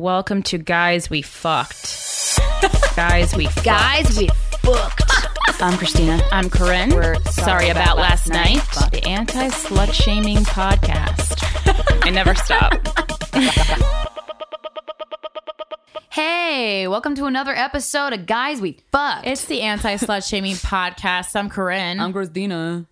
Welcome to Guys We Fucked. Guys We Fucked. Guys, we booked. I'm Christina. I'm Corinne. We're sorry, about, last night. Fuck. The anti slut shaming podcast. I never stop. Hey, welcome to another episode of Guys We Fucked. It's the anti slut shaming podcast. I'm Corinne. Christina.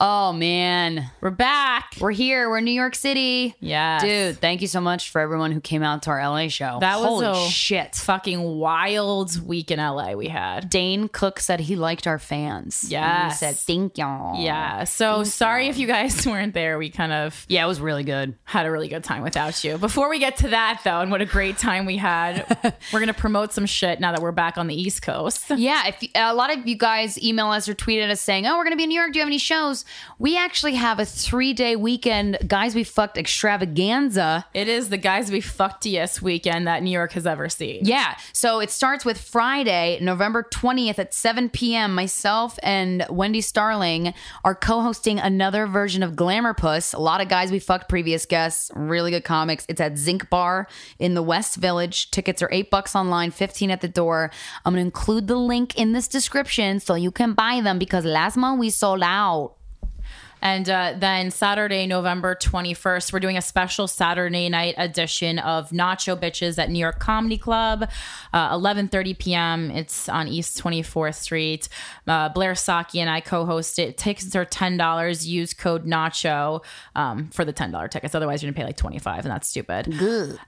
Oh man, We're back. we're here. We're in New York City. Yes. dude. Thank you so much for everyone who came out to our LA show. That was Holy a- shit. Fucking wild week in LA we had. Dane Cook said he liked our fans. Yeah, he Yes. said thank y'all. Yeah. So sorry if you guys weren't there. We kind of yeah, it was really good. had a really good time without you. Before we get to that though, and what a great time we had, we're gonna promote some shit now that we're back on the East Coast. Yeah, if a lot of you guys email us or tweet at us saying, "Oh, we're going to be in New York. Do you have any shows?" We actually have a three-day weekend, guys. We fucked extravaganza. It is the guys we fuckediest weekend that New York has ever seen. Yeah, so it starts with Friday, November twentieth at seven p.m. Myself and Wendy Starling are co-hosting another version of Glamour Puss. A lot of guys we fucked previous guests, really good comics. It's at Zinc Bar in the West Village. Tickets are eight bucks online, fifteen at the door. I'm going to include the link in this description so you can buy them because last month we sold out. And uh, then Saturday, November 21st, we're doing a special Saturday night edition of Nacho Bitches at New York Comedy Club, uh, 11.30 p.m. It's on East 24th Street. Uh, Blair Saki and I co-host it. Tickets are $10. Use code NACHO um, for the $10 tickets. Otherwise, you're going to pay like 25 and that's stupid.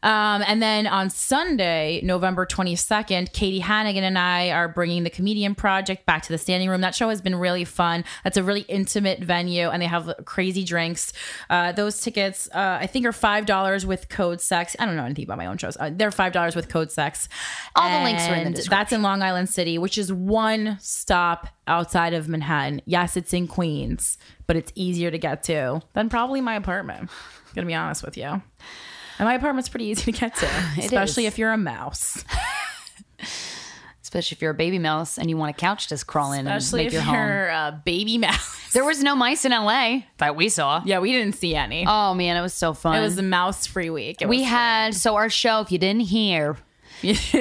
Um, and then on Sunday, November 22nd, Katie Hannigan and I are bringing the Comedian Project back to the standing room. That show has been really fun. That's a really intimate venue, and they have crazy drinks. Uh, those tickets, uh, I think, are $5 with code sex. I don't know anything about my own shows. Uh, they're $5 with code sex. All the links are in the And description. That's in Long Island City, which is one stop outside of Manhattan. Yes, it's in Queens, but it's easier to get to than probably my apartment. Gonna be honest with you. And my apartment's pretty easy to get to, especially is. if you're a mouse. Especially if you're a baby mouse and you want a couch to crawl in Especially and make if your home. you're a baby mouse. There was no mice in LA that we saw. Yeah, we didn't see any. Oh man, it was so fun. it was a mouse free week. It we was- had so our show. If you didn't hear, if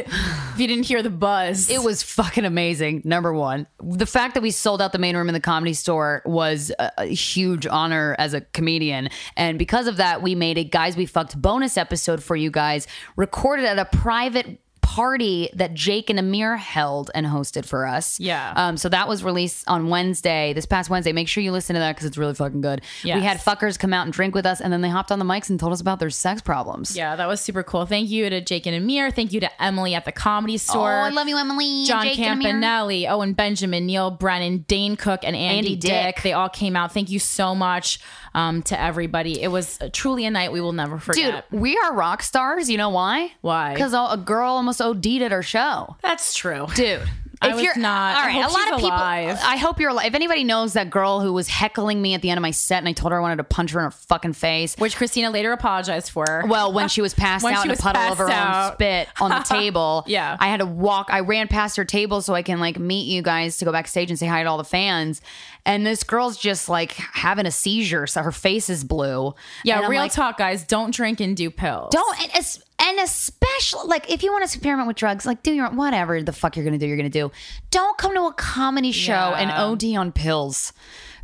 you didn't hear the buzz, it was fucking amazing. Number one, the fact that we sold out the main room in the comedy store was a, a huge honor as a comedian, and because of that, we made a guys we fucked bonus episode for you guys, recorded at a private party that Jake and Amir held and hosted for us. Yeah. Um, so that was released on Wednesday, this past Wednesday. Make sure you listen to that because it's really fucking good. We Yes. had fuckers come out and drink with us, and then they hopped on the mics and told us about their sex problems. yeah, that was super cool. Thank you to Jake and Amir. Thank you to Emily at the comedy Oh, store. I love you, Emily. John Jake and Amir. Campanelli, Owen Benjamin, Neil Brennan, Dane Cook, and Andy, Andy Dick. Dick. They all came out. Thank you so much um, to everybody. It was uh, truly a night we will never Dude, forget. we are rock stars. You know why? Why? Because a a girl almost OD'd at our show. That's true. Dude. I was not. I hope she's alive. I hope you're alive. If anybody knows that girl who was heckling me at the end of my set and I told her I wanted to punch her in her fucking face. Which Christina later apologized for. Well, when she was passed When out she in a was puddle of passed her own out. spit on the table. Yeah. I had to walk. I ran past her table so I can like meet you guys to go backstage and say hi to all the fans. And this girl's just like having a seizure, so her face is blue. Yeah, And I'm real like, talk, guys. Don't drink and do pills. Don't and, es- and especially like if you want to experiment with drugs, like do your whatever the fuck you're gonna do, you're gonna do. Don't come to a comedy show and Yeah. OD on pills.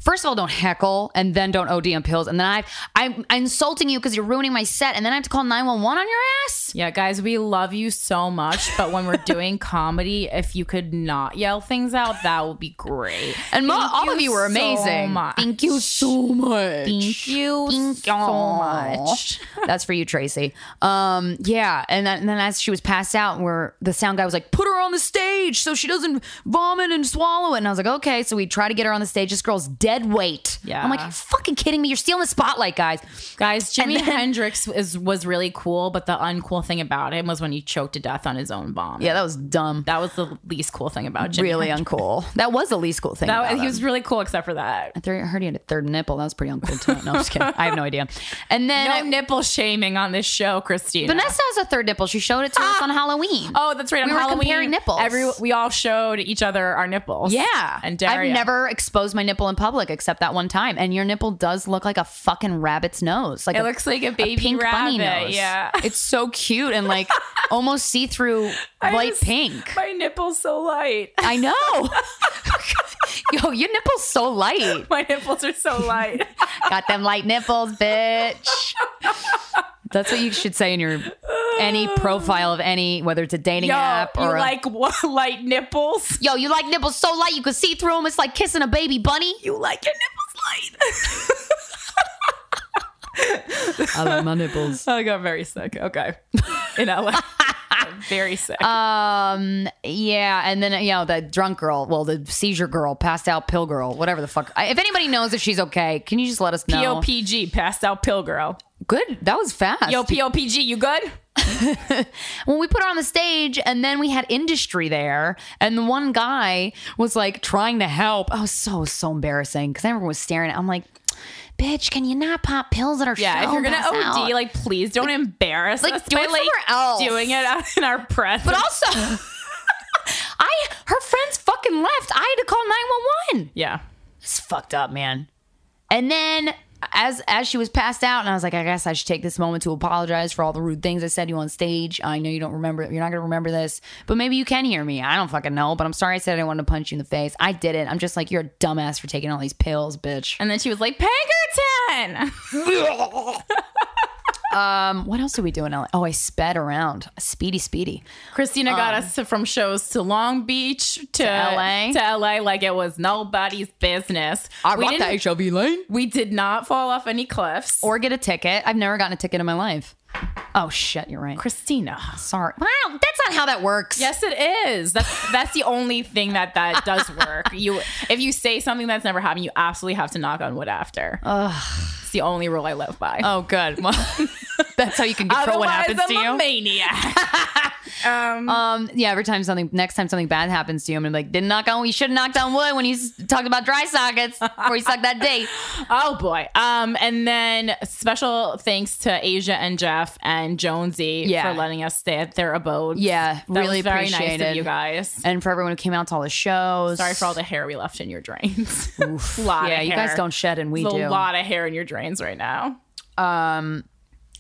First of all, don't heckle, and then don't OD on pills, and then I've I'm insulting you because you're ruining my set, and then I have to call nine one one on your ass. Yeah, guys, we love you so much. But when we're doing comedy, if you could not yell things out, that would be great. And mo- Thank all of you were so amazing. much. Thank you so much. Thank you Thank so y'all. much. That's for you, Tracy. Um, yeah, and then, and then as she was passed out, where the sound guy was like, "Put her on the stage so she doesn't vomit and swallow it," and I was like, "Okay." So we try to get her on the stage. This girl's dead weight. Yeah. I'm like, "You fucking kidding me? You're stealing the spotlight, guys." Guys, Jimi then- Hendrix is was really cool, but the uncool thing about him was when he choked to death on his own bomb. Yeah, that was dumb. That was the least cool thing about Jimi. really Hendrix. uncool. That was the least cool thing. That about was- he him. was really cool except for that. I thir- heard he had a third nipple. That was pretty uncool too. No, I'm just kidding. I have no idea. And then No I- nipple shaming on this show, Christina. Vanessa has a third nipple. She showed it to us on Halloween. Oh, that's right. On We were Halloween, comparing nipples. Every we all showed each other our nipples. Yeah. and I've Daria. never exposed my nipple in public except that one time. And your nipple does look like a fucking rabbit's nose. Like It a- looks like a baby pink bunny rabbit, nose. yeah. It's so cute and like almost see through I light just- pink. My nipple's so light. I know. Yo, your nipple's so light. My nipples are so light. Got them light nipples, bitch. That's what you should say in your any profile of any, whether it's a dating Yo, app you or a- like what, light nipples? Yo, you like nipples so light you can see through them. It's like kissing a baby bunny. You like your nipples light? I like my nipples. I got very sick. Okay. In LA. very sick. Um, yeah, and then you know the drunk girl, well, the seizure girl, passed out pill girl, whatever the fuck. I, if anybody knows if she's okay, can you just let us know? POPG, passed out pill girl. Good, that was fast. Yo, POPG, you good? when we put her on the stage and then we had industry there and the one guy was like trying to help i was so so embarrassing because everyone was staring at i'm like bitch can you not pop pills at our Yeah, show if you're gonna Pass OD, out." like please don't embarrass like, us do by, it like somewhere else. doing it out in our press. but also i her friends fucking left i had to call 911 yeah, it's fucked up man and then as as she was passed out and i was like i guess i should take this moment to apologize for all the rude things i said to you on stage i know you don't remember you're not going to remember this but maybe you can hear me i don't fucking know but i'm sorry i said i didn't want to punch you in the face i didn't i'm just like you're a dumbass for taking all these pills bitch and then she was like Pinkerton. um what else did we do in la oh i sped around speedy speedy Christina got us to, from shows to Long Beach to, LA. to LA like it was nobody's business. rocked didn't- hiv lane we did not fall off any cliffs. or get a ticket i've never gotten a ticket in my life oh shit you're right Christina. sorry wow that's not how that works Yes, it is. That's that's the only thing that that does work. You, if you say something that's never happened, you absolutely have to knock on wood after. It's the only rule I live by. oh good well that's how you can control what happens Um, I'm to a you maniac. um, Um, yeah, every time something, next time something bad happens to you, I'm gonna be like, didn't knock on, you should have knocked on wood when you s- talked about dry sockets before you sucked that date. oh boy. Um, and then special thanks to Asia and Jeff and Jonesy Yeah. for letting us stay at their abode. Yeah, That really was very appreciated. nice of you guys. And for everyone who came out to all the shows. Sorry for all the hair we left in your drains. Oof. lot Yeah, of you hair. guys don't shed and we There's do. a lot of hair in your drains right now. Um,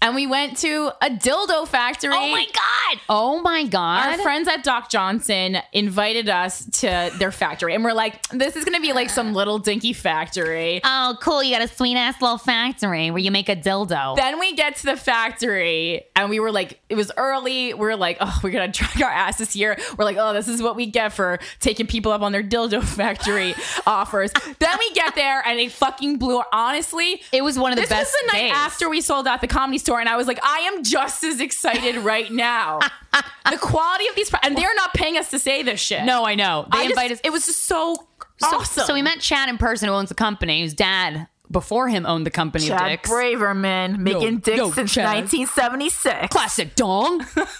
And we went to a dildo factory. oh my God. Oh my Our God. friends at Doc Johnson invited us to their factory, and we're like, "This is gonna be like some little dinky factory." oh, cool. You got a sweet ass little factory where you make a dildo. then we get to the factory and we were like it was early we are like oh we're gonna drag our ass this year we're like oh this is what we get for taking people up on their dildo factory offers then we get there and it fucking blew honestly it was one of the this was best the night days. after we sold out the comedy store and i was like i am just as excited right now the quality of these pro- and they're not paying us to say this shit No, I know. they They I invited invited it was just so, So, awesome so we met Chad in person, who owns the company, whose dad before him owned the company of dicks. Braverman making dicks yo, since Chad. 1976. classic dong.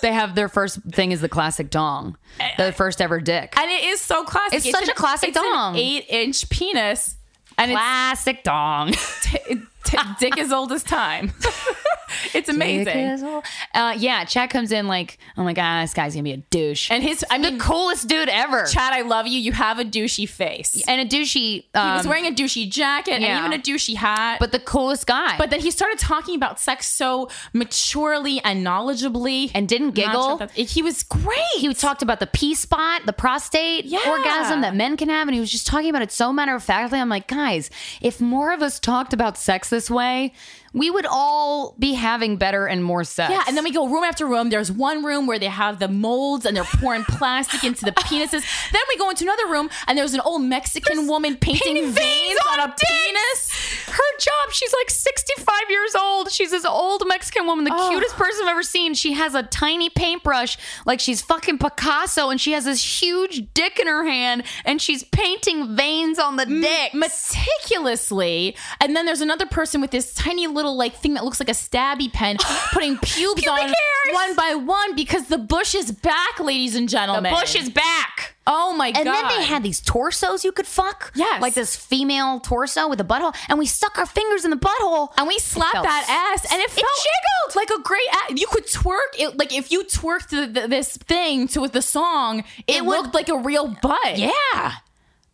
they have their first thing is the classic dong, the first ever dick. And it is so classic. It's such a classic it's an dong. eight inch penis. And classic dong. it's t- t- dick as old as time. it's amazing. Uh, yeah, Chad comes in like, oh my god, this guy's gonna be a douche, And his, I mean, the coolest dude ever, Chad, I love you. You have a douchey face. and a douchey. he Um, was wearing a douchey jacket yeah. and even a douchey hat. but the coolest guy. but then he started talking about sex so maturely and knowledgeably, And didn't Not giggle. sure if that's- he was great. he talked about the P spot, the prostate Yeah. orgasm that men can have, and he was just talking about it so matter of factly. I'm like, guys, if more of us talked about sex this way, we would all be having better and more sex. Yeah, and then we go room after room. There's one room where they have the molds and they're pouring plastic into the penises. Then we go into another room and there's an old Mexican woman painting, painting veins, on, a penis. her job. She's like 65 years old. She's this old Mexican woman, the Oh. cutest person I've ever seen. She has a tiny paintbrush, like she's fucking Picasso, and she has this huge dick in her hand, and she's painting veins on the dick. Meticulously, and then there's another person with this tiny little like thing that looks like a stabby pen, putting pubes on hairs. one by one because the bush is back, ladies and gentlemen. Bush is back. oh my And god! then they had these torsos you could fuck. Yes. Like this female torso with a butthole. And we stuck our fingers in the butthole. and we slapped felt that ass, and it s- felt it jiggled like a great. Ass. You could twerk it like if you twerked the, the, this thing to with the song, it, It would- looked like a real butt. yeah.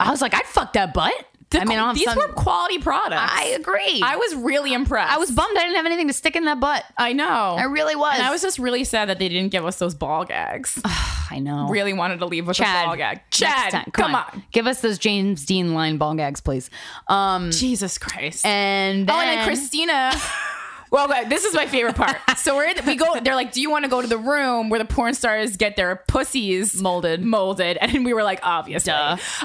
I was like, I'd fuck that butt. The I mean, qu- I'll have these some- were quality products. I agree. I was really impressed. I was bummed I didn't have anything to stick in that butt. I know. I really was. And I was just really sad that they didn't give us those ball gags. I know. really wanted to leave with Chad. a ball gag. Next Chad, time, come, on. Give us those James Dean line ball gags, please. Um, Jesus Christ. and then, oh, and then Christina. Well, but this is my favorite part. So we're in, we go. They're like, "Do you want to go to the room where the porn stars get their pussies molded, molded?" And we were like, "Obviously."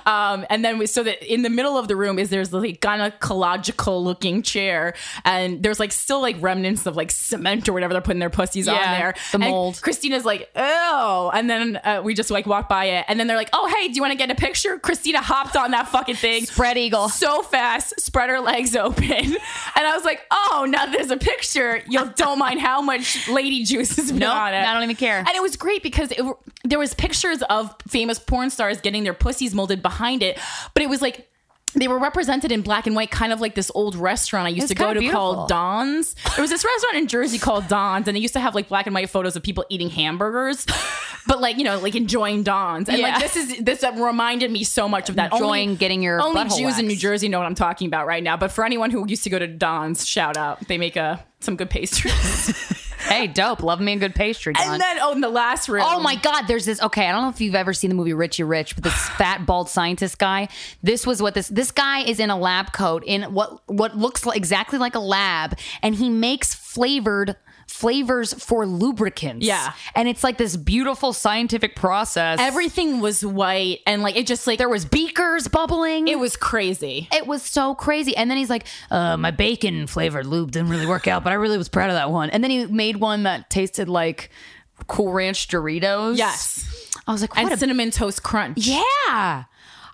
Um, and then we so that in the middle of the room is there's like gynecological looking chair, and there's like still like remnants of like cement or whatever they're putting their pussies on Yeah, there. the And mold. Christina's like, "Oh," and then uh, we just like walk by it, and then they're like, "Oh, hey, do you want to get a picture?" Christina hopped on that fucking thing, spread eagle. so fast, spread her legs open. And I was like, oh, now there's a picture. You don't mind how much lady juice has been Nope, on it. I don't even care. And it was great because it, there was pictures of famous porn stars getting their pussies molded behind it, but it was like, they were represented in black and white, kind of like this old restaurant I used was to go to kinda beautiful. called Don's. There was this restaurant in Jersey called Don's, and they used to have like black and white photos of people eating hamburgers, but like you know, like enjoying Don's. And Yeah. like this is this uh, reminded me so much of that. Enjoying getting your only butthole Jews in New waxed. Jersey know what I'm talking about right now. But for anyone who used to go to Don's, shout out. They make uh, some good pastries. Hey, dope. Love me a good pastry. Don. and then oh, in the last room. Oh my God, there's this. Okay, I don't know if you've ever seen the movie Richie Rich, but this fat bald scientist guy. This was what this this guy is in a lab coat in what what looks like, exactly like a lab, and he makes flavored flavors for lubricants. Yeah. and it's like this beautiful scientific process. Everything was white, and like it just like there was beakers bubbling. it was crazy. It was so crazy. And then he's like, uh, my bacon flavored lube didn't really work out, but I really was proud of that one. And then he made one that tasted like Cool Ranch Doritos. Yes, I was like, what and a cinnamon toast crunch. Yeah.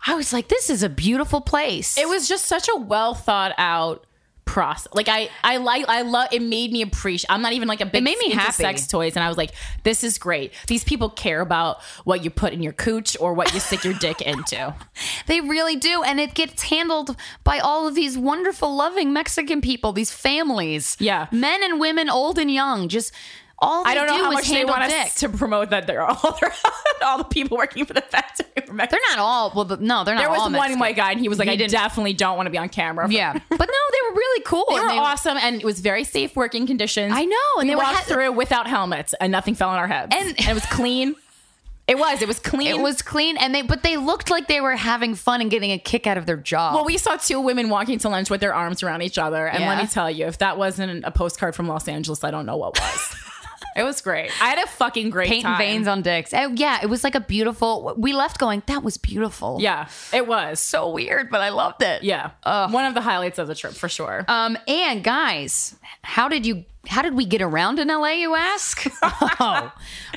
I was like, this is a beautiful place. it was just such a well thought out process. Like I, I like, I love. It made me appreciate. I'm not even like a big. made me into happy. Sex toys, and I was like, this is great. These people care about what you put in your cooch or what you stick your dick into. they really do. And it gets handled by all of these wonderful, loving Mexican people, these families. Yeah. Men and women, old and young, just all they I don't know do how is much they handle want dick. us to promote that they're all they're all the people working for the factory. were They're Mexican. not all, well, but no, they're not There all was one Mexican. white guy, and he was like, He "I didn't- definitely don't want to be on camera." Yeah. But no, they were really cool. They and were awesome, and it was very safe working conditions. I know, and we they were walked ha- through without helmets, and nothing fell on our heads, And- it was clean. It was. It was clean. It was clean and they but they looked like they were having fun and getting a kick out of their job. Well, we saw two women walking to lunch with their arms around each other, and let Yeah. me tell you, if that wasn't a postcard from Los Angeles, I don't know what was. it was great. I had a fucking great painting time. veins on dicks. Oh, yeah, it was like a beautiful we left going, that was beautiful. Yeah, it was. So weird, but I loved it. Yeah, one of the highlights of the trip for sure. Um, and guys, how did you how did we get around in LA, you ask? oh,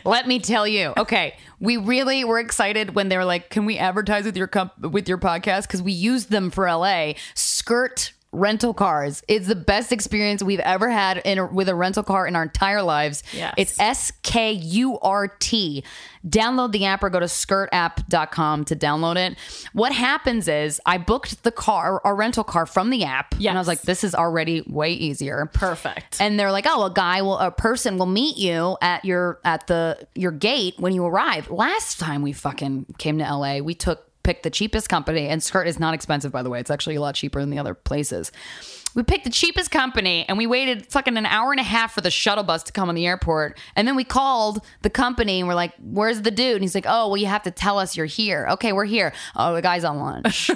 let me tell you. Okay. We really were excited when they were like, Can we advertise with your comp- with your podcast? Because we used them for LA. Skirt rental cars is the best experience we've ever had in a, with a rental car in our entire lives. Yes. It's S K U R T. Download the app or go to skirtapp.com to download it. What happens is I booked the car, our rental car from the app. And I was Yes. like, this is already way easier. Perfect. And they're like, oh, a guy will, a person will meet you at your, at the, your gate when you arrive. Last time we fucking came to LA, we took, picked the cheapest company and Skirt is not expensive, by the way. It's actually a lot cheaper than the other places. We picked the cheapest company and we waited fucking an hour and a half for the shuttle bus to come on the airport. And then we called the company and we're like, where's the dude? And he's like, oh, well, you have to tell us you're here. Okay, we're here. Oh, the guy's on lunch.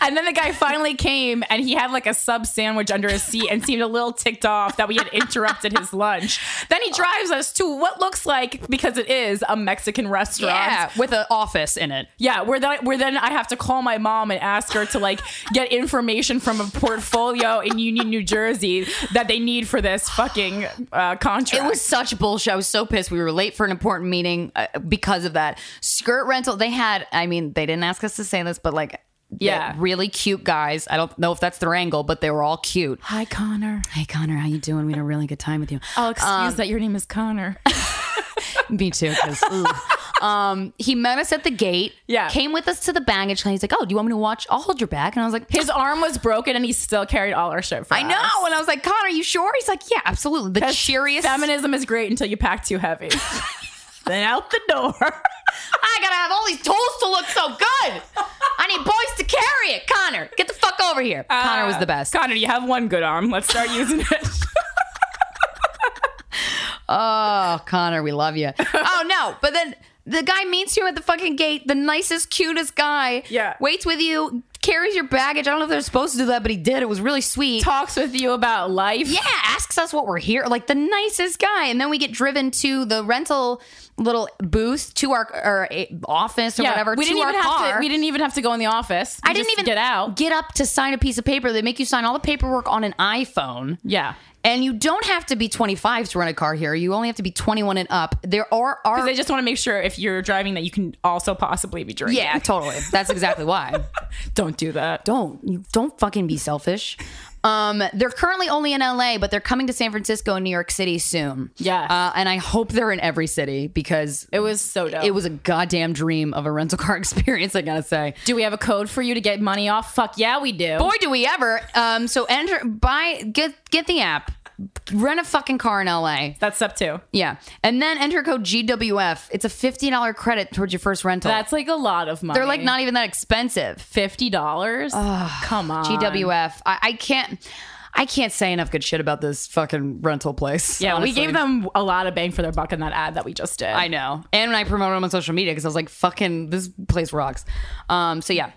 And then the guy finally came and he had like a sub sandwich under his seat and seemed a little ticked off that we had interrupted his lunch. Then he drives us to what looks like, because it is, a Mexican restaurant. with an office in it. Yeah, where then, where then I have to call my mom and ask her to like get information from a portfolio in Union, New Jersey that they need for this fucking uh, contract. It was such bullshit. I was so pissed. We were late for an important meeting uh, because of that. Skirt rental, they had, I mean, they didn't ask us to say this, but like, Yeah. they're really cute guys. I don't know if that's their angle, but they were all cute. Hi, Connor. Hey, Connor, how you doing? We had a really good time with you. Uh, I'll excuse that your name is Connor. Me too. 'cause, ooh. um, he met us at the gate. Yeah. Came with us to the baggage claim. He's like, "Oh, do you want me to watch? I'll hold your bag." And I was like, His arm was broken and he still carried all our shit for "I know." And I was like, "Connor, you sure?" He's like, "Yeah, absolutely." The cheeriest. Feminism is great until you pack too heavy. then out the door. I gotta have all these tools to look so good. I need boys to carry it. Connor, get the fuck over here. Uh, Connor was the best. Connor, you have one good arm. Let's start using it. Oh, Connor, we love you. oh no, but then the guy meets you at the fucking gate, the nicest, cutest guy. Yeah. Waits with you, carries your baggage. I don't know if they're supposed to do that, but he did. It was really sweet. Talks with you about life. yeah, asks us what we're here. Like the nicest guy. And then we get driven to the rental little booth to our, our eh, office or whatever. We to didn't our even car. have to. We didn't even have to go in the office. We I didn't just even get out. Get up to sign a piece of paper. They make you sign all the paperwork on an iPhone. Yeah. And you don't have to be 25 to rent a car here. You only have to be 21 and up. There are are They just want to make sure if you're driving that you can also possibly be drinking. yeah, totally. That's exactly why. Don't do that. don't you don't fucking be selfish. Um, they're currently only in LA, but they're coming to San Francisco and New York City soon. Yes. uh, and I hope they're in every city because It was so dope. it was a goddamn dream of a rental car experience. I gotta say. Do we have a code for you to get money off? Fuck yeah, we do. boy do we ever um so enter buy get get the app rent a fucking car in la That's step two. yeah and then enter code gwf it's a $50 credit towards your first rental That's like a lot of money. they're like not even that expensive fifty dollars. Come on, gwf I, I can't i can't say enough good shit about this fucking rental place Yeah, honestly. we gave them a lot of bang for their buck in that ad that we just did. i know and when i promoted them on social media because i was like fucking this place rocks um so yeah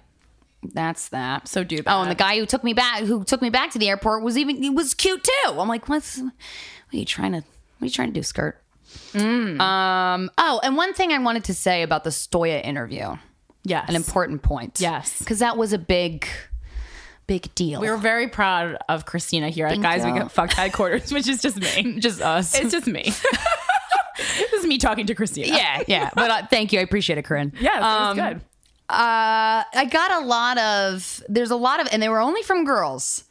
that's that So do that. Oh, and the guy who took me back, who took me back to the airport, was even he was cute too. I'm like, what's? What are you trying to? What are you trying to do, skirt? Um. Oh, and one thing I wanted to say about the Stoya interview, yes, an important point. Yes. because that was a big, big deal. We were very proud of Christina here at Guys We you. Get Fucked Headquarters, which is just me. just us. It's just me. this is me talking to Christina. yeah, Um, yeah. But uh, thank you, I appreciate it, Corinne. Yeah, that was good. uh, I got a lot of there's a lot of and they were only from girls.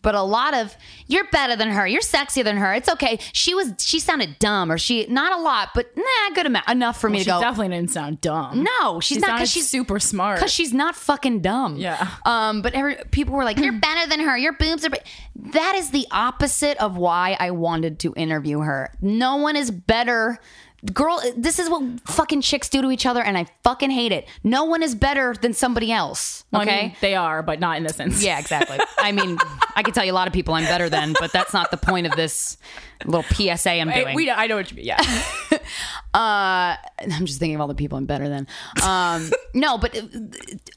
But a lot of you're better than her. You're sexier than her. It's okay. She was she sounded dumb or she not a lot, but nah, good amount enough for me She to go. definitely didn't sound dumb. no, she's She not sounded because she's super smart. because she's not fucking dumb. Yeah. Um. But every, people were like, "You're better than her. Your boobs are." b-" That is the opposite of why I wanted to interview her. No one is better. Girl, this is what fucking chicks do to each other, and I fucking hate it. No one is better than somebody else. Well, I Okay. mean, they are, but not in this sense. yeah, exactly. I mean, I could tell you a lot of people I'm better than, but that's not the point of this little PSA I'm Hey, doing. we, I know what you mean. Yeah. Uh, I'm just thinking of all the people I'm better than. Um, no, but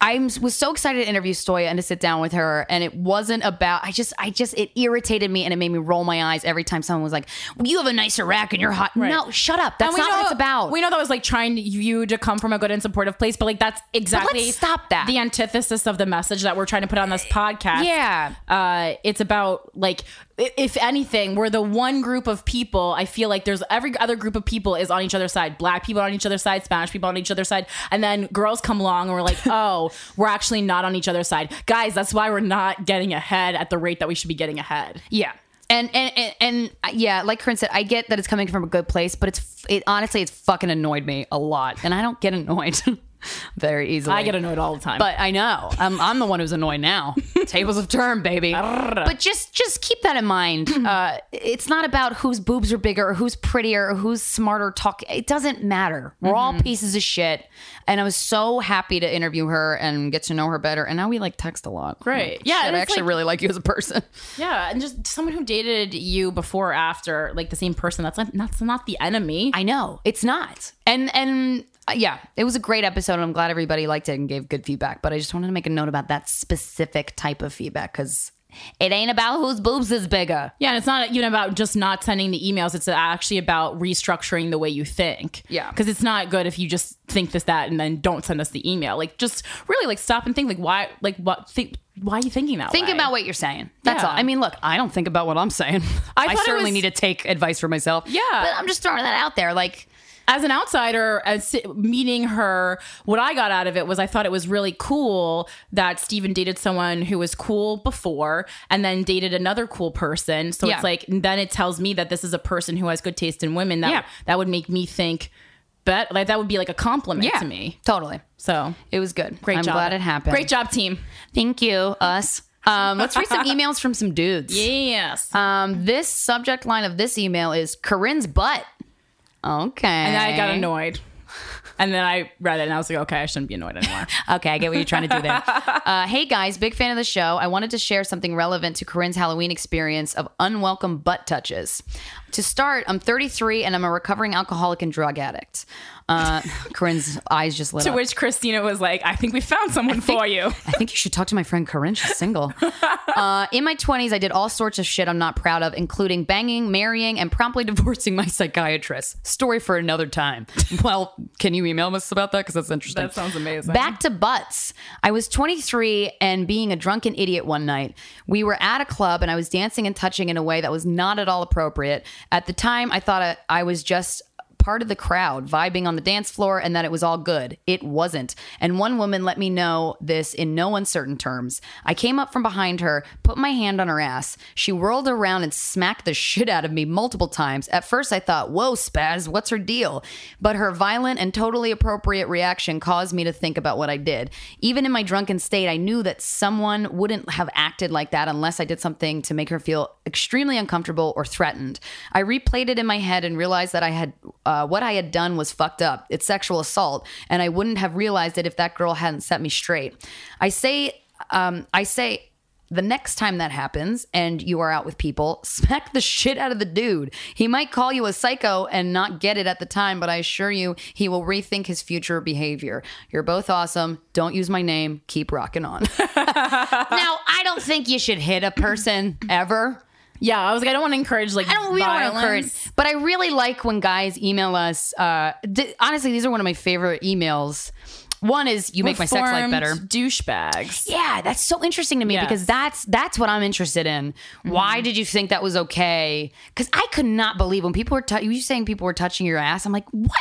I was so excited to interview Stoya and to sit down with her, and it wasn't about. I just, I just, it irritated me, and it made me roll my eyes every time someone was like, well, "You have a nicer rack, and you're hot." No, shut up. That's And not what it's about. We know that was like trying to- you to come from a good and supportive place, but like that's exactly stop that. The antithesis of the message that we're trying to put on this podcast. Yeah. uh, it's about like i- if anything, we're the one group of people. I feel like there's every other group of people is on each other's side. Black people on each other's side, Spanish people on each other's side, and then girls come along and we're like, oh, we're actually not on each other's side, guys. That's why we're not getting ahead at the rate that we should be getting ahead. Yeah. And and, and and uh, yeah, like Corinne said, I get that it's coming from a good place, but it's f- it honestly it's fucking annoyed me a lot, and I don't get annoyed very easily. I get annoyed all the time. But I know I'm, I'm the one who's annoyed now. Tables have turned, baby. but just just keep that in mind. Uh, it's not about whose boobs are bigger, or who's prettier, or who's smarter. Talk. It doesn't matter. We're all pieces of shit. And I was so happy to interview her and get to know her better. And now we like text a lot. Right. yeah. Yeah, Shit, and I it's actually like- really like you as a person. Yeah, and just someone who dated you before or after, like the same person. That's not that's not the enemy. I know it's not. And and uh, yeah, it was a great episode. And I'm glad everybody liked it and gave good feedback. But I just wanted to make a note about that specific type of feedback because it ain't about whose boobs is bigger. yeah, and it's not even about just not sending the emails. It's actually about restructuring the way you think. Yeah. because it's not good if you just think this that and then don't send us the email. Like, just really like stop and think. Like, why? Like, what? Think, why are you thinking that? Think way? about what you're saying. That's Yeah. all. I mean, look, I don't think about what I'm saying. I I, thought it certainly was- need to take advice for myself. Yeah. But I'm just throwing that out there. Like, as an outsider as si- meeting her what i got out of it was i thought it was really cool that steven dated someone who was cool before and then dated another cool person so Yeah. it's like then it tells me that this is a person who has good taste in women that Yeah. that would make me think bet like that would be like a compliment to me Totally. so It was good. great I'm job glad it happened. great job team Thank you, us. Um, let's read some emails from some dudes. yes Um, this subject line of this email is Corinne's butt. Okay. and i got annoyed And then I read it and I was like, okay, I shouldn't be annoyed anymore. Okay, I get what you're trying to do there. Uh, hey guys, big fan of the show. I wanted to share something relevant to Corinne's Halloween experience of unwelcome butt touches. To start, I'm 33 and I'm a recovering alcoholic and drug addict. Uh, Corinne's eyes just lit to up. which Christina was like, I think we found someone for you. I think you should talk to my friend Corinne. She's single. Uh, in my 20s, I did all sorts of shit I'm not proud of, including banging, marrying, and promptly divorcing my psychiatrist. Story for another time. Well, can you email us about that? Because that's interesting. That sounds amazing. Back to butts. I was 23 and being a drunken idiot one night. We were at a club and I was dancing and touching in a way that was not at all appropriate. At the time, I thought I, I was just part of the crowd vibing on the dance floor and that it was all good. It wasn't. And one woman let me know this in no uncertain terms. I came up from behind her, put my hand on her ass. She whirled around and smacked the shit out of me multiple times. At first, I thought, whoa, spaz, what's her deal? But her violent and totally appropriate reaction caused me to think about what I did. Even in my drunken state, I knew that someone wouldn't have acted like that unless I did something to make her feel extremely uncomfortable or threatened. I replayed it in my head and realized that I had uh, what I had done was fucked up. It's sexual assault, and I wouldn't have realized it if that girl hadn't set me straight. I say, um, I say. The next time that happens and you are out with people, smack the shit out of the dude. He might call you a psycho and not get it at the time, but I assure you he will rethink his future behavior. You're both awesome. Don't use my name. Keep rocking on. now, I don't think you should hit a person ever. Yeah, I was like, I don't want to encourage like I don't we violence. don't want to encourage, but I really like when guys email us. Uh, th- honestly, these are one of my favorite emails. One is you make my sex life Reformed better. Douchebags. Yeah, that's so interesting to me Yes. Mm-hmm. because that's that's what I'm interested in. Why did you think that was okay? Because I could not believe when people were tou- you were saying people were touching your ass. I'm like, what?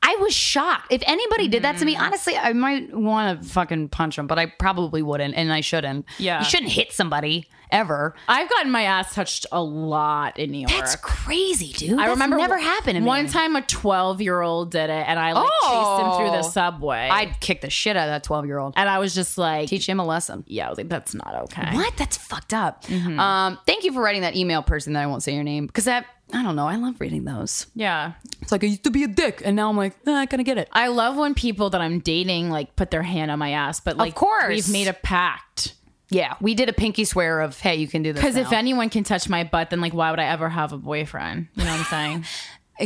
I was shocked. If anybody did that Mm-hmm. to me, honestly, I might want to fucking punch them, but I probably wouldn't, and I shouldn't. Yeah. you shouldn't hit somebody ever. I've gotten my ass touched a lot in New York. That's crazy, dude. I remember never happened to me. One time a 12 year old did it and I like chased him through the Oh. subway. I'd kick the shit out of that 12 year old. and I was just like, Teach him a lesson. yeah, I was like, that's not okay. What? That's fucked up. Mm-hmm. Um, thank you for writing that email person that I won't say your name because that, I don't know. I love reading those. Yeah. It's like I used to be a dick and now I'm like, "Ah, I kind of get it. I love when people that I'm dating like put their hand on my ass, but like, course. we've made a pact. Yeah. We did a pinky swear of, hey, you can do this. Because if now." anyone can touch my butt, then like, why would I ever have a boyfriend? You know what I'm saying?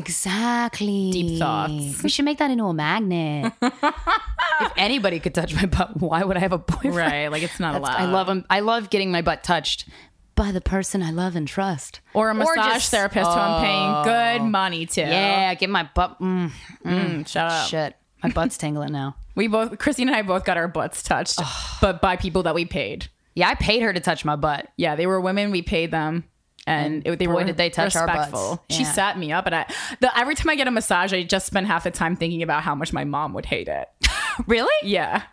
Exactly. Deep thoughts. We should make that into a magnet. if anybody could touch my butt, why would I have a boyfriend? right. Like, it's not That's- allowed. I love 'em- I love getting my butt touched by the person I love and trust. Or a massage just- oh. therapist who I'm paying good money to. Yeah, Oh. get my butt. Mm, Mm, Shut up. shit, my butt's tingling now. We both, Christine and I both got our butts touched, but by people that we paid. Yeah, I paid her to touch my butt. Yeah, they were women. We paid them, and, it, they boy, were did they touch our butts. respectful. She Yeah. sat me up, and I. The, every time I get a massage, I just spend half the time thinking about how much my mom would hate it. Really? Yeah,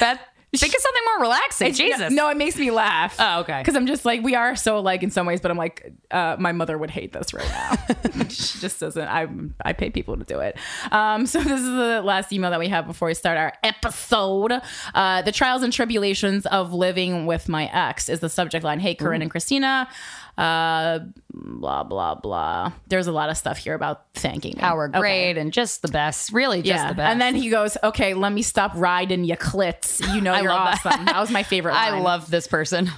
That think of something more relaxing. Jesus. No, it makes me laugh. Oh, okay. Because I'm just like we are so alike in some ways, but I'm like uh, my mother would hate this right now. she just doesn't. I I pay people to do it. Um, so this is the last email that we have before we start our episode. Uh, the trials and tribulations of living with my ex is the subject line. Hey, Corinne and Christina. Uh, blah blah blah. There's a lot of stuff here about thanking me. Our Okay. grade and just the best. Really, just the best. And then he goes, "Okay, let me stop riding your clits. You know you're love that. awesome." That. was my favorite. Line. I love this person.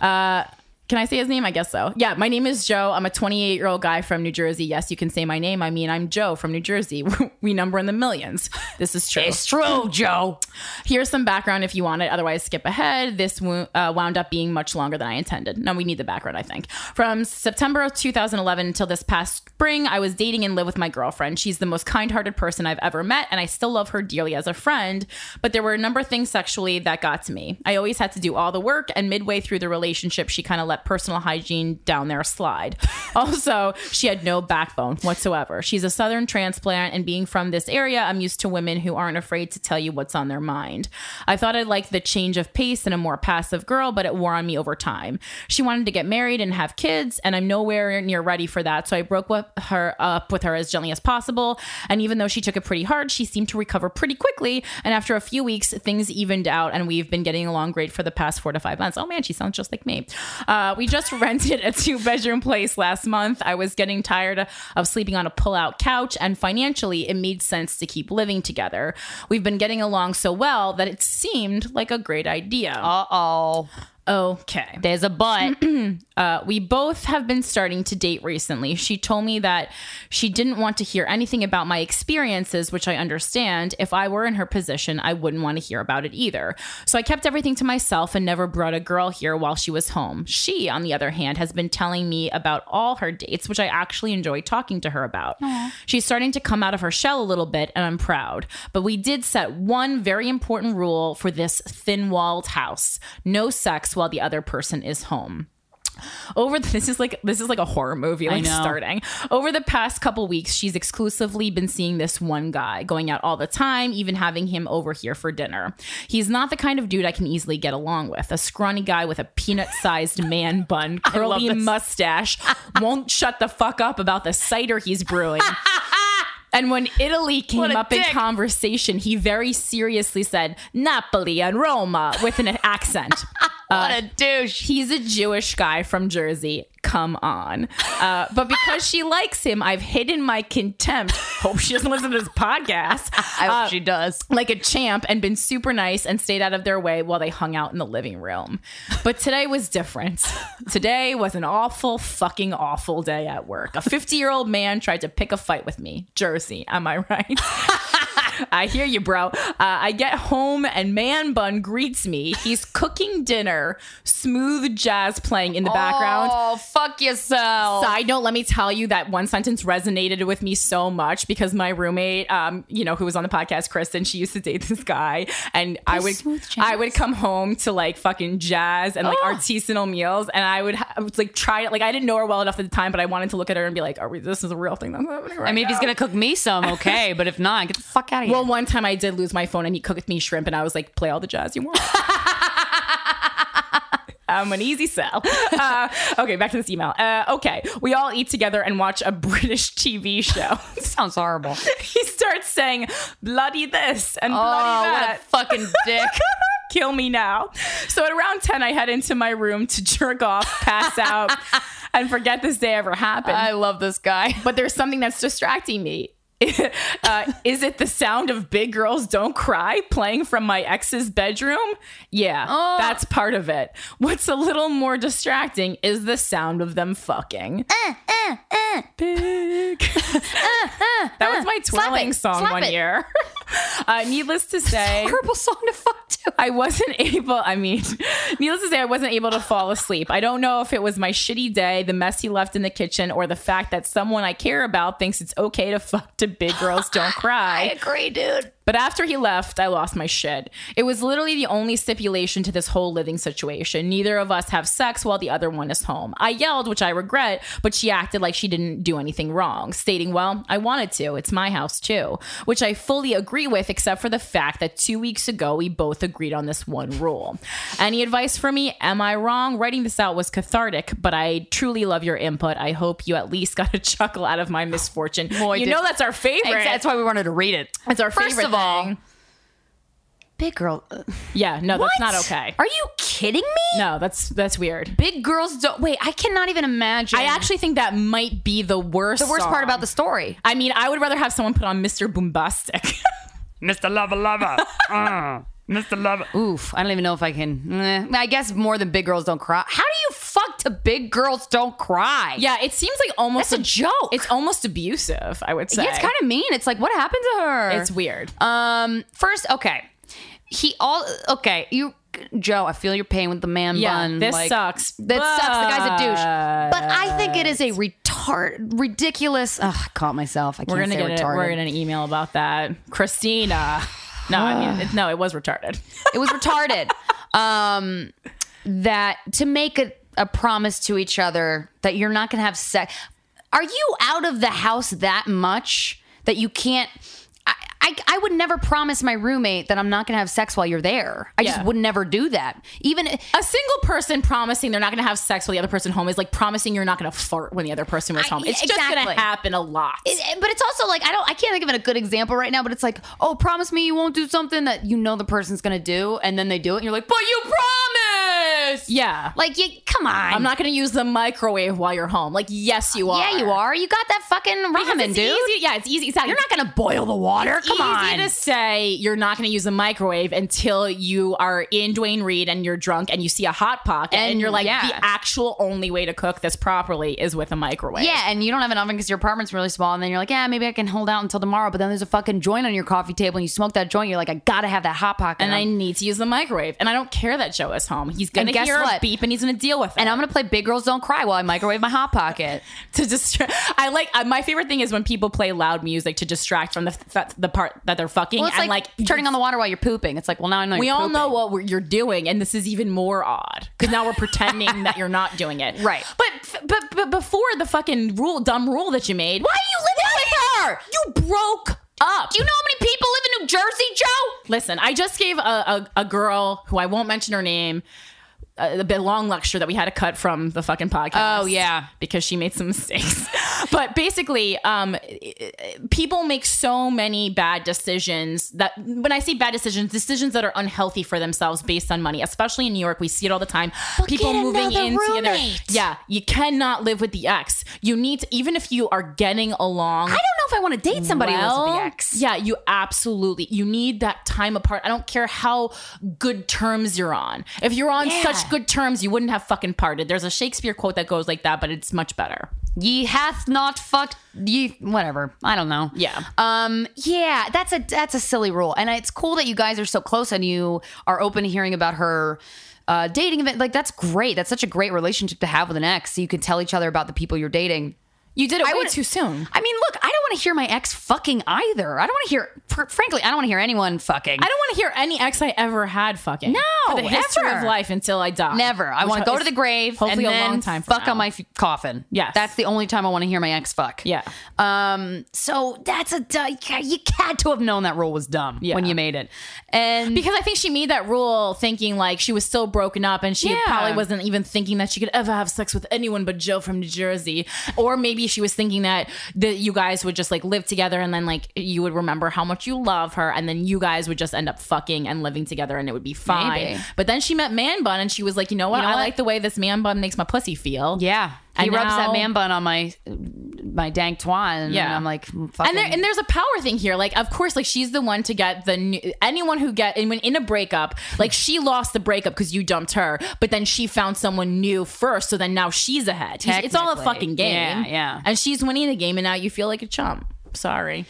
Can I say his name? I guess so. Yeah, my name is Joe. I'm a 28 year old guy from New Jersey. Yes, you can say my name. I mean, I'm Joe from New Jersey. we number in the millions. This is true. it's true, Joe. Here's some background if you want it. Otherwise, skip ahead. This wo- uh, wound up being much longer than I intended. No, we need the background, I think. From September of 2011 until this past spring, I was dating and live with my girlfriend. She's the most kind hearted person I've ever met, and I still love her dearly as a friend. But there were a number of things sexually that got to me. I always had to do all the work, and midway through the relationship, she kind of let personal hygiene down there slide. also, she had no backbone whatsoever. She's a Southern transplant, and being from this area, I'm used to women who aren't afraid to tell you what's on their mind. I thought I liked the change of pace and a more passive girl, but it wore on me over time. She wanted to get married and have kids, and I'm nowhere near ready for that. So I broke with her up with her as gently as possible. And even though she took it pretty hard, she seemed to recover pretty quickly. And after a few weeks, things evened out, and we've been getting along great for the past four to five months. Oh man, she sounds just like me. Uh, Uh, we just rented a two bedroom place last month. I was getting tired of sleeping on a pull out couch, and financially, it made sense to keep living together. We've been getting along so well that it seemed like a great idea. Uh oh. Okay. There's a but. Uh, we both have been starting to date recently. She told me that she didn't want to hear anything about my experiences, which I understand. If I were in her position, I wouldn't want to hear about it either. So I kept everything to myself and never brought a girl here while she was home. She, on the other hand, has been telling me about all her dates, which I actually enjoy talking to her about. She's starting to come out of her shell a little bit, and I'm proud. But we did set one very important rule for this thin walled house no sex while the other person is home over the, this is like this is like a horror movie like know. starting over the past couple weeks she's exclusively been seeing this one guy going out all the time even having him over here for dinner he's not the kind of dude i can easily get along with a scrawny guy with a peanut sized man bun curly mustache won't shut the fuck up about the cider he's brewing And when Italy came a up in dick. conversation, he very seriously said Napoli and Roma with an accent. What a douche. Uh, He's a Jewish guy from Jersey. Come on. Uh, but because she likes him, I've hidden my contempt. Hope she doesn't listen to this podcast. I hope Uh, she does. like a champ and been super nice and stayed out of their way while they hung out in the living room. But today was different. Today was an awful, fucking awful day at work. A 50 year old man tried to pick a fight with me. Jersey, am I right? I hear you, bro. Uh, I get home and Man Bun greets me. He's cooking dinner, smooth jazz playing in the background. Oh, fuck yourself. Side note, let me tell you that one sentence resonated with me so much because my roommate, um, you know, who was on the podcast, Kristen, she used to date this guy, and I would, smooth jazz. I would come home to like fucking jazz and like artisanal meals, and I would, ha- I would like try it. Like I didn't know her well enough at the time, but I wanted to look at her and be like, "Are we? This is a real thing that's happening." Right I mean, if he's going to cook me some, okay. But if not, get the fuck out of here. well, one time I did lose my phone, and he cooked me shrimp, and I was like, "Play all the jazz you want." I'm an easy sell. Uh, okay, back to this email. Uh, okay, we all eat together and watch a British TV show. sounds horrible. he starts saying, bloody this and Oh, bloody what that. a fucking dick. Kill me now. So at around 10, I head into my room to jerk off, pass out, and forget this day ever happened. I love this guy. but there's something that's distracting me. uh, is it the sound of big girls don't cry playing from my ex's bedroom? Yeah, Oh. that's part of it. What's a little more distracting is the sound of them fucking. Uh, Big. that was my uh, Slap twirling it, song slap one it. year. uh, needless to say, Horrible song to fuck to. I wasn't able, I mean, needless to say, I wasn't able to fall asleep. I don't know if it was my shitty day, the mess he left in the kitchen, or the fact that someone I care about thinks it's okay to fuck to big girls don't cry. agree, dude. But after he left, I lost my shit. It was literally the only stipulation to this whole living situation. Neither of us have sex while the other one is home. I yelled, which I regret, but she acted like she didn't do anything wrong, stating, Well, I wanted to. It's my house too, which I fully agree with, except for the fact that two weeks ago we both agreed on this one rule. Any advice for me? Am I wrong? Writing this out was cathartic, but I truly love your input. I hope you at least got a chuckle out of my misfortune. Boy, you did- know that's our favorite. That's why we wanted to read it. That's our First favorite of all, thing. big girl. uh, Yeah, no, that's not what? okay. Are you kidding me? No, that's that's weird. Big girls don't. Wait, I cannot even imagine. I actually think that might be the worst. The worst part about the this. story. I mean, I would rather have someone put on Mr. Boombastic. Mr. Lover Lover. uh, Mr. Lover. Oof, I don't even know if I can. eh, I guess more than big girls don't cry. How do you fuck to big girls don't cry? yeah, it seems like almost That's a joke. It's almost abusive. I would say Yeah, it's kind of mean. It's like, what happened to her? It's weird. Um, first, okay, he all okay. You, Joe, I feel your pain with the man Yeah, bun. this like, sucks, That sucks. The guy's a douche. But I think it is a retard, ridiculous. Ugh, I caught myself. I can't we're gonna say get a, retarded. we're gonna an email about that, Christina. No, I mean, it, no, it was retarded. It was retarded. um, that to make a, a promise to each other that you're not going to have sex. Are you out of the house that much that you can't? I, I, I would never promise my roommate that I'm not going to have sex while you're there. I Yeah. just would never do that. Even A single person promising they're not going to have sex while the other person home is like promising you're not going to fart when the other person was I- home. It's just exactly. going to happen a lot. It- eh, but it's also like I don't I can't think of a good example right now, but it's like, oh, promise me you won't do something that you know the person's gonna do, and then they do it, and you're like, but you promised. Yes. Yeah. Like, you come on. I'm not going to use the microwave while you're home. Like, yes, you are. Yeah, you are. You got that fucking Because ramen, it's dude. easy- Yeah, it's easy. Exactly. You're not gonna boil the water. Come easy on. to say you're not going to use the microwave until you are in Dwayne Reed and you're drunk and you see a hot pocket and, And, you're like, yeah. the actual only way to cook this properly is with a microwave. yeah, and you don't have an oven because your apartment's really small, and then you're like, yeah, maybe I can hold out until tomorrow. But then there's a fucking joint on your coffee table, and you smoke that joint. You're like, I gotta have that hot pocket. And I need to use the microwave. And I don't care that Joe is home. He's going And to guess hear a what? beep and he's going to deal with it. and I'm gonna play Big Girls Don't Cry while I microwave my hot pocket. to distract. I like uh, my favorite thing is when people play loud music to distract from the f- the part that they're fucking Well, it's and like, like, turning on the water while you're pooping. It's like, well, now I know. We you're all pooping. know what we're, you're doing, and this is even more odd because now we're pretending that you're not doing it, Right. But f- but but before the fucking rule, dumb rule that you made, Why are you living with her? you broke up? Do you know how many people live in New Jersey, Joe? Listen, I just gave a, a, a girl who I won't mention her name a, a bit long lecture that we had to cut from the fucking podcast. Oh, yeah. because she made some mistakes. but basically, um, people make so many bad decisions that when I say bad decisions, decisions that are unhealthy for themselves based on money. Especially in New York, we see it all the time. people get moving another in together. roommate. Yeah, you cannot live with the ex. You need to, even if you are getting along. I don't know if I want to date somebody who lives with the ex. Yeah, you absolutely you need that time apart. I don't care how good terms you're on. If you're on Yeah. such good terms, you wouldn't have fucking parted. There's a Shakespeare quote that goes like that, but it's much better. ye hath not fucked ye whatever i don't know Yeah. um yeah that's a that's a silly rule and it's cool that you guys are so close and you are open to hearing about her uh dating event like that's great that's such a great relationship to have with an ex so you can tell each other about the people you're dating You did it I way would- too soon. i mean look i don't want to hear my ex fucking either i don't want to hear fr- frankly i don't want to hear anyone fucking I don't want to hear any ex I ever had fucking. No, for the history ever. of life until I die. Never. I Which want to go is to the grave. Hopefully, and a then long time. from Fuck now. on my f- coffin. Yes. that's the only time I want to hear my ex fuck. Yeah. Um. So that's a du- you had to have known that rule was dumb Yeah. when you made it, and Because I think she made that rule thinking like she was so broken up and she Yeah. probably wasn't even thinking that she could ever have sex with anyone but Joe from New Jersey. Or maybe she was thinking that that you guys would just like live together and then like you would remember how much you love her and then you guys would just end up fucking and living together and it would be fine. Maybe. But then she met Man Bun and she was like, you know what? You know I what? like the way this man bun makes my pussy feel. yeah, he And rubs now- that man bun on my my dank twan. And Yeah. I'm like, "Mm, fucking. and there and there's a power thing here. Like, of course, like she's the one to get the new, anyone who get and when in a breakup, like she lost the breakup because you dumped her, but then she found someone new first, so then now she's ahead. He's- It's all a Technically. fucking game, Yeah, yeah. And she's winning the game, and now you feel like a chump. Sorry,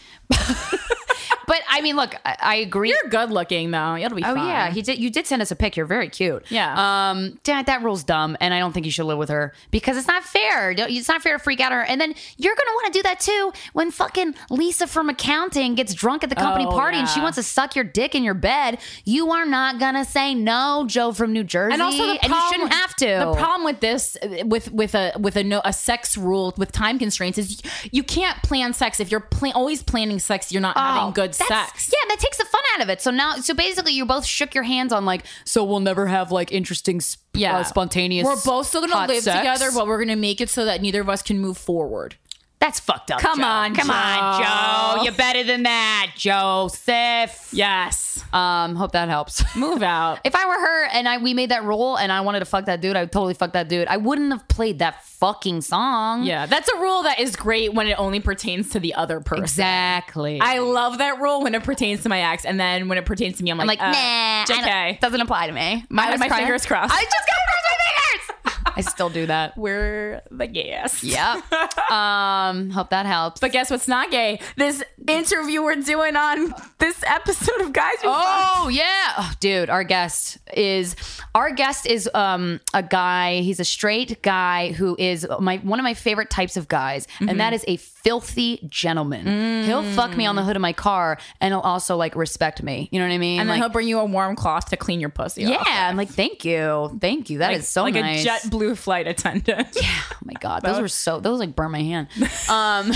but I mean, look, I, I agree. you're good looking though. It'll be. Oh fine. yeah, he did. You did send us a pic. You're very cute. Yeah. Um. Dad, that rule's dumb, and I don't think you should live with her because it's not fair. Don't- It's not fair to freak out her, and then you're gonna want to do that too when fucking Lisa from accounting gets drunk at the company Oh, party and she yeah. wants to suck your dick in your bed. You are not gonna say no, Joe from New Jersey, and also the problem, you shouldn't have to. The problem with this, uh, with with a with a no a sex rule with time constraints is you, you can't plan sex. If you're pla- always planning sex, you're not having Oh, good that's- sex. Yeah, that takes the fun out of it. So now, so basically, you both shook your hands on like, so we'll never have like interesting, sp- yeah. uh, spontaneous. We're both still gonna hot live sex. together, but we're gonna make it so that neither of us can move forward. That's fucked up. Come Joe. on, come on, Joe. Joe. You're better than that, Joseph. Yes, Um, hope that helps. move out. if I were her and I we made that rule and I wanted to fuck that dude, I would totally fuck that dude. I wouldn't have played that fucking song. yeah, that's a rule that is great when it only pertains to the other person. exactly. I love that rule when it pertains to my ex, and then when it pertains to me, I'm I'm like, like, uh, nah, I don't- JK. doesn't apply to me. My- I was my fingers crossed. I just gotta cross my fingers. I still do that. we're the gayest. Yep. Um, hope that helps. But guess what's not gay? This interview we're doing on this episode of Guys We Fucked. Oh yeah, oh, dude. Our guest is our guest is um a guy. He's a straight guy who is my one of my favorite types of guys, and Mm-hmm. that is a filthy gentleman. He'll fuck me on the hood of my car, and he'll also like respect me. You know what I mean? And then Like, he'll bring you a warm cloth to clean your pussy. yeah, off. I'm like, thank you, thank you. That is so like nice. a jet blue flight attendant. Oh my god, those were so those like burn my hand. Um,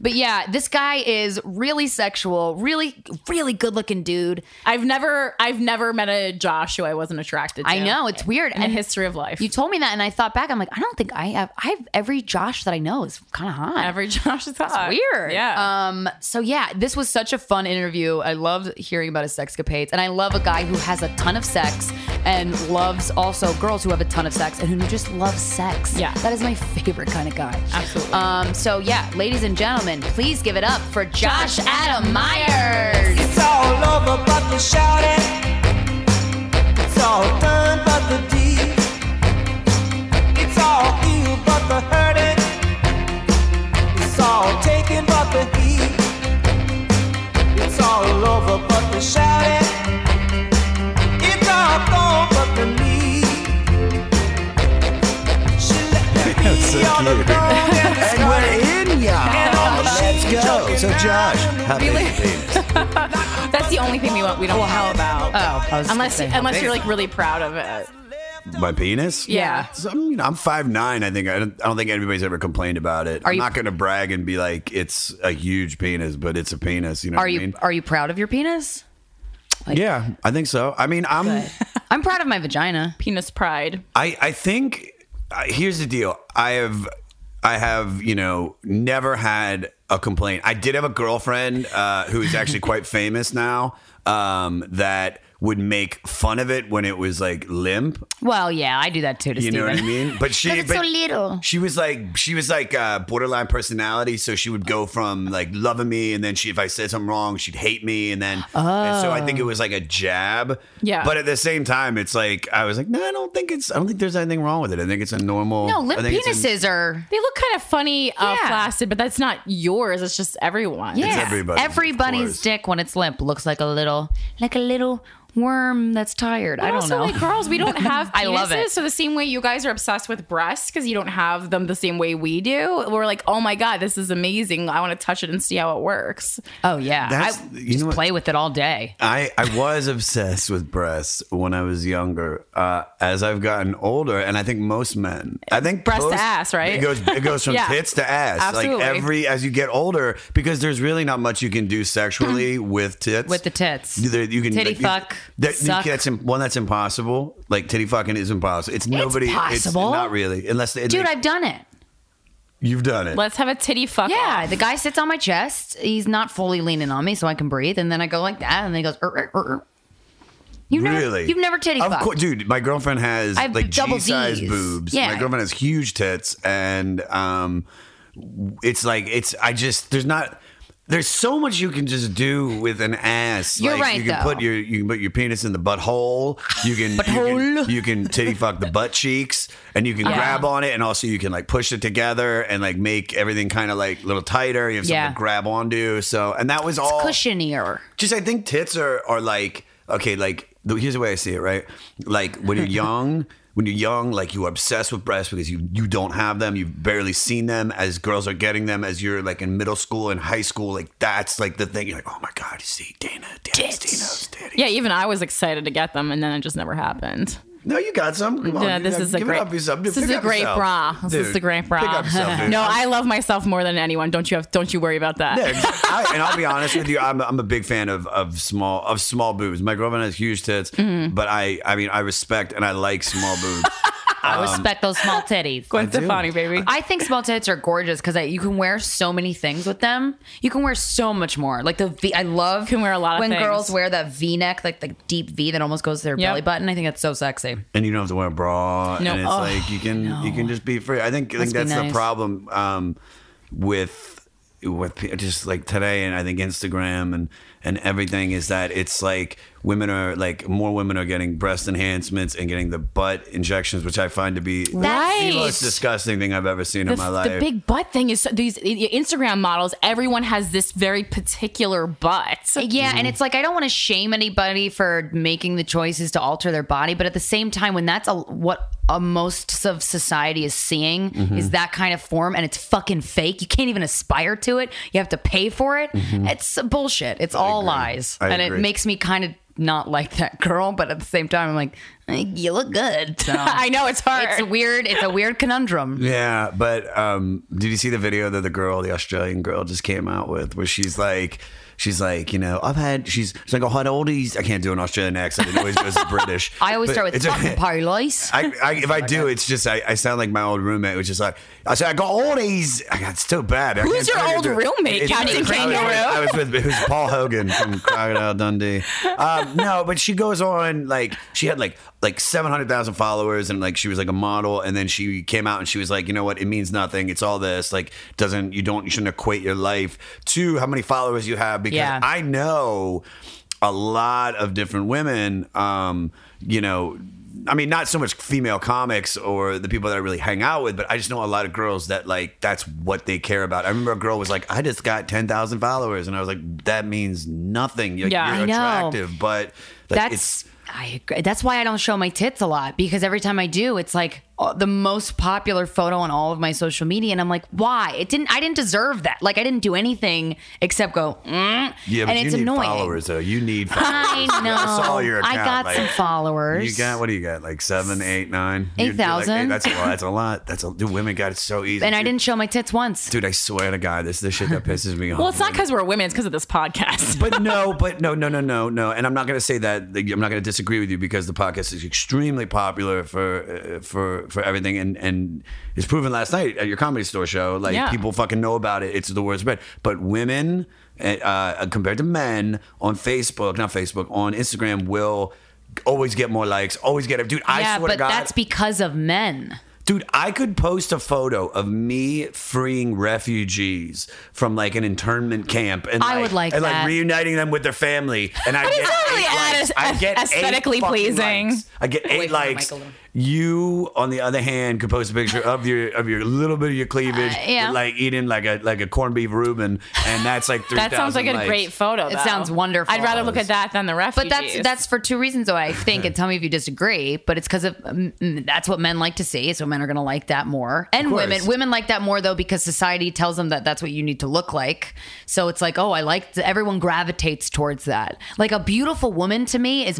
but yeah, this guy is really sexual, really, really good looking dude. I've never I've never met a Josh who I wasn't attracted to. I know it's weird. In the history of life. you told me that, and I thought back. I'm like, I don't think I have. I have every Josh that I know is kind of hot. Every Josh is hot. weird. Yeah. Um. So yeah, this was such a fun interview. I loved hearing about his sexcapades, and I love a guy who has a ton of sex and loves also girls who have a ton of sex and who just loves sex. Yeah. That is my favorite kind of guy. Absolutely. Um. So yeah, ladies and gentlemen, please give it up for Josh Adam Myers. It's all over but the shouting. It's all done but the deed. It's all healed but the hurting. It's all taken but the heat. It's all over but the shouting. It's all gone but the need. She let me be so on the road cute. and the And we're in And ya. all the Let's sheep go. jumping So Josh, how many babies? That's the only thing we want we don't know about. Oh, I was gonna unless say- unless you're like really proud of it. My penis? Yeah. So, you know, I'm five nine. I think I don't, I don't think anybody's ever complained about it. I'm you- not going to brag and be like it's a huge penis, but it's a penis. You know Are what I you mean? are you proud of your penis? yeah, I think so. I mean, I'm. I'm proud of my vagina. Penis pride. I I think I here's the deal. I have I have you know never had a complaint. I did have a girlfriend uh, who is actually quite famous now um, that would make fun of it when it was like limp. Well, yeah, I do that too to You know Steven. what I mean? But she it's but so little. She was like she was like uh, borderline personality, so she would go from like loving me, and then she if I said something wrong, she'd hate me, and then and so I Oh. think it was like a jab. Yeah. But at the same time, it's like I was like, no, I don't think it's I don't think there's anything wrong with it. I think it's a normal. No, I limp think it's a- penises are. They look kind of funny, uh, Yeah. flaccid, but that's not yours. It's just everyone. Yeah, everybody's, of everybody's course. dick when it's limp looks like a little, like a little worm that's tired. I don't also, know. like girls, we don't have penises. I love it. So the same way you guys are obsessed with breasts because you don't have them the same way we do, we're like, oh my god, this is amazing. I want to touch it and see how it works. oh yeah, That's- I you just know what- play with it all day. I, I was obsessed with breasts when I was younger. Uh, as I've gotten older, and I think most men, I think Breast to most- ass, right? It goes it goes from Yeah. tits to ass. Absolutely. Like every as you get older, because there's really not much you can do sexually with tits. With the tits. There- you can Titty like, you- fuck, That, you suck. can- that's im- one that's impossible. Like titty fucking is impossible. It's nobody. possible. not really, unless they, Dude, they- I've done it. you've done it. Let's have a titty fuck. Yeah, off. the guy sits on my chest. He's not fully leaning on me, so I can breathe. And then I go like that, and then he goes. "Er, er, er, er." You've never- really? you've never titty of fucked. course, dude. My girlfriend has I have like double G-sized Ds. boobs. Yeah. My girlfriend has huge tits, and um, it's like it's. I just there's not. There's so much you can just do with an ass. You're like, right, You can though. put your you can put your penis in the butthole. You can You Butthole. can, you can titty fuck the butt cheeks, and you can grab on it, and also you can like push it together and like make everything kind of like a little tighter. You have something Yeah. to grab onto. So, and that was all Cushionier. just I think tits are are like okay, like the, here's the way I see it, right? Like when you're young. When you're young, like you are obsessed with breasts because you you don't have them, you've barely seen them. As girls are getting them, as you're like in middle school and high school, like that's like the thing. You're like, oh my god, you see Dana, Dana's Dino's, Daddy. Yeah, even I was excited to get them, and then it just never happened. No, you got some. Come on, Yeah, Oh, you this got- is a give it great. up yourself. Dude, this is pick a up great yourself. bra. Dude, this is a great bra. Pick up yourself, dude. no, I love myself more than anyone. Don't you have? Don't you worry about that. Yeah, ex- I, and I'll be honest with you, I'm, I'm a big fan of of small of small boobs. My girlfriend has huge tits, Mm-hmm. but I I mean I respect and I like small boobs. Um, I respect those small titties. Gwen Stefani, baby. I think small tits are gorgeous because you can wear so many things with them. You can wear so much more. Like the V, I love Can wear a lot of when things. girls wear that V neck, like the deep V that almost goes to their Yep. belly button. I think that's so sexy. and you don't have to wear a bra. No. and it's Oh, like you can you can just be free. I think I think Must be that's nice. the problem um, with with pe- just like today and I think Instagram and and everything is that it's like women are like more women are getting breast enhancements and getting the butt injections, which I find to be the Right. most disgusting thing I've ever seen in my life. the big butt thing is so, these i- i- Instagram models. Everyone has this very particular butt. Yeah, Mm-hmm. and it's like I don't want to shame anybody for making the choices to alter their body, but at the same time, when that's a, what a most of society is seeing Mm-hmm. is that kind of form, and it's fucking fake. You can't even aspire to it. You have to pay for it. It's bullshit. It's all lies, Mm-hmm. I and it agree. makes me kind of not like that girl. But at the same time, I'm like, Like, you look good. I know it's hard. It's weird. It's a weird conundrum. Yeah, but um, did you see the video that the girl, the Australian girl, just came out with, where she's like, she's like, you know, I've had, she's, she's like, I've had all these. I can't do an Australian accent. It always goes to British. I always But start with it's a- fucking parloise. I, I, if I do, it's just I, I sound like my old roommate, which is like I said I got all these. I got it's so bad. I Who's can't- your I can't old do it. roommate, It's- Captain I was- Kangaroo? I was with it was Paul Hogan from Crocodile Dundee. Um, no, but she goes on like she had like like seven hundred thousand followers, and like she was like a model, and then she came out and she was like, you know what, it means nothing. It's all this like doesn't you don't you shouldn't equate your life to how many followers you have because Yeah. I know a lot of different women. Um, you know, I mean, not so much female comics or the people that I really hang out with, but I just know a lot of girls that like that's what they care about. I remember a girl was like, "I just got ten thousand followers," and I was like, "That means nothing. You're, Yeah. you're I know. attractive, but like, That's it's, I agree. That's why I don't show my tits a lot because every time I do, it's like uh, the most popular photo on all of my social media, and I'm like, why? It didn't. I didn't deserve that. Like I didn't do anything except go. Mm, yeah, but and you it's need annoying. followers though. You need followers. I know. I saw your account. I got like, some followers. You got what do you got? Like seven, eight, nine, You're- you're like, 8,000. hey, That's a lot. That's a lot. That's a, dude. Women got it so easy. and I Dude, didn't show my tits once. Dude, I swear to God, this is the shit that pisses me off. well, it's not because we're women. It's because of this podcast. but no, but no, no, no, no, no. And I'm not going to say that. I'm not going to disagree with you because the podcast is extremely popular for uh, for for everything, and and it's proven last night at your comedy store show. Like Yeah. people fucking know about it. It's the worst spread. But women, uh, uh, compared to men, on Facebook, not Facebook, on Instagram, will always get more likes. Always get it, dude. I yeah, swear but to God, that's because of men. Dude, I could post a photo of me freeing refugees from like an internment camp, and I would like and that. like reuniting them with their family, and I get, it's not eight really likes. aes- I get eight aesthetically fucking pleasing. likes. I get eight for the mic likes. a little. You, on the other hand, could post a picture of your of your little bit of Uh, your cleavage, yeah. with, like eating like a like a corned beef Reuben, and that's like three. That sounds like a great photo. It though. sounds wonderful. I'd rather look at that than the But refugees. that's that's for two reasons though I think and tell me if you disagree but it's because of um, mm, that's what men like to see so men are gonna like that more and course. women women like that more though because society tells them that that's what you need to look like so it's like oh I like everyone gravitates towards that like a beautiful woman to me is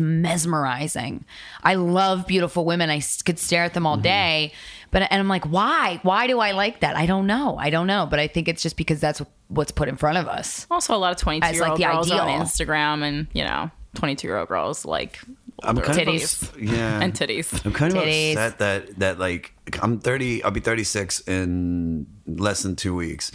mesmerizing I love beautiful women I s- could stare at them all day but and I'm like why why do I like that I don't know I don't know but I think it's just because that's what's put in front of us also a lot of 22 That's year like old the girls ideal. on Instagram and, you know, 22 year old girls like I'm kind Titties. Of, ups- yeah, and titties. I'm kind Titties. of upset that that like I'm 30. I'll be 36 in less than two weeks,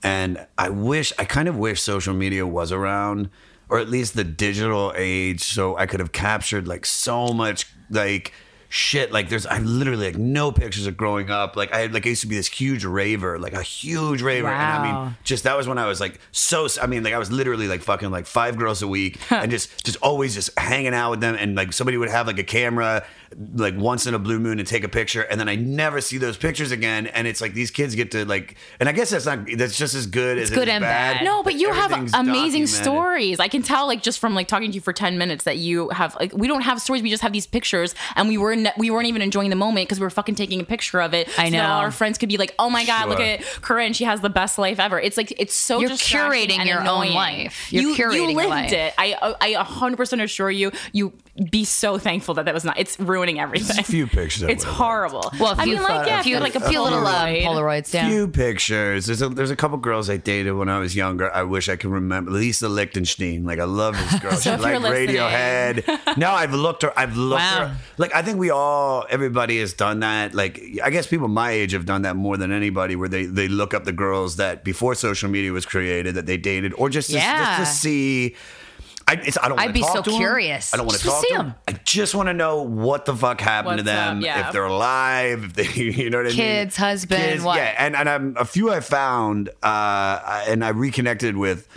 and I wish I kind of wish social media was around, or at least the digital age, so I could have captured like so much like shit like there's i literally like no pictures of growing up like i had like i used to be this huge raver like a huge raver and i Wow. mean just that was when I was like so I mean like I was literally like fucking like five girls a week and just just always just hanging out with them and like somebody would have like a camera like once in a blue moon and take a picture and then I never see those pictures again and it's like these kids get to like and I guess that's not that's just as good as good it is and bad. No, but you have Everything's amazing documented. stories. I can tell, like, just from like talking to you for ten minutes, that you have like we don't have stories. We just have these pictures, and we were ne- we weren't even enjoying the moment because we were fucking taking a picture of it. I so that all know. our friends could be like, "Oh my god, look Sure. at Corinne. She has the best life ever." It's like it's so You're distracting curating and your own annoying. life. You're you, curating You your lived life. it. I I a hundred percent assure you. You be so thankful that that was not. It's ruining everything. few pictures I It's would've horrible. well a I few mean, like yeah, photos. if you had, like a few little uh, Polaroid. Polaroids yeah. Few pictures. There's a, there's a couple girls I dated when I was younger. I wish I could remember. Lisa Lichtenstein. Like I love this girl. she if you're liked Radiohead. no, I've looked her. I've looked Wow. her. Like I think we all, everybody has done that. Like I guess people my age have done that more than anybody, where they they look up the girls that before social media was created that they dated, or just to, Yeah. just to see. I, it's, I don't I'd wanna be talk so to 'em. curious. I don't want Just to to talk see to 'em. them. I just want to know what the fuck happened to What's up, them. yeah. If they're alive, if they, you know what I mean? Kids, husband, what? Yeah, and and I'm, a few I found, uh, and I reconnected with.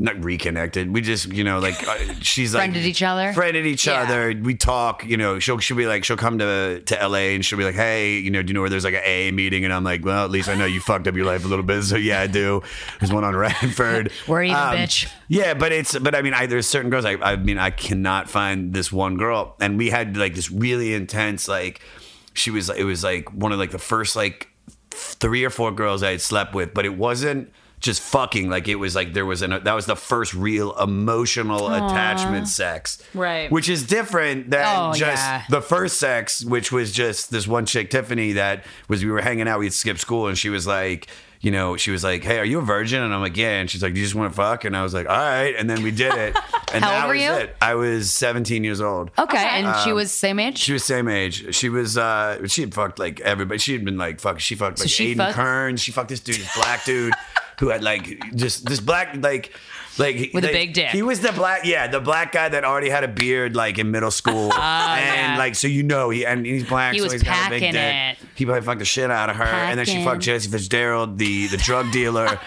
Not reconnected. We just, you know, like uh, she's like Friended each other? Friended each Yeah. other. We talk. You know, she'll she'll be like she'll come to to L.A. and she'll be like, hey, you know, do you know where there's like an AA meeting? And I'm like, well, at least I know you fucked up your life a little bit. So yeah, I do. There's one on Radford. Um, We're even, bitch. Yeah, but it's but I mean, I, there's certain girls. I I mean, I cannot find this one girl, and we had like this really intense like. She was. It was like one of like the first like three or four girls I had slept with, but it wasn't just fucking like it was like there was an that was the first real emotional attachment sex Right. which is different than Oh, just yeah. the first sex which was just this one chick tiffany that was we were hanging out we'd skip school and she was like you know she was like hey are you a virgin and i'm like yeah and she's like you just want to fuck and i was like all right and then we did it and How that old were was you? it i was 17 years old Okay, and she was same age. Um, she was same age. She was uh she had fucked like everybody. She had been like fuck she fucked like she Aiden fucked- Kern. She fucked this dude, this black dude who had like just this black like like With a like, big dick. He was the black yeah, the black guy that already had a beard like in middle school. and like so you know he and he's black, He so was he's got a big packing dick. it. He probably fucked the shit out of her. And then she Packing. fucked Jesse Fitzgerald, the the drug dealer.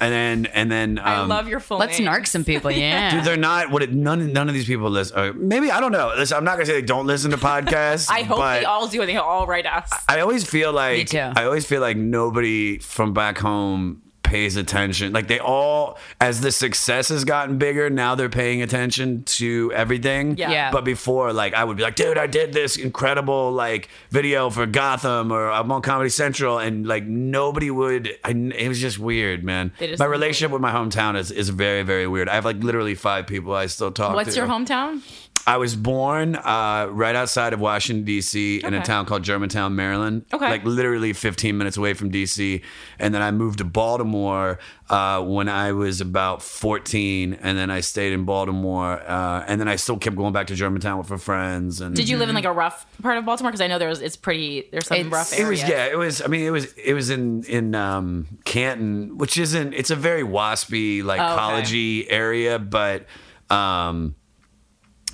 and then and then um, I love your full Let's name. narc some people. Yeah. Dude, they're not what it, none none of these people listen. Uh, maybe I don't know. Listen, I'm not gonna say they don't listen to podcasts. I hope but they all do and they all write us. I always feel like Me too. I always feel like nobody from back home pays attention. Like they all, as the success has gotten bigger, now they're paying attention to everything. Yeah. Yeah. But before, like I would be like, dude, I did this incredible like video for Gotham, or I'm on Comedy Central, and like nobody would. I, it was just weird, man. They just- my relationship with my hometown is is very very weird. I have like literally five people I still talk to. What's your hometown? I was born uh, right outside of Washington D.C. in a Okay. town called Germantown, Maryland. Okay. like literally 15 minutes away from D.C. And then I moved to Baltimore uh, when I was about 14, and then I stayed in Baltimore, uh, and then I still kept going back to Germantown for friends. And Did you live in like a rough part of Baltimore? Because I know there's it's pretty there's some It's- rough It was areas. yeah. It was. I mean, it was. It was in in um, Canton, which isn't. It's a very waspy, like Oh, okay. collegey area, but um,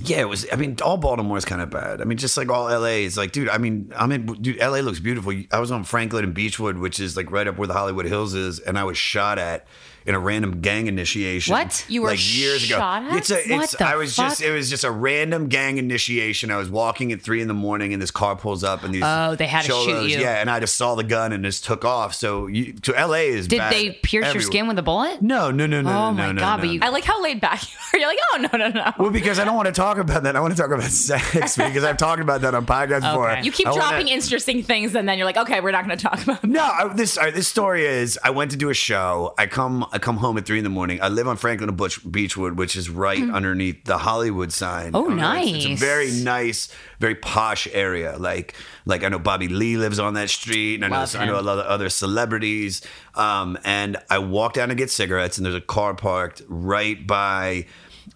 yeah, it was. I mean, all Baltimore is kind of bad. I mean, just like all LA is like, dude. I mean, I'm in. Dude, LA looks beautiful. I was on Franklin and Beachwood, which is like right up where the Hollywood Hills is, and I was shot at. In a random gang initiation. What? You were like years ago? shot at? It's a. It's, What the I was just. fuck? It was just a random gang initiation. I was walking at three in the morning, and this car pulls up, and these Oh, they had to shoot cholos, you. Yeah, and I just saw the gun and just took off. So you, to LA is Did bad they pierce your everywhere. skin with a bullet? No, no, no, no, Oh no, my no, God, no, but no. you- I like how laid back you are. You're like, oh no no no. well, because I don't want to talk about that. I want to talk about sex because I've talked about that on podcasts before. You keep I wanna- dropping interesting things and then you're like, okay, we're not going to talk about No, I, this all right, this story is I went to do a show. I come I come home at three in the morning. I live on Franklin and Butch Beachwood, which is right underneath the Hollywood sign. Mm-hmm. Oh, Uh, it's- It's, nice. a very nice, very posh area. Like like I know Bobby Lee lives on that street, and I know I know a lot of other celebrities. Um, and I walk down to get cigarettes, and there's a car parked right by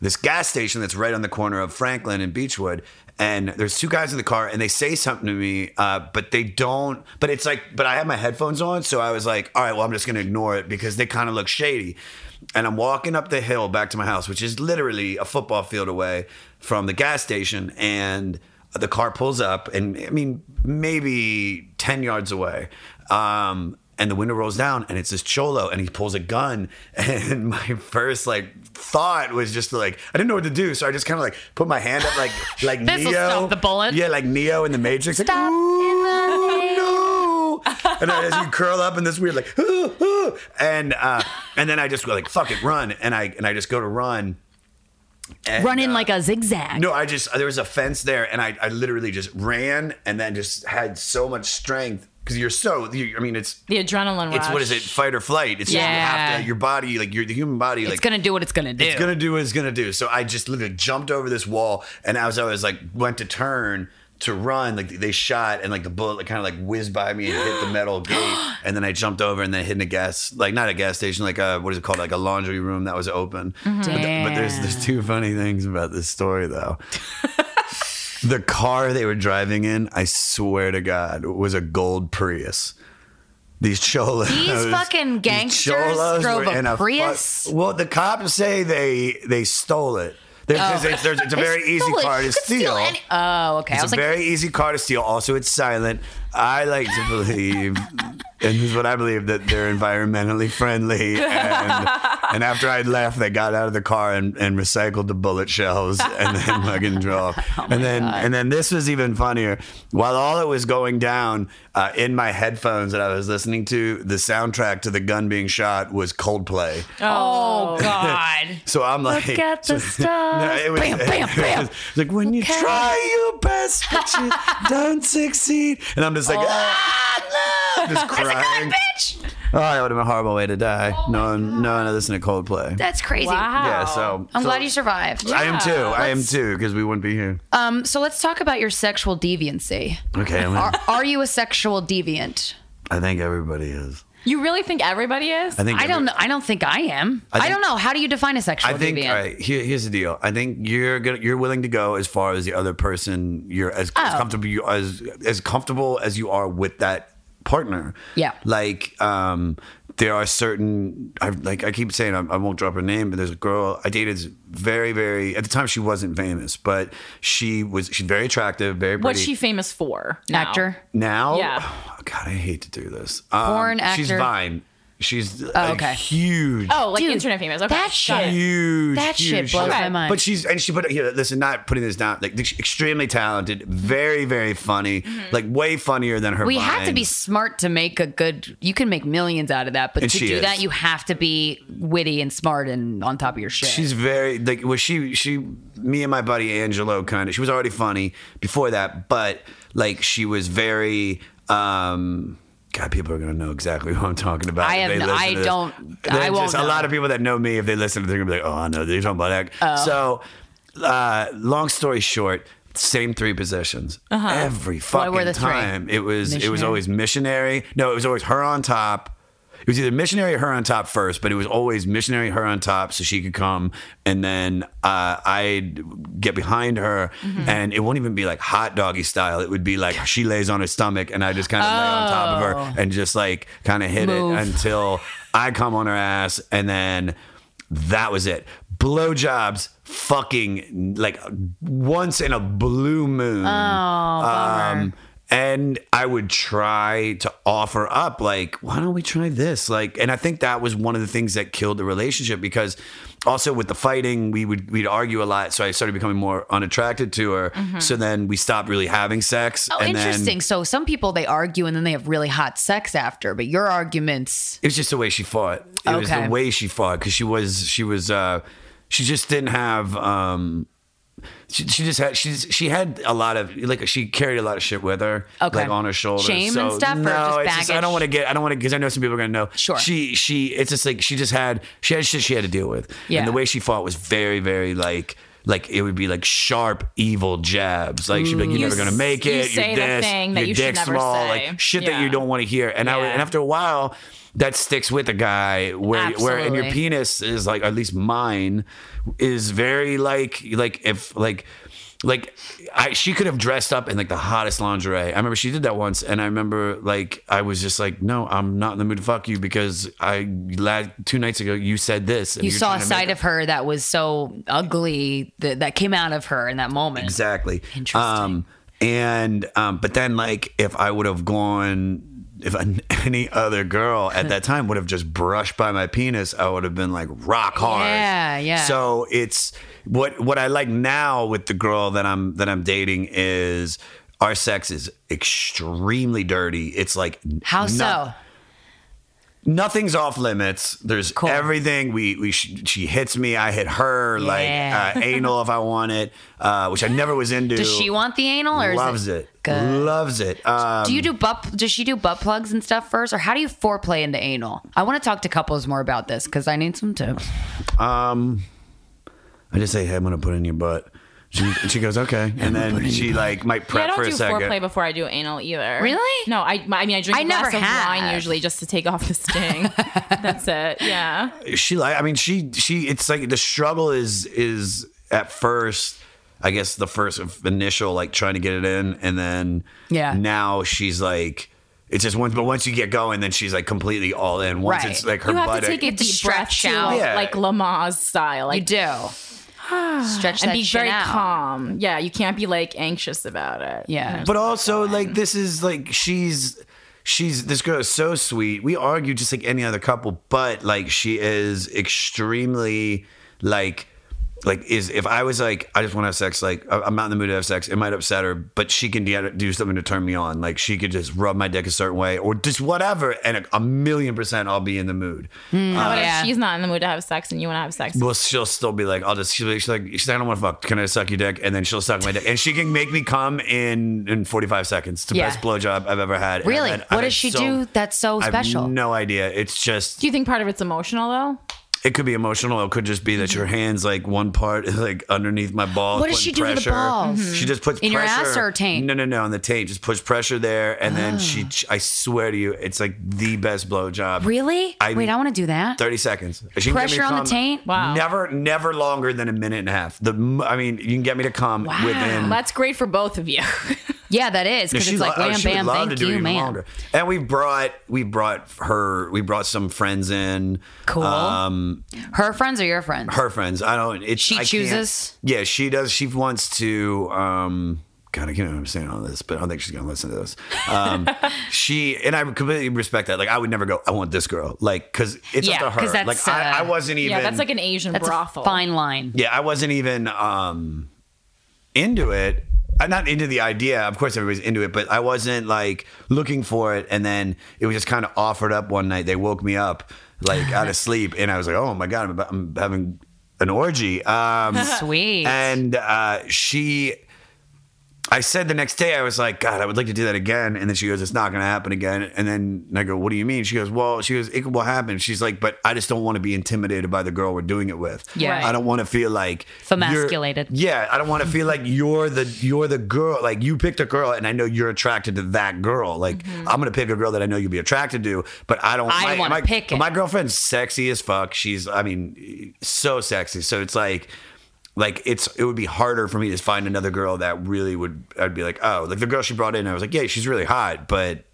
this gas station that's right on the corner of Franklin and Beechwood. And there's two guys in the car, and they say something to me, uh, but they don't. But it's like, but I have my headphones on, so I was like, all right, well, I'm just gonna ignore it because they kind of look shady. And I'm walking up the hill back to my house, which is literally a football field away from the gas station, and the car pulls up, and I mean, maybe 10 yards away. Um, and the window rolls down and it's this cholo and he pulls a gun and my first like thought was just to, like i didn't know what to do so i just kind of like put my hand up like like This'll neo stop the bullet. yeah like neo in the matrix like, Stop in the "Ooh, no." and then as you curl up in this weird like "Ooh, ooh," and uh and then i just go like fuck it run and i and i just go to run and, Run in uh, like a zigzag. no, I just there was a fence there, and I, I literally just ran, and then just had so much strength because you're so you, I mean it's the adrenaline rush. it's what is it fight or flight? It's just you have to your body like your the human body it's like gonna do what it's gonna do. it's gonna do what it's gonna do. So I just literally jumped over this wall, and as I was like went to turn to run, like they shot, and like the bullet like, kind of like whizzed by me and hit the metal gate, and then I jumped over and then hit in a gas like not a gas station like a what is it called like a laundry room that was open. But, th- but there's there's two funny things about this story though. the car they were driving in, I swear to God, was a gold Prius. These cholos. These fucking these gangsters cholos drove were a in fu- Prius? well, the cops say they they stole it. There's, there's, there's, it's a very easy Oh. Stole it. car to You could steal. any- oh, okay. I it's was a like, very easy car to steal. Also, it's silent. I like to believe, and this is what I believe, that they're environmentally friendly. And, and after I left, they got out of the car and, and recycled the bullet shells and then fucking drove. Oh and then and then this was even funnier. While all it was going down uh, in my headphones that I was listening to, the soundtrack to the gun being shot was Coldplay. Oh God. So I'm like, Look at the so- stars. No, it was, Bam, bam, it bam. was like when you Look at try your best, but you Oh. don't succeed. And I'm just like, ah, no, just crying. bitch. oh, that would have been a horrible way to die. Oh no, one, no one had listened to Coldplay. That's crazy. Wow. yeah, so I'm so- glad you survived. I am too. I am too because we wouldn't be here. Um, so let's talk about your sexual deviancy. Okay, I'm Are, gonna- are you a sexual deviant? I think everybody is. You really think everybody is? I think I don't every- know. I don't think I am. I, I think- don't know. How do you define a sexual I think deviant? all right. Here, here's the deal. I think you're gonna, you're willing to go as far as the other person. You're as, as Oh. comfortable you as as comfortable as you are with that partner. Yeah. Like um, there are certain I like I keep saying I, I won't drop her name, but there's a girl I dated. is Very very at the time she wasn't famous, but she was she's very attractive, very pretty. What's she famous for? now? Actor. Now, oh, Yeah. God, I hate to do this. Um, Porn She's actor. Oh, Vine. She's okay. a huge. Oh, like Dude, internet famous. Okay. that got it. shit. Huge, That shit huge blows my mind. But she's and she put here. Listen, not putting this down. Like she's extremely talented, very very funny. Like way funnier than her. Mm-hmm. We have to Vine. be smart to make a good. You can make millions out of that, but And to she do is. that, you have to be witty and smart and on top of your shit. She's very like well she she me and my buddy Angelo kind of she was already funny before that but like she was very um God people are gonna know exactly who I'm talking about. I if have they no- listen I to this. don't- There I are won't just know. Oh. a lot of people that know me if they listen to this, they're gonna be like oh I know you're talking about that. So uh, long story short. Same three positions every fucking Uh-huh. were the three? time. It was it was Missionary? always missionary. No, it was always her on top. It was either missionary or her on top first, but it was always missionary her on top so she could come, and then uh, I'd get behind her, Mm-hmm. and it wouldn't even be like hot doggy style. It would be like she lays on her stomach, and I just kind of lay on top of her and just like kind of hit Oh. Move. it until I come on her ass, and then that was it. Blowjobs, fucking like once in a blue moon. Oh, Um, and I would try to offer up, like, why don't we try this? Like, and I think that was one of the things that killed the relationship because also with the fighting, we would we'd argue a lot. So I started becoming more unattracted to her. So then we stopped really having sex. Mm-hmm. Oh, and then- interesting. so some people they argue and then they have really hot sex after, but your arguments. It was just the way she fought. It was Okay. the way she fought because she was she was uh she just didn't have um she, she just had she's she had a lot of like she carried a lot of shit with her Okay. like on her shoulders Shame so, and stuff, or no just it's I baggage? don't want to get I don't want to because I know some people are gonna know Sure. she she it's just like she just had she had shit she had to deal with Yeah. and the way she fought was very very like. Like it would be like sharp evil jabs. Like she'd be like, "You're Mm, You never gonna s- make you it. say the you're this. thing that your you should dick's never small. say. Like shit that Yeah. you don't want to hear." And I would, Yeah. and after a while, that sticks with a guy where where and your Absolutely. penis is like at least mine is very like like if like like I she could have dressed up in like the hottest lingerie. I remember she did that once, and I remember like I was just like, no, I'm not in the mood to fuck you because I la two nights ago you said this. And You you're saw trying a to make side it- of her that was so ugly that, that came out of her in that moment. Exactly. Interesting. Um, and um, but then like if I would have gone. If an- any other girl at that time would have just brushed by my penis, I would have been like rock hard. Yeah, yeah. So it's what what I like now with the girl that I'm that I'm dating is our sex is extremely dirty. It's like How no- so? nothing's off limits. There's Cool. everything. We we she, she hits me. I hit her. Yeah. Like uh, anal if I want it, uh, which I never was into. Does she want the anal or Loves is it? it. Good. Loves it. Um, Do you do butt? Does she do butt plugs and stuff first, or how do you foreplay into anal? I want to talk to couples more about this because I need some tips. um, I just say, hey, I'm gonna put it in your butt. She, and she goes, okay, and then she like might Yeah, prep I don't for a do second. foreplay before I do anal either. Really? No, I. I mean, I drink I a glass never of have. wine usually just to take off the sting. That's it. Yeah. she like i mean she she it's like the struggle is is at first i guess the first initial like trying to get it in and then Yeah. now she's like it's just once but once you get going then she's like completely all in once Right. it's like her You have butt to take a to deep breath stretch out. out, Yeah. like Lamaze style, You like do stretch and that be shit very out. calm. Yeah, you can't be like anxious about it. Yeah. but also like this is like she's she's this girl is so sweet we argue just like any other couple but like she is extremely like like is if I was like I just want to have sex like I- I'm not in the mood to have sex it might upset her but she can get, do something to turn me on like she could just rub my dick a certain way or just whatever and a, a million percent I'll be in the mood What yeah. if she's not in the mood to have sex and you want to have sex? well she'll still be like I'll just she'll be, she's like she's like, I don't want to fuck can I suck your dick and then she'll suck my dick and she can make me come in in 45 seconds the Yeah. best blowjob I've ever had And I've Really? had- I've What had does she so- do that's so I have special? no idea it's just Do you think part of it's emotional though? It could be emotional. It could just be that your hands, like one part, is like underneath my balls. What does she putting do to the pressure. Mm-hmm. balls? Mhm. She just puts In your pressure. ass or taint? Ah. No, no, no, on the taint. Just puts pressure there, and then she. I swear to you, it's like the best blowjob. Really? I- Wait, I want to do that. Thirty seconds. She can get me Pressure to on the come- taint? Wow. Never, never longer than a minute and a half. The, m- I mean, you can get me to come within. That's great for both of you. Yeah, that is No, because she it's like lo- oh, wham she would bam, love to thank do it you, even man. longer. And we brought, we brought her, we brought some friends in. Cool. Um, Her friends or your friends? her friends. I don't. It's She I can't- chooses? Yeah, she does. She wants to. um God, I can't even understand all this, but I don't think she's gonna listen to this. Um, she and I completely respect that. Like, I would never go. I want this girl. Like, because it's Yeah, up to 'cause her. that's, like, I, I uh, wasn't even. yeah, that's like an Asian That's brothel. a fine line. Yeah, I wasn't even um into it. I'm not into the idea. Of course, everybody's into it, but I wasn't like looking for it. And then it was just kind of offered up one night. They woke me up like out of sleep, and I was like, "Oh my god, I'm, about, I'm having an orgy." Um, Sweet. and uh, she, I said the next day, I was like, God, I would like to do that again. And then she goes, It's not going to happen again. And then and I go, What do you mean? She goes, Well, she goes, It will happen. She's like, But I just don't want to be intimidated by the girl we're doing it with. Yeah. Right. I don't want to feel like Femasculated. you're- Yeah, I don't want to feel like you're the you're the girl. Like you picked a girl, and I know you're attracted to that girl. Like Mm-hmm. I'm gonna pick a girl that I know you'll be attracted to, but I don't. I my- wanna my- pick it. My girlfriend's sexy as fuck. She's, I mean, so sexy. So it's like, like it's it would be harder for me to find another girl that really would. I'd be like, oh, like the girl she brought in. I was like, yeah, she's really hot, but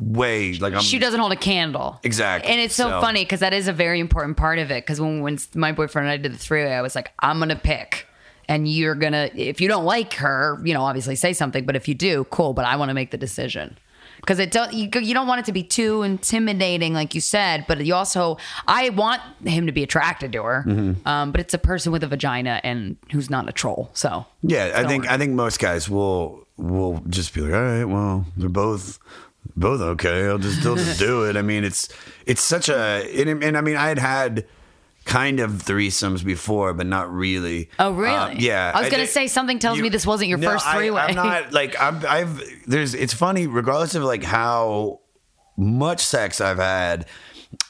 way like I'm. she doesn't hold a candle. Um, Exactly. And it's so, So- funny because that is a very important part of it. Because when, when my boyfriend and I did the three way, I was like, I'm going to pick. And you're going to, if you don't like her, you know, obviously say something. But if you do, cool. But I want to make the decision. Because it don't you, you don't want it to be too intimidating, like you said, but you also I want him to be attracted to her, Mm-hmm. um, but it's a person with a vagina and who's not a troll. So Yeah, I think I think most guys will will just be like, all right, well, they're both both okay. I'll just they'll just do it. I mean, it's it's such a and, and I mean, I had had kind of threesomes before, but not really. Oh, really? Um, yeah. I was gonna say, something tells me this wasn't your first I- three-way. I'm not like I'm, I've there's it's funny regardless of like how much sex I've had.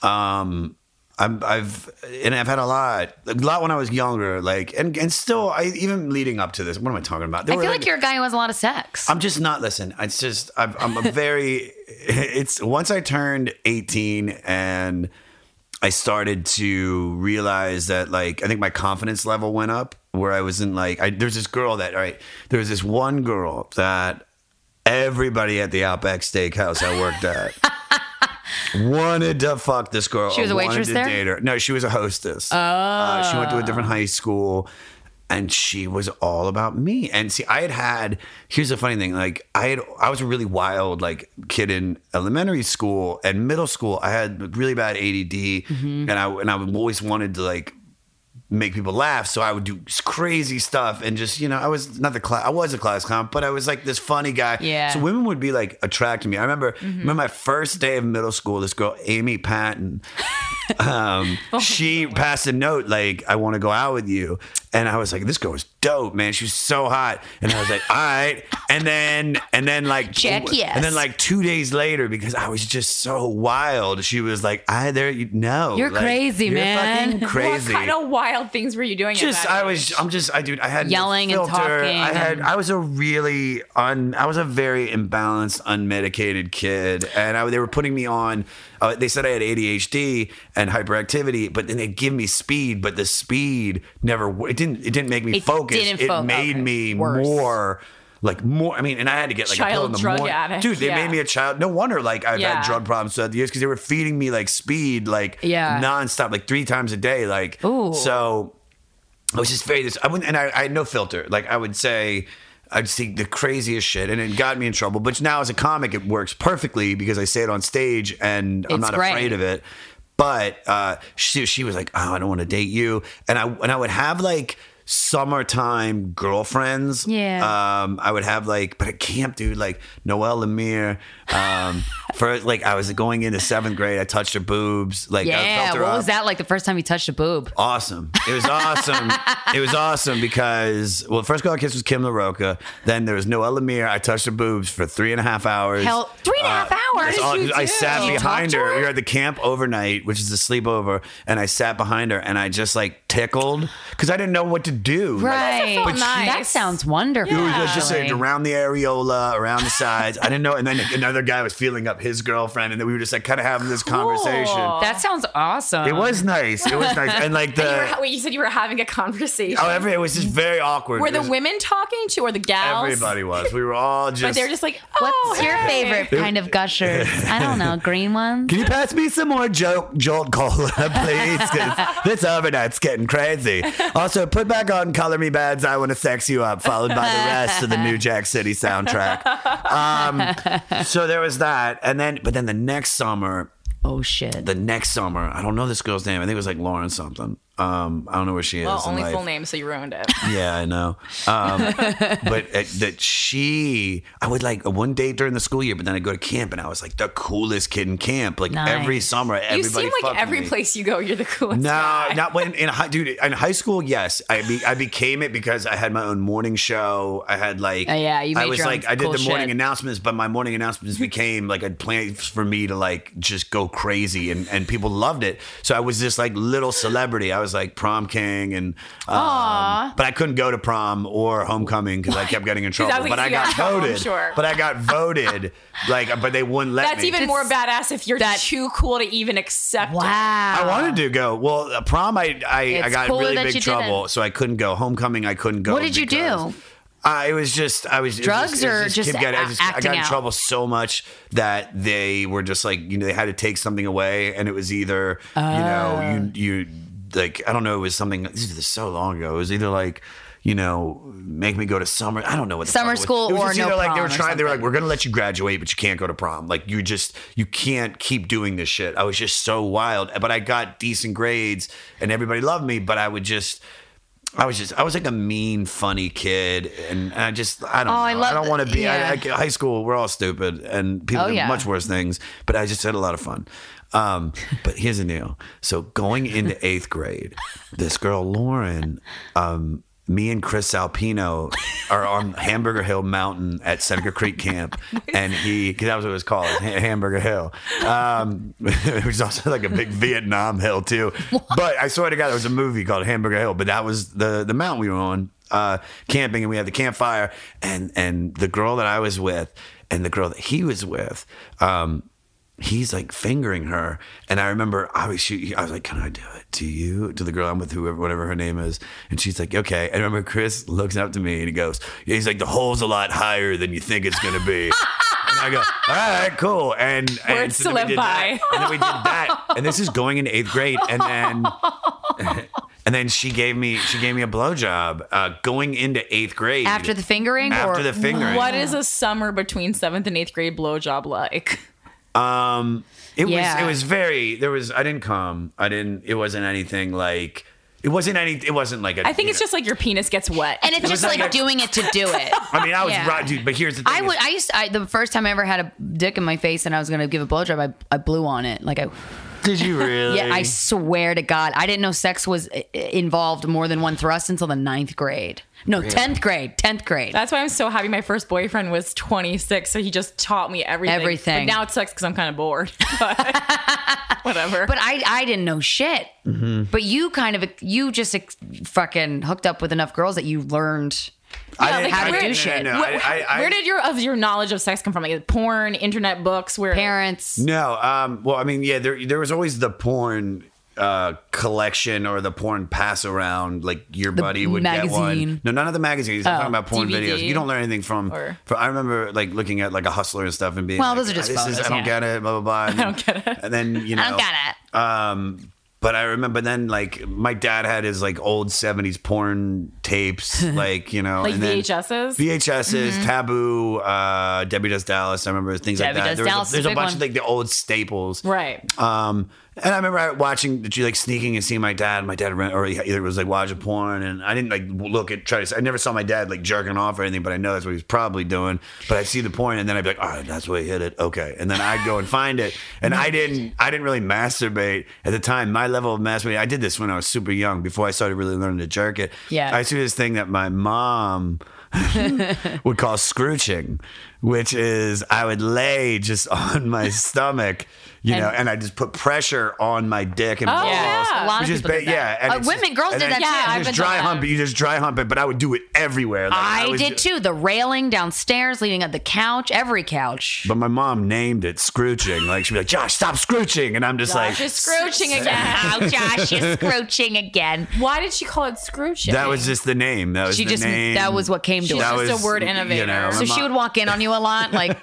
Um, I'm, I've and I've had a lot, a lot when I was younger, like and and still, I even leading up to this. What am I talking about? There I were, feel like you're a guy who has a lot of sex. I'm just not. Listen, it's just I've, I'm a very. it's once I turned 18 and I started to realize that like I think my confidence level went up where I was in like I, there's this girl that all right there was this one girl that everybody at the Outback Steakhouse I worked at. Wanted to fuck this girl. She was a wanted waitress to there? date her. No, she was a hostess. Oh. she went to a different high school and she was all about me. And see, I had had here's the funny thing, like I had I was a really wild like kid in elementary school and middle school. I had really bad ADD Mm-hmm. and I and I always wanted to like make people laugh. So I would do crazy stuff and just, you know, I was not the class, I was a class clown, but I was like this funny guy. Yeah. Mm-hmm. So women would be like attracted to me. I remember, remember my first day of middle school, this girl, Amy Patton, um, Oh, she passed a note like, I want to go out with you. And I was like, this girl was dope, man. She was so hot. And I was like, all right. And then, and then like, Check yes. And then like two days later, because I was just so wild, she was like, I there, you know, You're crazy, you're man." fucking crazy What kind of wild things were you doing? just at that I was I'm just I dude I had no Yelling and filter. talking I had and- I was a really un I was a very imbalanced unmedicated kid and I, they were putting me on uh, they said I had ADHD and hyperactivity but then they give me speed but the speed never wo- it didn't it didn't make me It focus didn't it fo- made okay. me Worse. more like more I mean and I had to get like a pill Child in the drug morning. addict, dude they yeah. made me a child no wonder like I've Yeah. had drug problems throughout the years because they were feeding me like speed like Yeah. nonstop like three times a day like Ooh. so I was just very this. I wouldn't, and I, I had no filter. Like I would say, I'd see the craziest shit, and it got me in trouble. But now as a comic, it works perfectly because I say it on stage, and I'm It's not great. afraid of it. But uh, she she was like, oh, I don't want to date you, and I and I would have like summertime girlfriends. Yeah. Um, I would have like, but at camp, dude, like Noelle Lemire. Um, for like, I was going into seventh grade. I touched her boobs. Like, I Yeah. felt her What up. was that like the first time you touched a boob? Awesome. It was awesome. it was awesome because well, the first girl I kissed was Kim LaRocca. Then there was Noelle Lemire. I touched her boobs for three and a half hours. Uh, Hell, three and a half hours? that's What all- did you I do? sat You talked behind to her. her? We were at the camp overnight, which is a sleepover, and I sat behind her and I just like tickled because I didn't know what to do. Like, Right. felt But she- nice. That sounds wonderful. it was just like actually. around the areola, around the sides. I didn't know. And then another guy was feeling up his girlfriend, and then we were just like kind of having this conversation. That sounds awesome. It was nice. It was nice. And like You, the were, ha- wait, you said you were having a conversation. Oh, every, it uh, was just very awkward. were It the was- women talking to, or the gals? Everybody was. We were all just. But they're just like, oh, What's your hey." favorite kind of gushers? I don't know, green ones. Can you pass me some more jolt, jolt cola, please? 'Cause this overnight's getting crazy. Also, put back on Color Me Bad's I Want to Sex You Up, followed by the rest of the New Jack City soundtrack. Um, so there was that. And then, but then the next summer, Oh shit. the next summer, I don't know this girl's name. I think it was like Lauren something. Um, I don't know where she is. Well, in only life. full name, so you ruined it. Yeah, I know. Um, but uh, that she, I would like one day during the school year, but then I go to camp and I was like the coolest kid in camp. Like Nice. every summer, you everybody. seem like fucked every me. place you go, you're the coolest. No, guy. not when in high, dude. In high school, yes, I be, I became it because I had my own morning show. I had like, Oh, yeah, you I made was your own like, I did cool the morning shit. announcements, but my morning announcements became like a plan for me to like just go crazy, and and people loved it. So I was this like little celebrity. I was like prom king, and um, but I couldn't go to prom or homecoming because I kept getting in trouble. was but gonna I say you got got in trouble, I'm voted. sure. But I got voted. like, but they wouldn't let That's me. even more badass if you're too cool to even accept. Wow. It. I wanted to go. Well, uh, prom, I I, I It's got in cooler really that big you trouble, didn't. so I couldn't go. Homecoming, I couldn't go. What did you do? because- Uh, it was just I was it was Drugs it was or just kept getting- I a- I acting got in out? trouble so much that they were just like you know they had to take something away, and it was either you Oh. know you you like I don't know it was something this is so long ago. It was either like. You know, make me go to summer. I don't know what the Summer fuck it was. school It was or just no either like they were prom or trying. They were like, something. we're gonna let you graduate, but you can't go to prom. Like you just you can't keep doing this shit. I was just so wild, but I got decent grades and everybody loved me. But I would just. I was just, I was like a mean, funny kid, and I just, I don't, Oh, know. I I, love don't th- want to be. I- yeah. I, high school, we're all stupid, and people Oh, do yeah. much worse things. But I just had a lot of fun. Um, but here's the deal: so going into eighth grade, this girl Lauren, um, me and Chris Alpino are on Hamburger Hill Mountain at Seneca Creek Camp, and he, cause that was what it was called, Ha- Hamburger Hill, um, which is also like a big Vietnam hill too. But I swear to God, there was a movie called Hamburger Hill, but that was the the mountain we were on uh, camping, and we had the campfire, and and the girl that I was with, and the girl that he was with. Um, he's like fingering her. And I remember I was she, I was like, Can I do it to you? To the girl I'm with, whoever whatever her name is. And she's like, Okay. And I remember Chris looks up to me and he goes, yeah, he's like, the hole's a lot higher than you think it's gonna be. and I go, All right, cool. And and Words to then we live did that. by. And then we did that. And this is going into eighth grade. And then and then she gave me she gave me a blowjob uh, going into eighth grade. After the fingering after or the fingering. What is a summer between seventh and eighth grade blowjob like? Um, it Yeah. was it was very there was I didn't come I didn't it wasn't anything like it wasn't any it wasn't like a, I think it's just like your penis gets wet. and it's just like like a- doing it to do it. I mean I was Yeah. right dude but here's the thing I is- would. I used. I, the first time I ever had a dick in my face and I was gonna give a blowjob, I, I blew on it. Like I, did you really yeah, I swear to God, I didn't know sex was i- i- involved more than one thrust until the ninth grade. No, tenth grade. Tenth grade. That's why I'm so happy my first boyfriend was 26, so he just taught me everything. Everything. But now it sucks because I'm kind of bored. But whatever. but I, I didn't know shit. Mm-hmm. But you kind of, you just ex- fucking hooked up with enough girls that you learned. uh, I like, didn't I where- didn't- shit. no, no, where, I- I- where did your of your knowledge of sex come from? Like porn, internet books, where Parents. No, um, well, I mean, yeah, there there was always the porn uh, collection or the porn pass around. Like your buddy would get magazine. Oh, one. No, none of the magazines. I'm talking about porn DVD. videos. You don't learn anything from, Or- from. I remember like looking at like a hustler and stuff and being. Well, like, those are just "Ah, this is- photos, I don't yeah. get it. Blah blah blah. And I don't get it. And then you know. I don't got it. Um, but I remember then, like my dad had his like old '70s porn tapes, like you know, like and then- VHSs. VHSs, Taboo, uh, Debbie Does Dallas. I remember things Mm-hmm. Debbie like Does that. There was Dallas a, is there's a a big bunch one. of like the old staples, Right. Um, And I remember I- watching that you like sneaking and seeing my dad. My dad ran, or he either was like watching porn, and I didn't like look at try to. I never saw my dad like jerking off or anything, but I know that's what he was probably doing. But I'd see the porn, and then I'd be like, "All right, that's where he hit it." Okay, and then I'd go and find it. And I didn't. I didn't really masturbate at the time. My level of masturbating. I did this when I was super young, before I started really learning to jerk it. Yeah. I used to do this thing that my mom would call scrooching, which is I would lay just on my stomach, you know, and I just put pressure on my dick and balls. Oh, yeah. A lot of Which is people did ba- that. yeah, and Uh, it's women, just- girls and did then that too. you I've just been dry doing hump it. You just dry hump it, but I would do it everywhere. Like, I, was did just- too. The railing downstairs, leaving at the couch, every couch. But my mom named it scrooching. Like she'd be like, "Josh, stop scrooching," and I'm just like, Just scrooching again. oh, Josh, you're scrooching again. Why did she call it scrooching? "That was just the name. That was She the just- name. that was what came to That her. She's just was, a word you know, innovator. my So she mom- would walk in on you a lot, like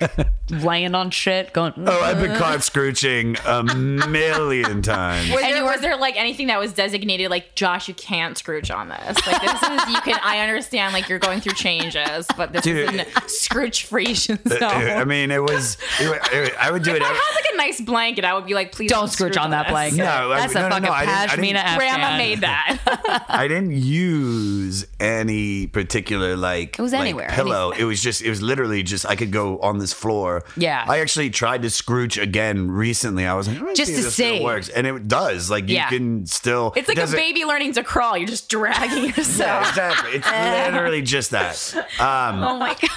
laying on shit, going. "Mm, Oh, I've been caught scrooching a million times. Was And there, you were- was there like anything that was designated like Josh, you can't scrooge on this. Like this is you can. I understand like you're going through changes, but this Dude. isn't scrooge free. So I mean, it was. It, wa- it, I would do it. I every- had like a nice blanket. I would be like, please Don't scrooge on that this. blanket. No, I- that's no, a no, fucking no, I didn't- I pashmina didn't- afghan. Grandma made that. I didn't use any particular like it was like, anywhere, pillow. It was just it was literally just I could go on this floor. Yeah. I actually tried to scrooch again recently. I was like, I Just see to if this still see. works, and it does. Like you Yeah. can still. It's like a doesn't- baby learning to crawl. You're just dragging Yeah, yourself. exactly. It's literally just that. Um, Oh my god.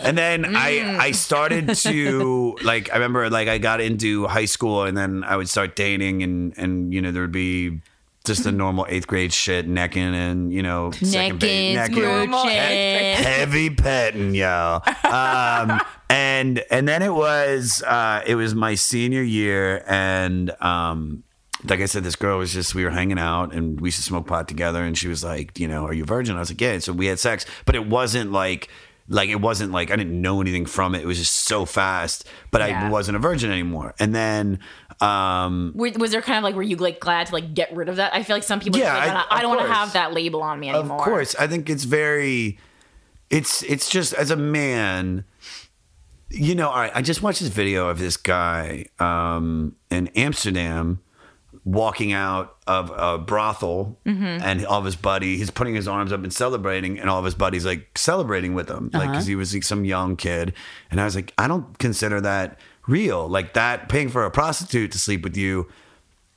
And then I I started to like I remember like I got into high school and then I would start dating and and you know there would be just the normal eighth grade shit necking and you know second base- Necking, he- scrooching. heavy petting y'all um, and and then it was uh, it was my senior year and um, like I said this girl was just we were hanging out and we used to smoke pot together and she was like you know are you a virgin I was like yeah so we had sex but it wasn't like like it wasn't like I didn't know anything from it it was just so fast but I wasn't a virgin anymore and then um, Were- Was there kind of like were you like glad to like get rid of that? I feel like some people Yeah, yeah, I- like, I, of I don't want to course. have that label on me anymore. Of course, I think it's very. It's it's just as a man, you know. All right, I just watched this video of this guy um, in Amsterdam walking out of a brothel, and all of his buddy, he's putting his arms up and celebrating, and all of his buddies like celebrating with him, like because he was like, some young kid, and I was like, I don't consider that real. Like that, paying for a prostitute to sleep with you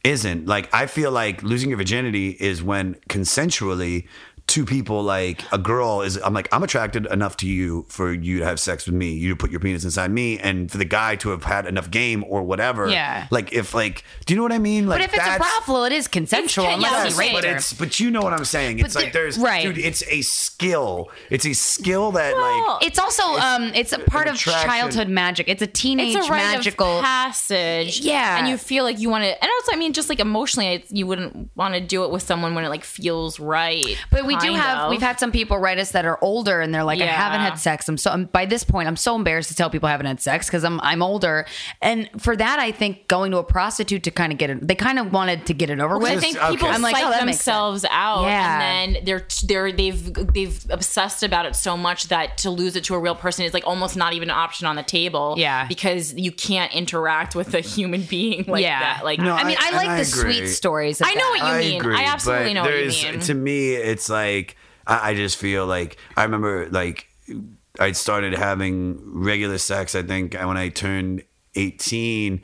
isn't like i feel like losing your virginity is when consensually two people like a girl is i'm like i'm attracted enough to you for you to have sex with me you to put your penis inside me and for the guy to have had enough game or whatever Yeah. like if like do you know what i mean like But if it's a that's- brothel, it is consensual. It's- unless yes, he raped but her. it's but you know what i'm saying it's like there- there's right. dude it's a skill it's a skill that like It's also um, it's a part of attraction. childhood magic. It's a teenage it's a rite magical. of passage. Yeah. and you feel like you want to, and also, I mean, just like emotionally, it's, you wouldn't want to do it with someone when it like feels right. but we do kind have of. we've had some people write us that are older and they're like, I Yeah. haven't had sex. I'm so I'm, by this point I'm so embarrassed to tell people I haven't had sex because I'm I'm older. And for that, I think going to a prostitute to kind of get it, they kind of wanted to get it over I with. think okay. people I'm like, psych oh, that makes themselves out, Yeah. and then they're they're they've they've obsessed about it so much that to lose it to a real person is like almost not even an option on the table. Yeah. because you can't interact with a human being like Yeah. that. Like, No, I mean, I, and like I the agree. sweet stories. of I know that. what you mean. I absolutely but know what you there's- mean. To me, it's like I, I just feel like I remember like I started having regular sex. I think when I turned eighteen.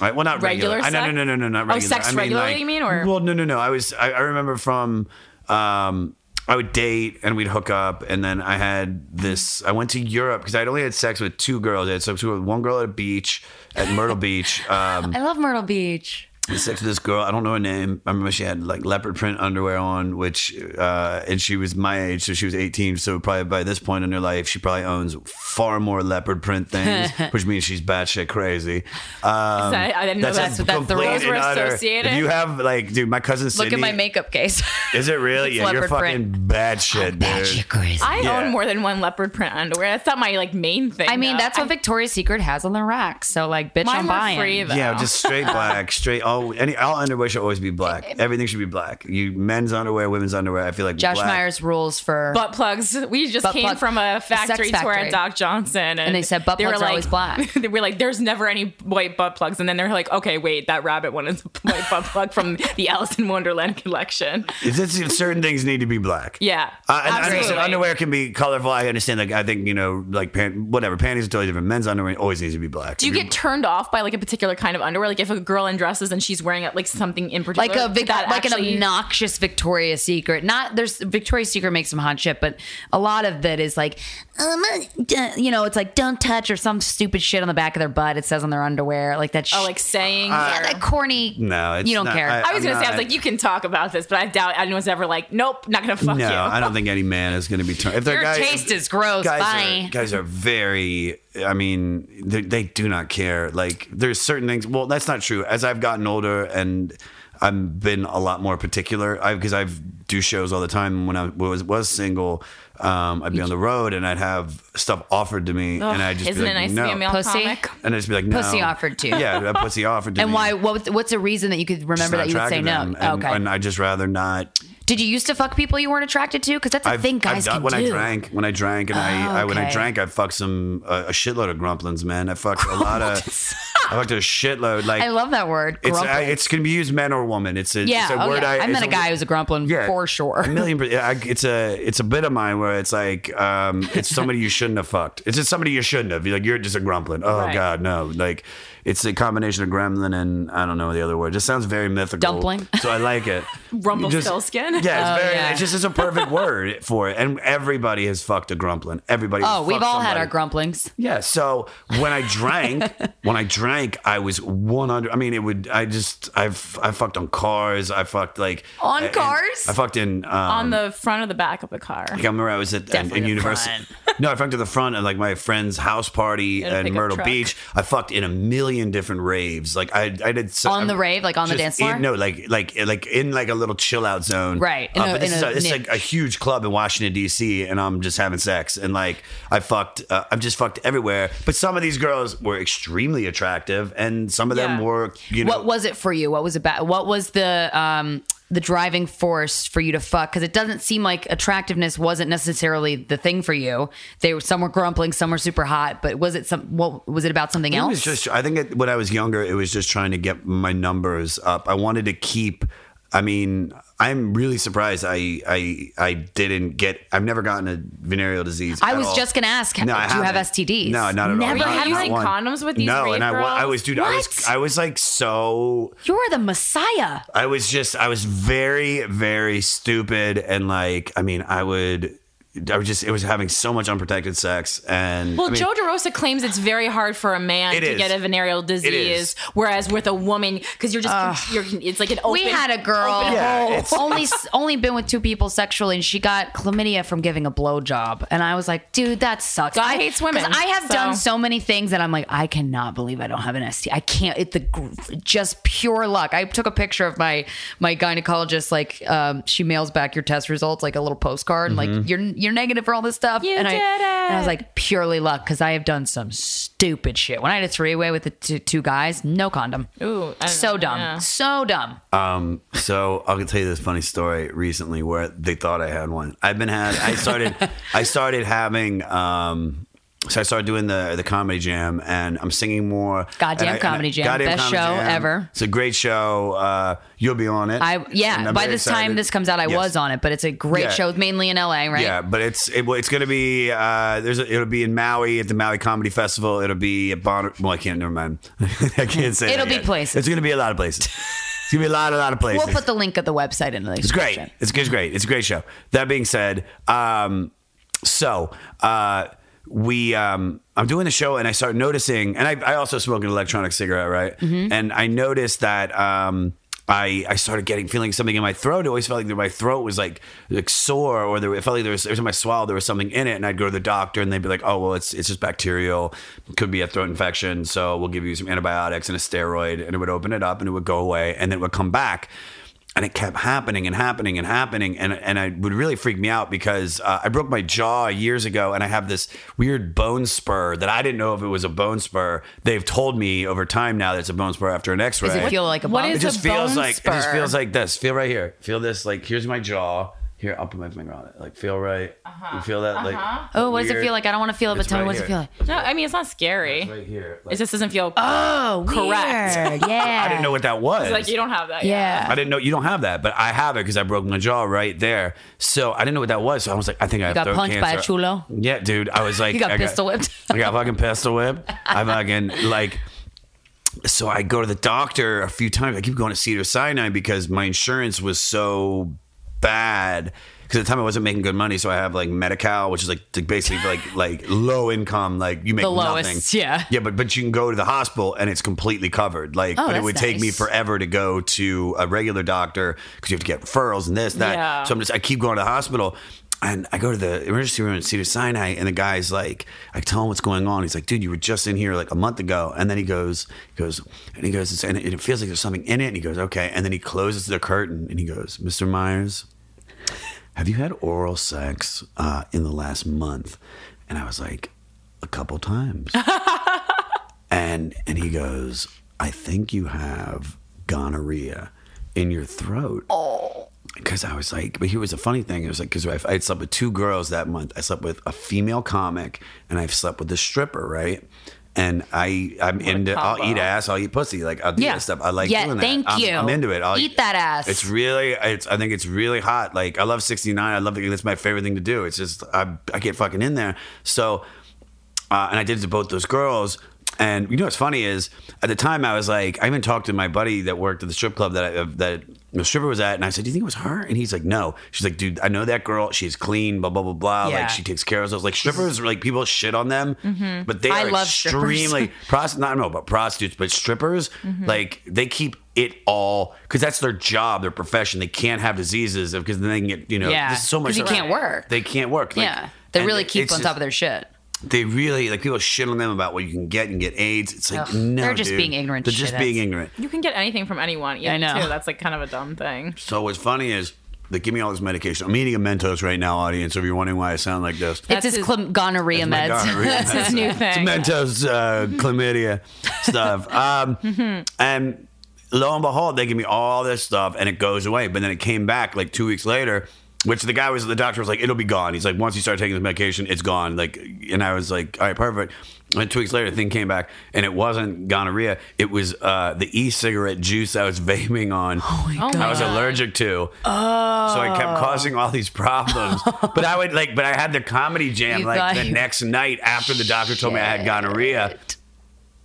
I, well, not Regular regular. I, no, sex? no, no, no, no, not Oh, regular. sex I mean, regular, like- you mean, or- well, no, no, no. I was. I, I remember from. Um, I would date and we'd hook up, and then I had this. I went to Europe because I'd only had sex with two girls. I had sex with one girl at a beach at Myrtle Beach. Um, I love Myrtle Beach. had sex with this girl. I don't know her name. I remember she had like leopard print underwear on, which, uh, and she was my age, so she was 18. So probably by this point in her life, she probably owns far more leopard print things, which means she's batshit crazy. Um, I- I didn't know a that's- that's the complete rules and were utter- associated. If you have like, dude, my cousin Look Sydney. at my makeup case. Is it really? It's yeah, you're leopard print. fucking batshit, dude. Batshit crazy. I Yeah. own more than one leopard print underwear. That's not my like main thing. I mean, though. that's what Victoria's Secret has on their rack. So like, bitch, mine I'm were buying. free though. Yeah, just straight black, straight all all any all underwear should always be black. Everything should be black. You men's underwear, women's underwear. I feel like Josh black- Myers rules for butt plugs. We just Butt came plug- from a a sex factory tour factory. at Doc Johnson, and, they said butt plugs are always black. they were like, "There's never any white butt plugs," and then they're like, "Okay, wait, that rabbit one is a white butt plug from the Alice in Wonderland collection." It's just certain things need to be black. Yeah, Uh, and I absolutely. understand underwear can be colorful. I understand. Like I think you know, like pant, whatever panties are totally different. Men's underwear always needs to be black. Do you get turned off by like a particular kind of underwear? Like if a girl undresses and she's wearing like something in particular, like a big Vic- like an obnoxious Victoria's Secret. Not there's Victoria's Secret makes some hot shit, but a lot of that is like, um, uh, you know, it's like don't touch or some stupid shit on the back of their butt. It says on their underwear, like that. Sh- Oh, like saying. Uh, yeah, that corny. No, it's you don't not- care. I was I'm gonna say, I not- was like, you can talk about this, but I doubt anyone's ever like, nope, not gonna fuck no, you. I don't think any man is going to be turned. If they're Your guys, taste is gross. Guys Bye. Are, guys are very. I mean, they, they do not care. Like there's certain things. Well, that's not true. As I've gotten older and I've been a lot more particular, because I've do shows all the time. When I was was single, um, I'd be on the road and I'd have stuff offered to me, and I'd just Isn't be it like, nice no. to be a male Pussy? comic? and I'd just be like, no. Pussy offered to you. Yeah, a pussy offered to me. And why? What? was- What's a reason that you could Just remember not that you would say attracted no? to them. And, okay. And I just rather not. Did you used to fuck people you weren't attracted to? Because that's a I've- thing guys I've can done, when do. Oh, I drank, when I drank, and I, I when I okay. drank, I fucked some uh, a shitload of grumplings, man. I fucked a lot of, I fucked a shitload. Like I love that word. it's grumplin. I, it's can be used man or woman. It's a, yeah. it's a oh, word. yeah. I, I, it's met a guy who's a grumpling yeah, for A sure. million. per- yeah, I, it's a it's a bit of mine where it's like um, it's somebody you shouldn't have fucked. It's just somebody you shouldn't have. You're like you're just a grumpling. Oh Right. god, no. Like it's a combination of gremlin and I don't know the other word. Just sounds very mythical. Dumpling? So I like it. Rumpelstiltskin? Just- Yeah, it's very. Oh, yeah. It's just it's a perfect word for it. And everybody has fucked a grumpling. Everybody. has Oh, we've fucked all had somebody. our grumplings. Yeah. So when I drank, when I drank, I was 100. I mean, it would, I just, I've, I fucked on cars. I fucked like. On and- cars? I fucked in. Um, on the front of the back of the car. like, I remember I was at in, Definitely in the university. No, I fucked at the front of like my friend's house party At a in pickup Myrtle truck. Beach. I fucked in a million different raves. Like I, I did so, On the I- rave? Like, on the just dance floor? In, no, like like like in like a little chill out zone. Right, in Uh, a- but this in is, a a, this is like a huge club in Washington D.C. and I'm just having sex and like I fucked. Uh, I've just fucked everywhere. But some of these girls were extremely attractive and some of them Yeah. were you know What was it for you? What was about? What was the um the driving force for you to fuck? Because it doesn't seem like attractiveness wasn't necessarily the thing for you. They were some were grumpling, some were super hot. But was it some? What was it about? Something It else? was just. I think it, when I was younger, it was just trying to get my numbers up. I wanted to keep. I mean, I'm really surprised. I I I didn't get. I've never gotten a venereal disease. I at was all. just gonna ask, No, I do you have haven't. STDs? No, not at all. Never Not- had not using one. condoms with these No, rave and I, wa- I girls? was, dude. I was, What? I was like so. You're the Messiah. I was just, I was very, very stupid, and like, I mean, I would. I was just, it was having so much unprotected sex, and Well, I mean, Joe DeRosa claims it's very hard for a man It to is. get a venereal is. disease, whereas with a woman, because you're just, you're, it's like an open. We had a girl open Yeah, who it's- only only been with two people sexually, and she got chlamydia from giving a blowjob. And I was like, dude, that sucks. God I, hates women, 'cause I have so- done so many things that I'm like, I cannot believe I don't have an ST. I can't. It the gr- just pure luck. I took a picture of my my gynecologist. Like, um, she mails back your test results, like a little postcard, and Mm-hmm. like you're you're negative for all this stuff. You and I did and I was it. like purely luck because I have done some stupid shit. When I had a three way with the two, two guys, no condom. Ooh, I don't so know, dumb, yeah. so dumb. Um, so I'll tell you this funny story recently where they thought I had one. I've been had. I started. I started having. Um, so I started doing the the comedy jam, and I'm singing more. Goddamn And I- and Comedy I- Jam. Best show ever. It's a great show. Uh, you'll be on it. I And yeah. I'm By very this time excited. this comes out, I Yes. was on it, but it's a great Yeah. show, mainly in LA, right? Yeah, but it's it, well, it's going to be uh, there's a, it'll be in Maui at the Maui Comedy Festival. It'll be at Bon. Well, I can't. Never mind. I can't say. that It'll be yet. places. It's going to be a lot of places. It's going to be a lot, a lot of places. We'll put the link of the website in the It's great. description. It's, it's great. It's a great show. That being said, um, so uh, we um, I'm doing the show and I start noticing, and I, I also smoke an electronic cigarette, right? And I noticed that um, I I started getting feeling something in my throat. It always felt like my throat was like like sore, or there, it felt like there was every time I swallowed there was something in it. And I'd go to the doctor and they'd be like, oh well, it's it's just bacterial, could be a throat infection, so we'll give you some antibiotics and a steroid, and it would open it up and it would go away, and then it would come back. and it kept happening and happening and happening and and I would really freak me out because uh, I broke my jaw years ago and I have this weird bone spur that I didn't know if it was a bone spur. They've told me over time now that it's a bone spur after an X-ray. Does it feel like a What bump? is it just a bone feels like it just spur? feels like this. Feel right here. Feel this. Like here's my jaw. Here, I'll put my finger on it. Like feel right. Uh-huh. You feel that? Like oh, what does it weird- feel like? I don't want to feel it, but It's tell me right what does it here. feel like? No, I mean it's not scary. Right here. Like, It just doesn't feel. Oh, Correct. weird. Yeah. I didn't know what that was. like you don't have that. I Yeah. didn't know you don't have that, but I have it because I broke my jaw right there. So I didn't know what that was. So I was like, I think I have got throat punched by a cancer. chulo? Yeah, dude. I was like, You got I pistol whipped? I got fucking pistol whipped. I fucking like. So I go to the doctor a few times. I keep going to Cedar Sinai because my insurance was so bad. Because at the time I wasn't making good money, so I have like Medi-Cal, which is like to basically like like low income, like you make The lowest, nothing. yeah. yeah, but but you can go to the hospital and it's completely covered. Like, but it Oh, that's would take me nice. forever to go to a regular doctor because you have to get referrals and this that. Yeah. So I'm just I keep going to the hospital. And I go to the emergency room at Cedar Sinai, and the guy's like, I tell him what's going on. He's like, dude, you were just in here like a month ago. And then he goes, he goes, and he goes, and it feels like there's something in it. And he goes, okay. And then he closes the curtain and he goes, Mr. Myers, have you had oral sex uh, in the last month? And I was like, a couple times. and and he goes, I think you have gonorrhea in your throat. Oh. Because I was like, but here was a funny thing. It was like, because I I'd slept with two girls that month. I slept with a female comic, and I've slept with a stripper, right? And I, I'm into. I'll eat ass. I'll eat pussy. Like I'll do Yeah. that stuff. I like Yeah, doing that. thank I'm, you. I'm into it. I'll Eat that ass. It's really. It's. I think it's really hot. Like I love 69. I love. The, that's my favorite thing to do. It's just I. I get fucking in there. So uh, and I did it to both those girls. And you know what's funny is at the time I was like, I even talked to my buddy that worked at the strip club that I, that the stripper was at, and I said, "Do you think it was her?" And he's like, "No." She's like, "Dude, I know that girl. She's clean. Blah blah blah blah. Yeah. Like she takes care of us. Like strippers, like people shit on them, but they I are love strippers. Mm-hmm. extremely prost. Not know about prostitutes, but strippers, like they keep it all because that's their job, their profession. They can't have diseases because then they can get you know Yeah. there's so much 'Cause you stuff- can't work. They can't work. Like, Yeah. They and really it's keep on just- top of their shit. they really like people shit on them about what you can get and get AIDS. It's like Ugh, no, they're just dude. being ignorant They're just shitheads. being ignorant. You can get anything from anyone. Even, I know. Too. That's like kind of a dumb thing. So what's funny is they give me all this medication. I'm eating a Mentos right now, audience. If you're wondering why I sound like this, It's his, his- clim- gonorrhea my meds. gonorrhea That's his meds. new It's thing. Mentos, uh, chlamydia stuff. Um, And lo and behold, they give me all this stuff, and it goes away. But then it came back like two weeks later. Which the guy was, the doctor was like, it'll be gone. He's like, once you start taking this medication, it's gone. Like, and I was like, all right, perfect. And two weeks later, the thing came back, and it wasn't gonorrhea. It was uh, the e-cigarette juice I was vaping on. Oh Oh I was allergic to. Oh. So I kept causing all these problems. but I would like, but I had the comedy jam You like thought the you- next night after the doctor told me I had gonorrhea.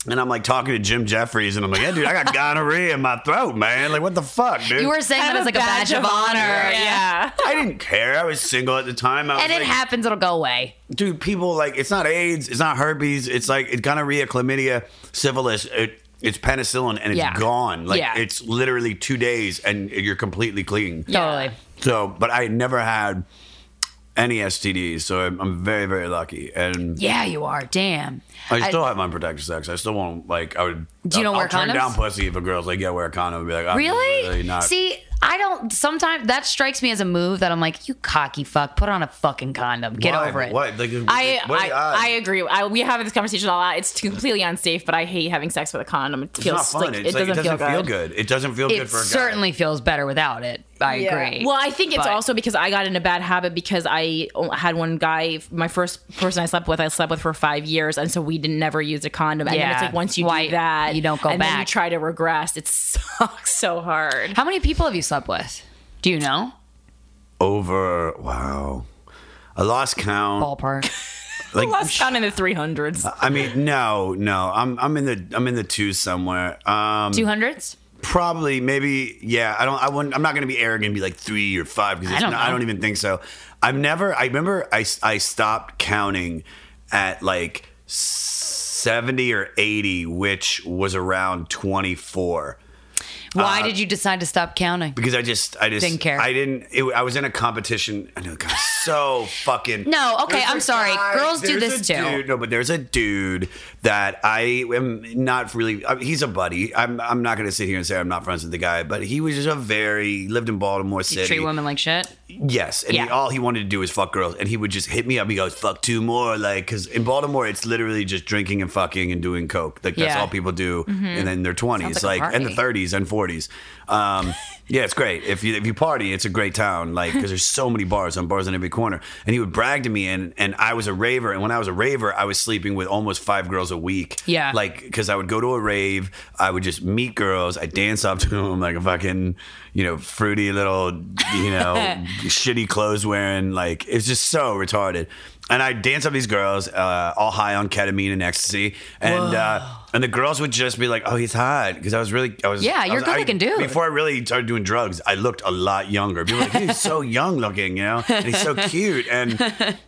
And I'm like talking to Jim Jeffries, and I'm like, yeah, dude, I got gonorrhea in my throat, man. Like, what the fuck, dude? You were saying that as like a badge, of honor. Yeah. I didn't care. I was single at the time. I was And it like, happens, it'll go away. dude, people like it's not AIDS, it's not herpes, it's like it gonorrhea, chlamydia, syphilis. It, it's penicillin and it's Yeah. gone. Like Yeah. it's literally two days and you're completely clean. Totally. So, but I never had any STDs, so I'm, I'm very, very lucky. And Yeah, you are. Damn. I still have unprotected sex. I still won't like. I would. Do you not I'll, wear I'll turn condoms? down pussy if a girl's like, "Yeah, wear a condom." I'd be like, I'm Really? not. See, I don't. Sometimes that strikes me as a move that I'm like, you cocky fuck, put on a fucking condom, get Why? over it. What? Like, I, what are the odds? I, I agree. I, we have this conversation a lot. It's completely unsafe, but I hate having sex with a condom. It It's feels not fun. like, it's it, doesn't feel, good. It doesn't feel It good for a guy. certainly feels better without it. I agree. Well, I think it's But- also because I got in a bad habit because I o- had one guy, my first person I slept with, I slept with for five years, and so we didn't never use a condom. And then Yeah. it's like once you Why- do that, you don't go and Then you back. try to regress. It sucks so hard. How many people have you slept with? Do you know? over. Wow. I lost count. Ballpark. Like, Lost count in the three hundreds. I mean, no, no. I'm I'm in the I'm in the two somewhere. Um, 200s? probably maybe yeah i don't i wouldn't i'm not gonna be arrogant and be like three or five because I I, don't don't I know. don't even think so i've never i remember i, I stopped counting at like 70 or 80 which was around 24 Why did you decide to stop counting? because I just, I just Didn't care. I didn't. It, I was in a competition. I know, God, so fucking. No, okay, There's I'm a sorry. Girls do there's this a too. dude- no, but there's a dude that I am not really. I mean, he's a buddy. I'm. I'm not going to sit here and say I'm not friends with the guy, but he was just a very lived in Baltimore City. Treat women like shit. Yes, and he, Yeah. all he wanted to do was fuck girls, and he would just hit me up. He goes, "Fuck two more," like because in Baltimore, it's literally just drinking and fucking and doing coke. Like that's Yeah. Mm-hmm. all people do, and then their twenties, like like, a and party. the thirties and forties. Um, yeah, it's great if you if you party, it's a great town. Like because there's so many bars on bars on every corner, and he would brag to me, and and I was a raver, and when I was a raver, I was sleeping with almost five girls a week. Yeah. like because I would go to a rave, I would just meet girls, I dance up to them like a fucking you know fruity little you know shitty clothes wearing like it's just so retarded. And I dance up these girls, uh, all high on ketamine and ecstasy, and uh, and the girls would just be like, "Oh, he's hot," because I was really, I was, Yeah, I you're was- a good-looking I- dude. Before I really started doing drugs, I looked a lot younger. People were like, "He's so young looking," you know, and he's so cute, and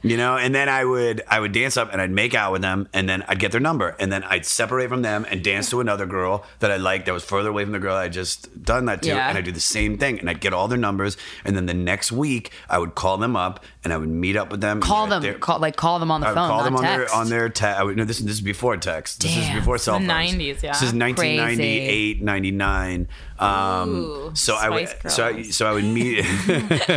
you know, and then I would, I would dance up and I'd make out with them, and then I'd get their number, and then I'd separate from them and dance to another girl that I liked that was further away from the girl I had just done that to, Yeah. and I do the same thing, and I'd get all their numbers, and then the next week I would call them up and I would meet up with them, Call and they're- them, call like call them on the I would phone, call them not on text. their on their text. No, this this is before text. This is Damn. before cell The phones. 90s, yeah. This is 1998, 99. Um, so I would Spice so I, Girls. so I would meet.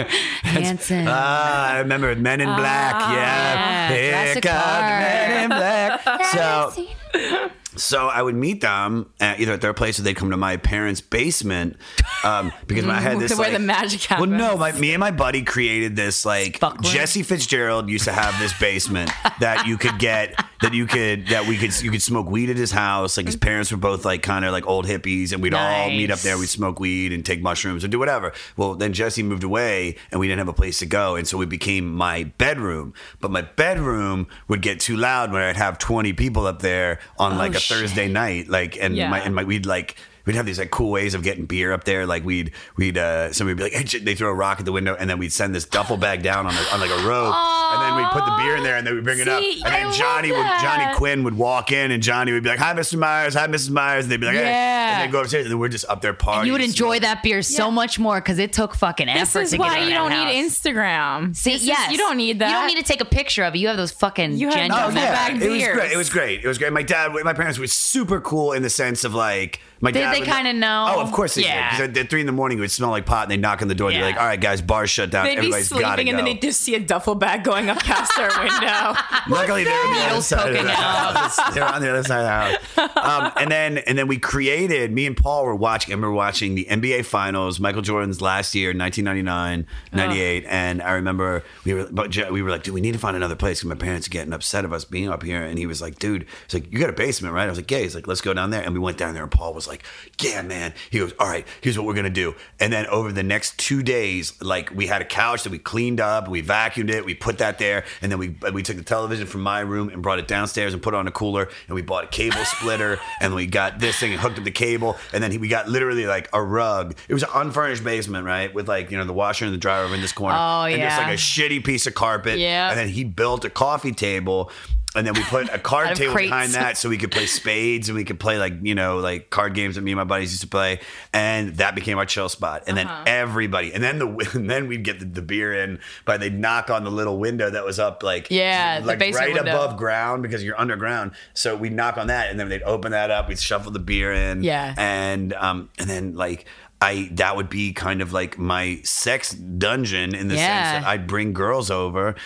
Hanson. ah, I remember Men in Black. yeah, here Jurassic come the Park. Men in Black. so. So I would meet them at either at their place or they'd come to my parents' basement um, because when I had this Where like- the magic Well, happens. no, my, me and my buddy created this like Buckler. Jesse Fitzgerald used to have this basement that you could get that you could that we could you could smoke weed at his house. Like his parents were both like kind of like old hippies, and we'd all meet up there. We'd smoke weed and take mushrooms or do whatever. Well, then Jesse moved away, and we didn't have a place to go, and so it became my bedroom. But my bedroom would get too loud when I'd have twenty people up there on like a Thursday night, like and Yeah. my and my we'd like we'd have these like cool ways of getting beer up there. Like we'd we'd uh somebody would be like hey, j- they throw a rock at the window and then we'd send this duffel bag down on, a, on like a rope and then we'd put the beer in there and then we'd bring it up See, and then I Johnny love would Johnny that. Quinn would walk in and Johnny would be like hi Mr. Myers hi Mrs. Myers and they'd be like Yeah. hey. and they'd go upstairs and then we're just up there partying. you would enjoy that beer so much more because it took fucking This effort is to get why out of you that don't house. need Instagram. See, This is- yes, you don't need that. You don't need to take a picture of it. You have those fucking You have- genuine. Oh Duffel yeah, bag it was beers. great. It was great. It was great. My dad, my parents were super cool in the sense of like my Did dad. they would- kinda know? Oh, of course they Yeah. did. 'Cause At, at three in the morning, it would smell like pot, and they knock on the door. and They're Yeah. like, "All right, guys, bars shut down. They'd be Everybody's got to sleeping go." and then they'd just see a duffel bag going up past their window. Luckily, they're on the other Needles side of poking the out. house. They're on the other side of the house. Um, and then, and then we created. Me and Paul were watching. I remember watching the NBA Finals, Michael Jordan's last year, 1999, 98. And I remember we were, but Je- we were like, "Dude, we need to find another place." Because my parents are getting upset of us being up here. And he was like, "Dude, he's like, you got a basement, right?" I was like, "Yeah." He's like, "Let's go down there." And we went down there, and Paul was like, "Yeah, man." He goes, "All right, here's what we're gonna do." And then over the next two days, like we had a couch that we cleaned up, we vacuumed it, we put that there, and then we we took the television from my room and brought it downstairs and put it on a cooler, and we bought a cable splitter, and we got this thing and hooked up the cable, and then he, we got literally like a rug. It was an unfurnished basement, right, with like you know the washer and the dryer over in this corner, Oh, and just yeah. like a shitty piece of carpet, Yeah. and then he built a coffee table. And then we put a Out card of table crates. behind that so we could play spades and we could play like you know like card games that me and my buddies used to play and that became our chill spot and Uh-huh. then everybody and then the and then we'd get the, the beer in but they'd knock on the little window that was up like Yeah, the like basement right window. above ground because you're underground so we'd knock on that and then they'd open that up we'd shuffle the beer in Yeah. and um and then like I that would be kind of like my sex dungeon in the Yeah. sense that I'd bring girls over.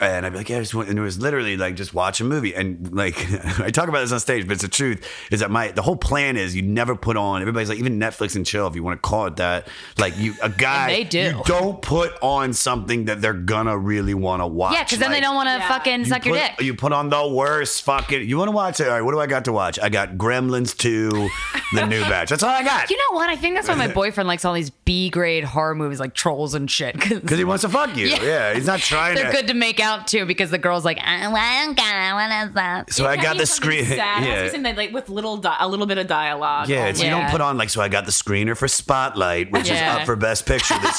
And I'd be like, yeah, I just want, and it was literally like just watch a movie. And like, I talk about this on stage, but it's the truth is that my, the whole plan is you never put on, everybody's like, even Netflix and chill, if you want to call it that. Like, you, a guy, they do. you don't put on something that they're gonna really want to watch. yeah, because then they Like, don't want to Yeah. fucking you suck your put- dick. You put on the worst fucking. You want to watch it? All right, what do I got to watch? I got Gremlins 2, the new batch. That's all I got. you know what? I think that's why my boyfriend likes all these B grade horror movies like Trolls and shit. Because he wants to fuck you. Yeah, he's not trying They're to. good to make out too because the girl's like, "Uh, I want to, I want to. So I got the screen. Sad. Yeah. Yeah. Something that, like with little di- a little bit of dialogue. Oh Yeah, it's, you Oh, Yeah. don't put on like so. I got the screener for Spotlight, which Yeah. is up for Best Picture this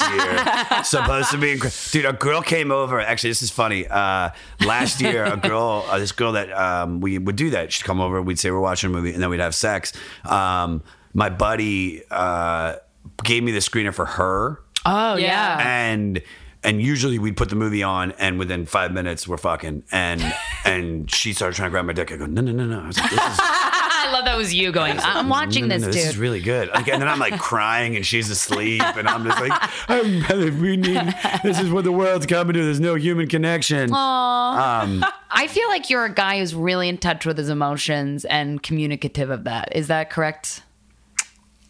year. Supposed to be, incre- dude. A girl came over. Actually, this is funny. Uh, last year, a girl, uh, this girl that um, we would do that. She'd come over. We'd say we're watching a movie, and then we'd have sex. Um, my buddy uh, gave me the screener for her, Oh yeah. and and usually we'd put the movie on, and within five minutes we're fucking, and and she started trying to grab my dick. I go, no, no, no, no. I was like, this is I love that was you going. "I- I'm watching no, no, this, no, dude. is really good. Like, and then I'm like crying, and she's asleep, and I'm just like, I'm, we need. This is what the world's coming to. There's no human connection. I feel like you're a guy who's really in touch with his emotions and communicative of that. Is that correct?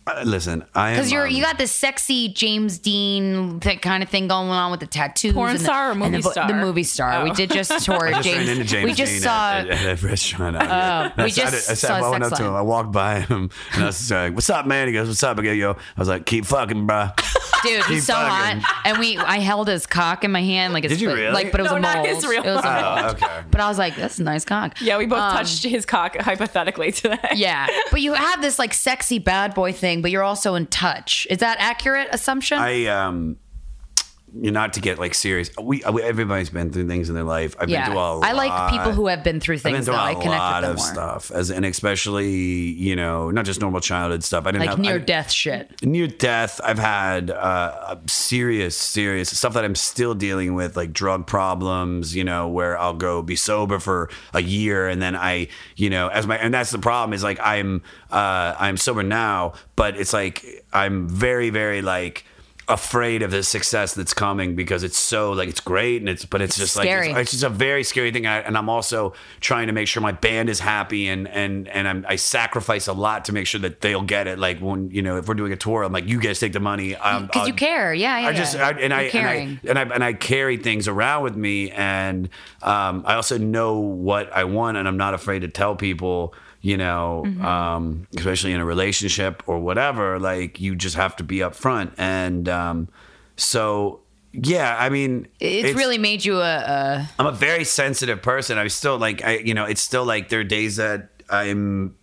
Uh, listen, I am. Because you're um, you got this sexy James Dean th- kind of thing going on with the tattoos. Porn and the- star or and movie the, vo- star? The movie star. We did just tour I just James, ran into James We just Dean saw. Oh, at, at, at a restaurant. out here. we I sat- just I sat, saw I went sex up to line. him. I walked by him, and I was like, "What's up, man?" He goes, "What's up?" I go, "Yo," I was like, "Keep fucking, bruh." Dude, he's He so fucking- hot. And we, I held his cock in my hand like his, Did you foot- really? like, but it was No, a not mold. his real it was a cock. mold. Oh, okay. But I was like, that's a nice cock. Yeah, we both Um, touched his cock hypothetically today. Yeah, but you have this like sexy bad boy thing, but you're also in touch. Is that accurate assumption? I um. You not to get like serious. We, we everybody's been through things in their life. I've yeah, been through a lot. I like people who have been through things. I've been through though. a I connect with lot them of more. stuff, as and especially you know not just normal childhood stuff. I didn't like have I near didn't- death shit. near death. I've had uh, serious, serious stuff that I'm still dealing with, like drug problems. You know, where I'll go be sober for a year, and then I, you know, as my and that's the problem is like I'm uh, I'm sober now, but it's like I'm very, very like afraid of the success that's coming because it's so like it's great and it's but it's, just scary. like it's, it's just a very scary thing I, and i'm also trying to make sure my band is happy and and and I'm, i sacrifice a lot to make sure that they'll get it like when you know if we're doing a tour i'm like you guys take the money Um, uh, Because you care, yeah, yeah. I just yeah. I, and, You're I, and caring. I and I and I carry things around with me, and um, I also know what I want, and I'm not afraid to tell people. You know, Mm-hmm. um, especially in a relationship or whatever, like you just have to be upfront, and um, so yeah, I mean, it's, really made you a, a I'm a very sensitive person. I'm still like I you know, it's still like there are days that I'm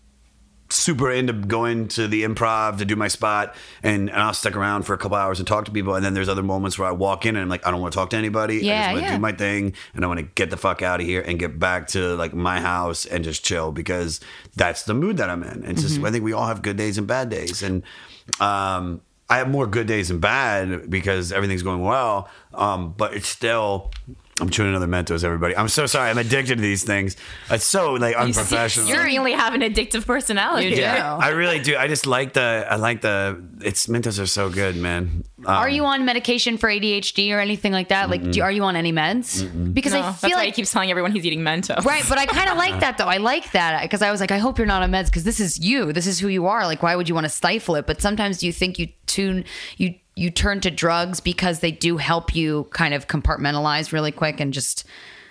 super into going to the improv to do my spot and, and I'll stick around for a couple hours and talk to people and then there's other moments where I walk in and I'm like, I don't want to talk to anybody. I Yeah, just want yeah. to do my thing and I want to get the fuck out of here and get back to like my house and just chill because that's the mood that I'm in. It's Mm-hmm. just I think we all have good days and bad days. And um I have more good days than bad because everything's going well. Um, but it's still I'm chewing another Mentos, everybody. I'm so sorry. I'm addicted to these things. It's so like unprofessional. You really have an addictive personality. Yeah, I really do. I just like the. I like the. It's Mentos are so good, man. Um, Are you on medication for ADHD or anything like that? Like, do, are you on any meds? Because I No, that's feel why like he keeps telling everyone he's eating Mentos. Right, but I kind of like that though. I like that because I was like, I hope you're not on meds because this is you. This is who you are. Like, why would you want to stifle it? But sometimes you think you tune you you turn to drugs because they do help you kind of compartmentalize really quick and just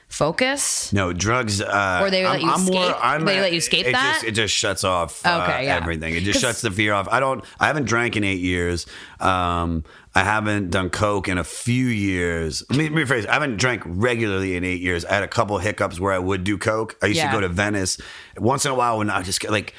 focus. No drugs. Uh, Or they let you escape- they let you escape it that? Just, it just shuts off. uh, Okay, yeah. everything. It just shuts the fear off. I don't. I haven't drank in eight years. Um, I haven't done coke in a few years. Let me rephrase. I haven't drank regularly in eight years. I had a couple hiccups where I would do coke. I used Yeah. to go to Venice once in a while when I just get, like,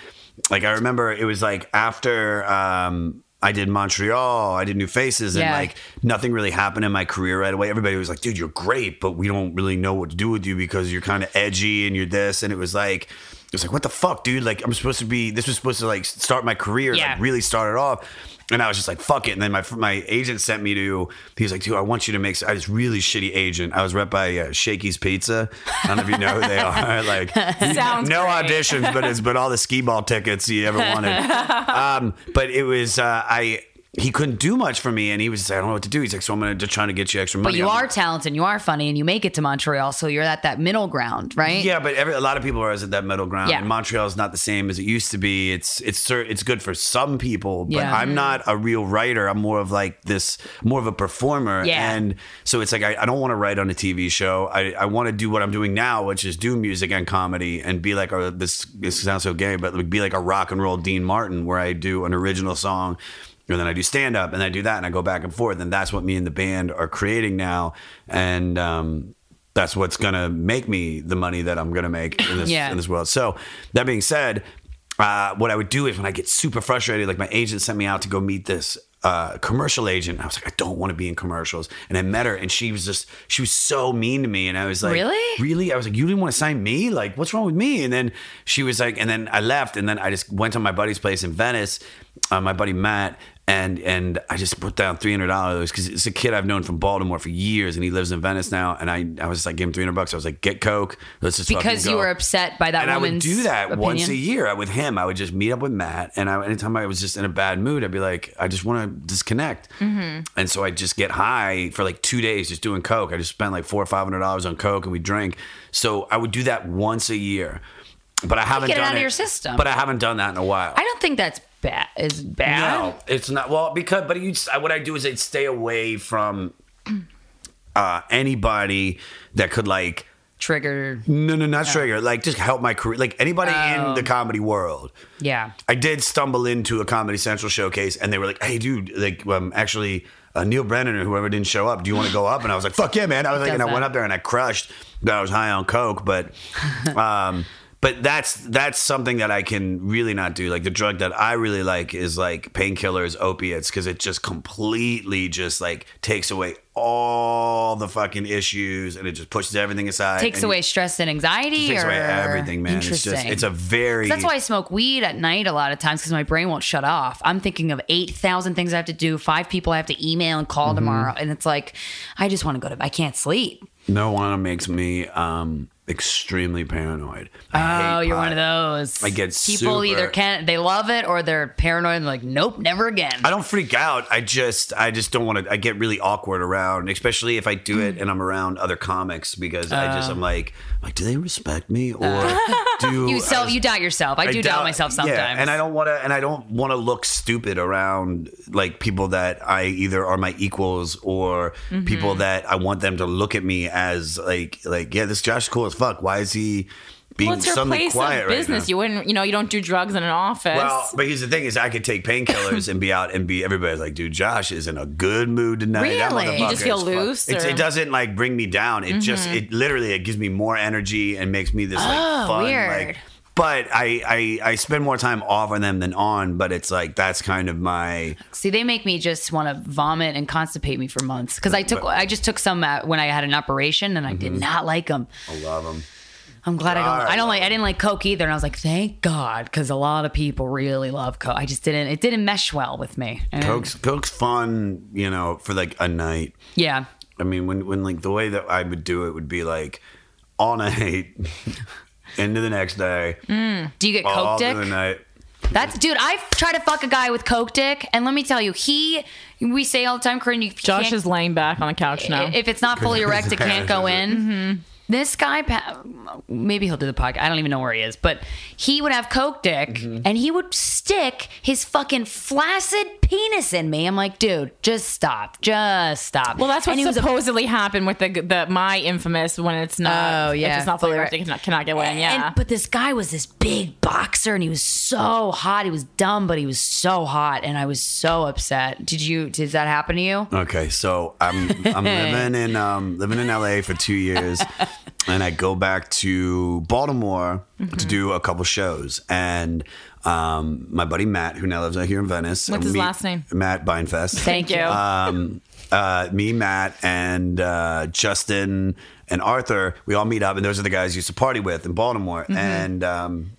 like I remember it was like after. Um, I did Montreal. I did New Faces, and Yeah. like nothing really happened in my career right away. Everybody was like, dude, you're great, but we don't really know what to do with you because you're kind of edgy and you're this. And it was like, it was like, what the fuck, dude? Like, I'm supposed to be, this was supposed to like start my career, Yeah. like really start it off. And I was just like, fuck it. And then my my agent sent me to, he was like, dude, I want you to make, s- I was really shitty agent. I was rep by uh, Shakey's Pizza. I don't know if you know who they are. Like, Sounds no great. auditions, but it's, but all the skee ball tickets you ever wanted um, but it was uh, I. He couldn't do much for me, and he was. I don't know what to do. He's like, so I'm gonna just trying to get you extra money. But you I'm are like, talented, you are funny, and you make it to Montreal, so you're at that middle ground, right? yeah, but every, a lot of people are at that middle ground. Yeah. And Montreal is not the same as it used to be. It's it's cer- it's good for some people, but Yeah. I'm not a real writer. I'm more of like this, more of a performer. Yeah. And so it's like I, I don't want to write on a TV show. I, I want to do what I'm doing now, which is do music and comedy and be like a this this sounds so gay, but be like a rock and roll Dean Martin, where I do an original song. And then I do stand up, and I do that, and I go back and forth, and that's what me and the band are creating now, and um, that's what's gonna make me the money that I'm gonna make in this, Yeah. in this world. So that being said, uh, what I would do is when I get super frustrated, like my agent sent me out to go meet this uh, commercial agent. I was like, I don't want to be in commercials. And I met her, and she was just, she was so mean to me. And I was like, Really? Really? I was like, you didn't want to sign me? Like, what's wrong with me? And then she was like, and then I left, and then I just went to my buddy's place in Venice, uh, my buddy Matt, and and I just put down three hundred dollars because it's a kid I've known from Baltimore for years, and he lives in Venice now. And I, I was just like, give him three hundred bucks. I was like, get coke. Let's just fucking because you go." were upset by that and I would woman's do that opinion. once a year with him. I would just meet up with Matt, and I, anytime I was just in a bad mood, I'd be like, I just want to disconnect. Mm-hmm. And so I'd just get high for like two days, just doing coke. I just spent like four or five hundred dollars on coke, and we drank. So I would do that once a year, but I haven't get it done out of your system. But I haven't done that in a while. I don't think that's bad. Is bad. No, it's not. Well, because but you, what I do is I'd stay away from uh, anybody that could like Trigger. no, no, not trigger. Like just help my career. Like anybody in Oh. the comedy world. Yeah. I did stumble into a Comedy Central showcase, and they were like, "Hey, dude, like, um, actually, uh, Neil Brennan or whoever didn't show up. Do you want to go up?" And I was like, "Fuck yeah, man!" I was like, and I went up there and I crushed. That I was high on coke, but, um, but that's that's something that I can really not do. Like the drug that I really like is like painkillers, opiates, because it just completely just like takes away all the fucking issues, and it just pushes everything aside. Takes and away stress and anxiety. takes or... away everything, man. It's just Interesting. it's a very That's why I smoke weed at night a lot of times because my brain won't shut off. I'm thinking of 8,000 things I have to do, five people I have to email and Mm-hmm. call tomorrow. And it's like, I just want to go to, I can't sleep. Marijuana makes me um, extremely paranoid. I Oh, hate you're one pot. of those. I get People super- either can't, they love it or they're paranoid and like, nope, never again. I don't freak out. I just, I just don't want to. I get really awkward around, especially if I do it Mm. and I'm around other comics because I Oh. just, I'm like, like, do they respect me or do you self, you doubt yourself. I, do doubt, myself sometimes. Yeah, and I don't want to, and I don't want to look stupid around like people that I either are my equals or people that I want them to look at me as like, like, yeah, this Josh is cool as fuck. Why is he being Well, it's your suddenly place quiet of right business. now? you wouldn't, you know, you don't do drugs in an office. Well, but here's the thing: is I could take painkillers and be out and be everybody's like, dude, Josh is in a good mood tonight. That Really? You motherfucker just feel is loose, It's- or- It doesn't like bring me down. It just Mm-hmm. it literally it gives me more energy and makes me this like fun like. Oh, weird. But I, I I spend more time off on them than on. But it's like that's kind of my See, they make me just want to vomit and constipate me for months because I took, I just took some uh, when I had an operation and I did Mm-hmm. not like them. I love them. I'm glad I God, don't. I don't like. I I didn't like Coke either, and I was like, thank God, because a lot of people really love Coke. I just didn't. It didn't mesh well with me. And- Coke's Coke's fun, you know, for like a night. Yeah. I mean, when when like the way that I would do it would be like all night into the next day, Do you get Mm, Coke all dick? through the night. That's dude. I've tried to fuck a guy with Coke dick, and let me tell you, he. We say all the time, Corinne. You Josh can't- is laying back on the couch now. If it's not fully erect, it can't go in. This guy, pa- maybe he'll do the podcast. I don't even know where he is, but he would have coke dick, Mm-hmm. and he would stick his fucking flaccid penis in me. I'm like, dude, just stop, just stop. well, that's what And he was a- supposedly happened with the, the my infamous when it's not. Oh, yeah. if it's not fully Fully erect, it cannot, cannot get one. Yeah, And, but this guy was this big boxer, and he was so hot. He was dumb, but he was so hot, and I was so upset. Did you? Did that happen to you? Okay, so I'm I'm living in um, living in LA for two years, and I go back to Baltimore Mm-hmm. to do a couple shows. And um, my buddy Matt, who now lives out here in Venice, What's and his me- last name? Matt Beinfest. thank you. Um, uh, me, Matt, and uh, Justin and Arthur, we all meet up, and those are the guys I used to party with in Baltimore. Mm-hmm. And um,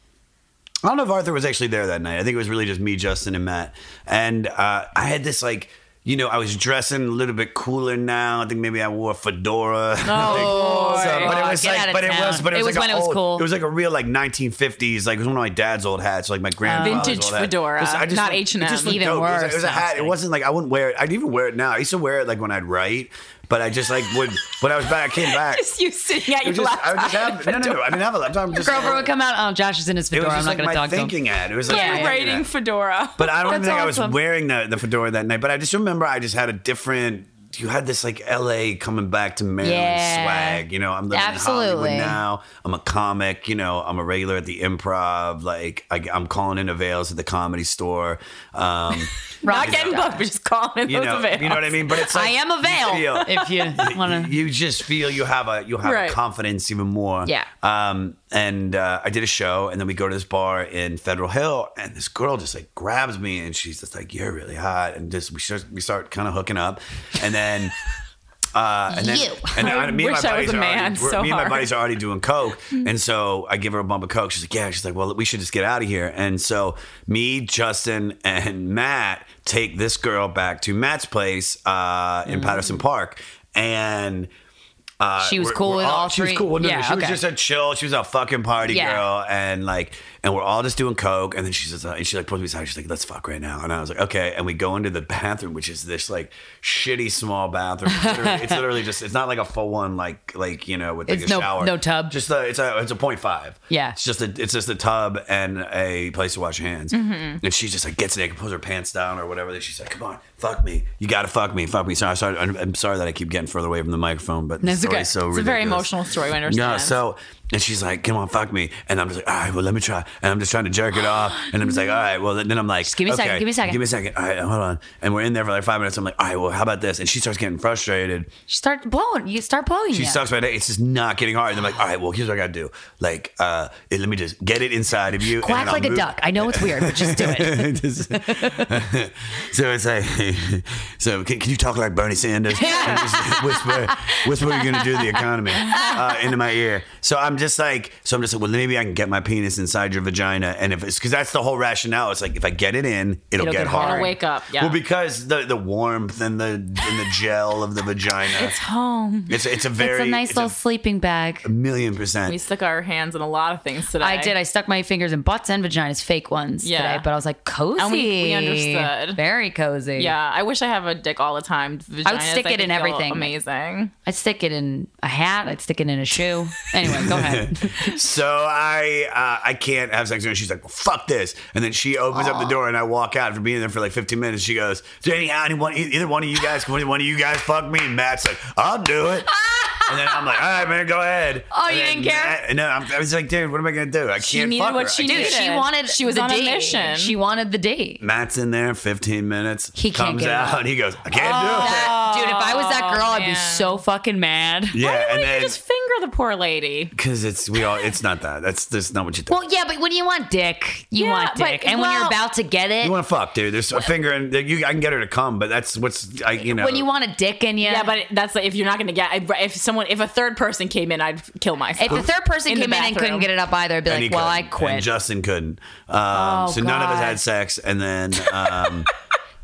I don't know if Arthur was actually there that night. I think it was really just me, Justin, and Matt. And uh, I had this like. You know, I was dressing a little bit cooler now. I think maybe I wore a fedora. Oh, but it boy. was Get out like, of but it town. was, but it, It was, was like when a it was old- cool. It was like a real like 1950s. Like it was one of my dad's old hats, like my grandfather's Vintage old hat. fedora, It was- I just not looked- it H&M. just looked Even dope. It was- worse. It was a No, I'm hat. just It wasn't like I wouldn't wear it. I'd even wear it now. I used to wear it like when I'd write, but I just like would when I was back. I came back. just you sitting at it your was just, I laptop. would just have no, no, no. I didn't have a laptop. I'm Just, Girlfriend would come out. Oh, Josh is in his It was fedora. I'm just not like going to my talk to him. thinking hat. It was like Yeah, my yeah. thinking Writing hat. fedora. But I don't That's even think I awesome. was wearing the, the fedora that night. But I just remember I just had a different. You had this like LA coming back to Maryland Yeah. swag. You know, I'm living in Absolutely. Hollywood now. I'm a comic. You know, I'm a regular at the Improv. Like I, I'm calling in avails at the comedy store. Um, Rob not getting booked, but just calling you those know, avails. you know what I mean. But it's like I am a veil. you feel- If you want to. you just feel you have a you have Right. confidence even more. Yeah. Um. And uh, I did a show, and then we go to this bar in Federal Hill, and this girl just like grabs me, and she's just like, "You're really hot," and just we start, we start kind of hooking up, and then. Uh, and then, You. and I, me and my wish I buddies was a are already- man we're- so me and my hard. Hmm. buddies are already doing coke, and so I give her a bump of coke. She's like, "Yeah." She's like, "Well, we should just get out of here." And so me, Justin, and Matt take this girl back to Matt's place uh, Mm. in Patterson Park, and uh, She was we're- cool we're with all She was three? cool. No, no, Yeah, she was okay. just a chill. She was a fucking party Yeah. girl, and like, and we're all just doing coke. And then she says, uh, and she like pulls me aside. She's like, "Let's fuck right now." And I was like, "Okay." And we go into the bathroom, which is this like shitty small bathroom. It's literally, it's literally just. It's not like a full one, like like you know, with like It's a no- shower, no tub. Just a, it's a it's a point five. Yeah. It's just a it's just a tub and a place to wash your hands. Mm-hmm. And she just like gets naked, pulls her pants down or whatever. She's like, "Come on, fuck me. You gotta fuck me, fuck me." Sorry, sorry. I'm, I'm sorry that I keep getting further away from the microphone, but That's the okay. story's so It's a very ridiculous. emotional story. I understand. No, so and she's like, "Come on, fuck me," and I'm just like, "All right, well, let me try." And I'm just trying to jerk it off, and I'm just like, "All right, well." Then I'm like, give me a okay, second, give me a second." give me a second." All right, hold on. And we're in there for like five minutes. I'm like, "All right, well, how about this?" And she starts getting frustrated. She start blowing. You start blowing. She you. sucks by that. It's just not getting hard. And I'm like, "All right, well, here's what I gotta do. Like, uh, eh, let me just get it inside of you." and Quack then I'll like a move- duck. I know it's weird, but just do it. Just- so it's like, so can, can you talk like Bernie Sanders? And just whisper, whisper, you're going to do to the economy uh, into my ear. So I'm just like, so I'm just like, well, maybe I can get my penis inside your vagina. And if it's because that's the whole rationale. It's like, if I get it in, it'll, It'll get, get hard. hard. It'll wake up, yeah. Well, because the, the warmth and the and the gel of the vagina. It's home. It's, a very it's a nice little a sleeping bag. million We percent. stuck our hands in a lot of things today. I did. I stuck my fingers in butts and vaginas, fake ones Yeah. today, but I was like cozy. And we- we understood. Very cozy. Yeah, I wish I have a dick all the time. I would stick Vaginas, it in feel everything. Amazing. I'd stick it in a hat. I'd stick it in a shoe. Anyway, go ahead. So I uh, I can't have sex with her. She's like, well, fuck this. And then she opens up the door and I walk out after being there for like 15 minutes. She goes, Did any, anyone, either one of you guys, can one of you guys fuck me? And Matt's like, I'll do it. and then I'm like, all right, man, go ahead. Oh, And you then didn't care? Matt- and then I'm, I was like, dude, what am I going to do? I can't needed fuck what her. she I needed. can't- Dude, she wanted. She was the on a D. mission. She wanted the D. Matt's in there 15 minutes. He can't comes get Oh. it out up. and he goes, I can't do it. That- dude, if I was that girl, I'd be Oh, man. so fucking mad. Yeah, Why and didn't you then just finger the poor lady? because it's we all it's not that that's that's not what you do. Well, yeah, but what do you want, dick? You Yeah, want but- dick, and when you're well- about to get it, you want to fuck, dude. There's a finger and you. I can get her to come, but that's what's I you know when you want a dick in you, Yeah, but that's like, if you're not gonna get I- if someone if a third person came in, I'd kill myself. If the third person In the came in and bathroom. couldn't get it up either, I'd be And he like, "Well, I couldn't. And quit." Oh, Justin couldn't. Um, so none of us God. had sex. And then um,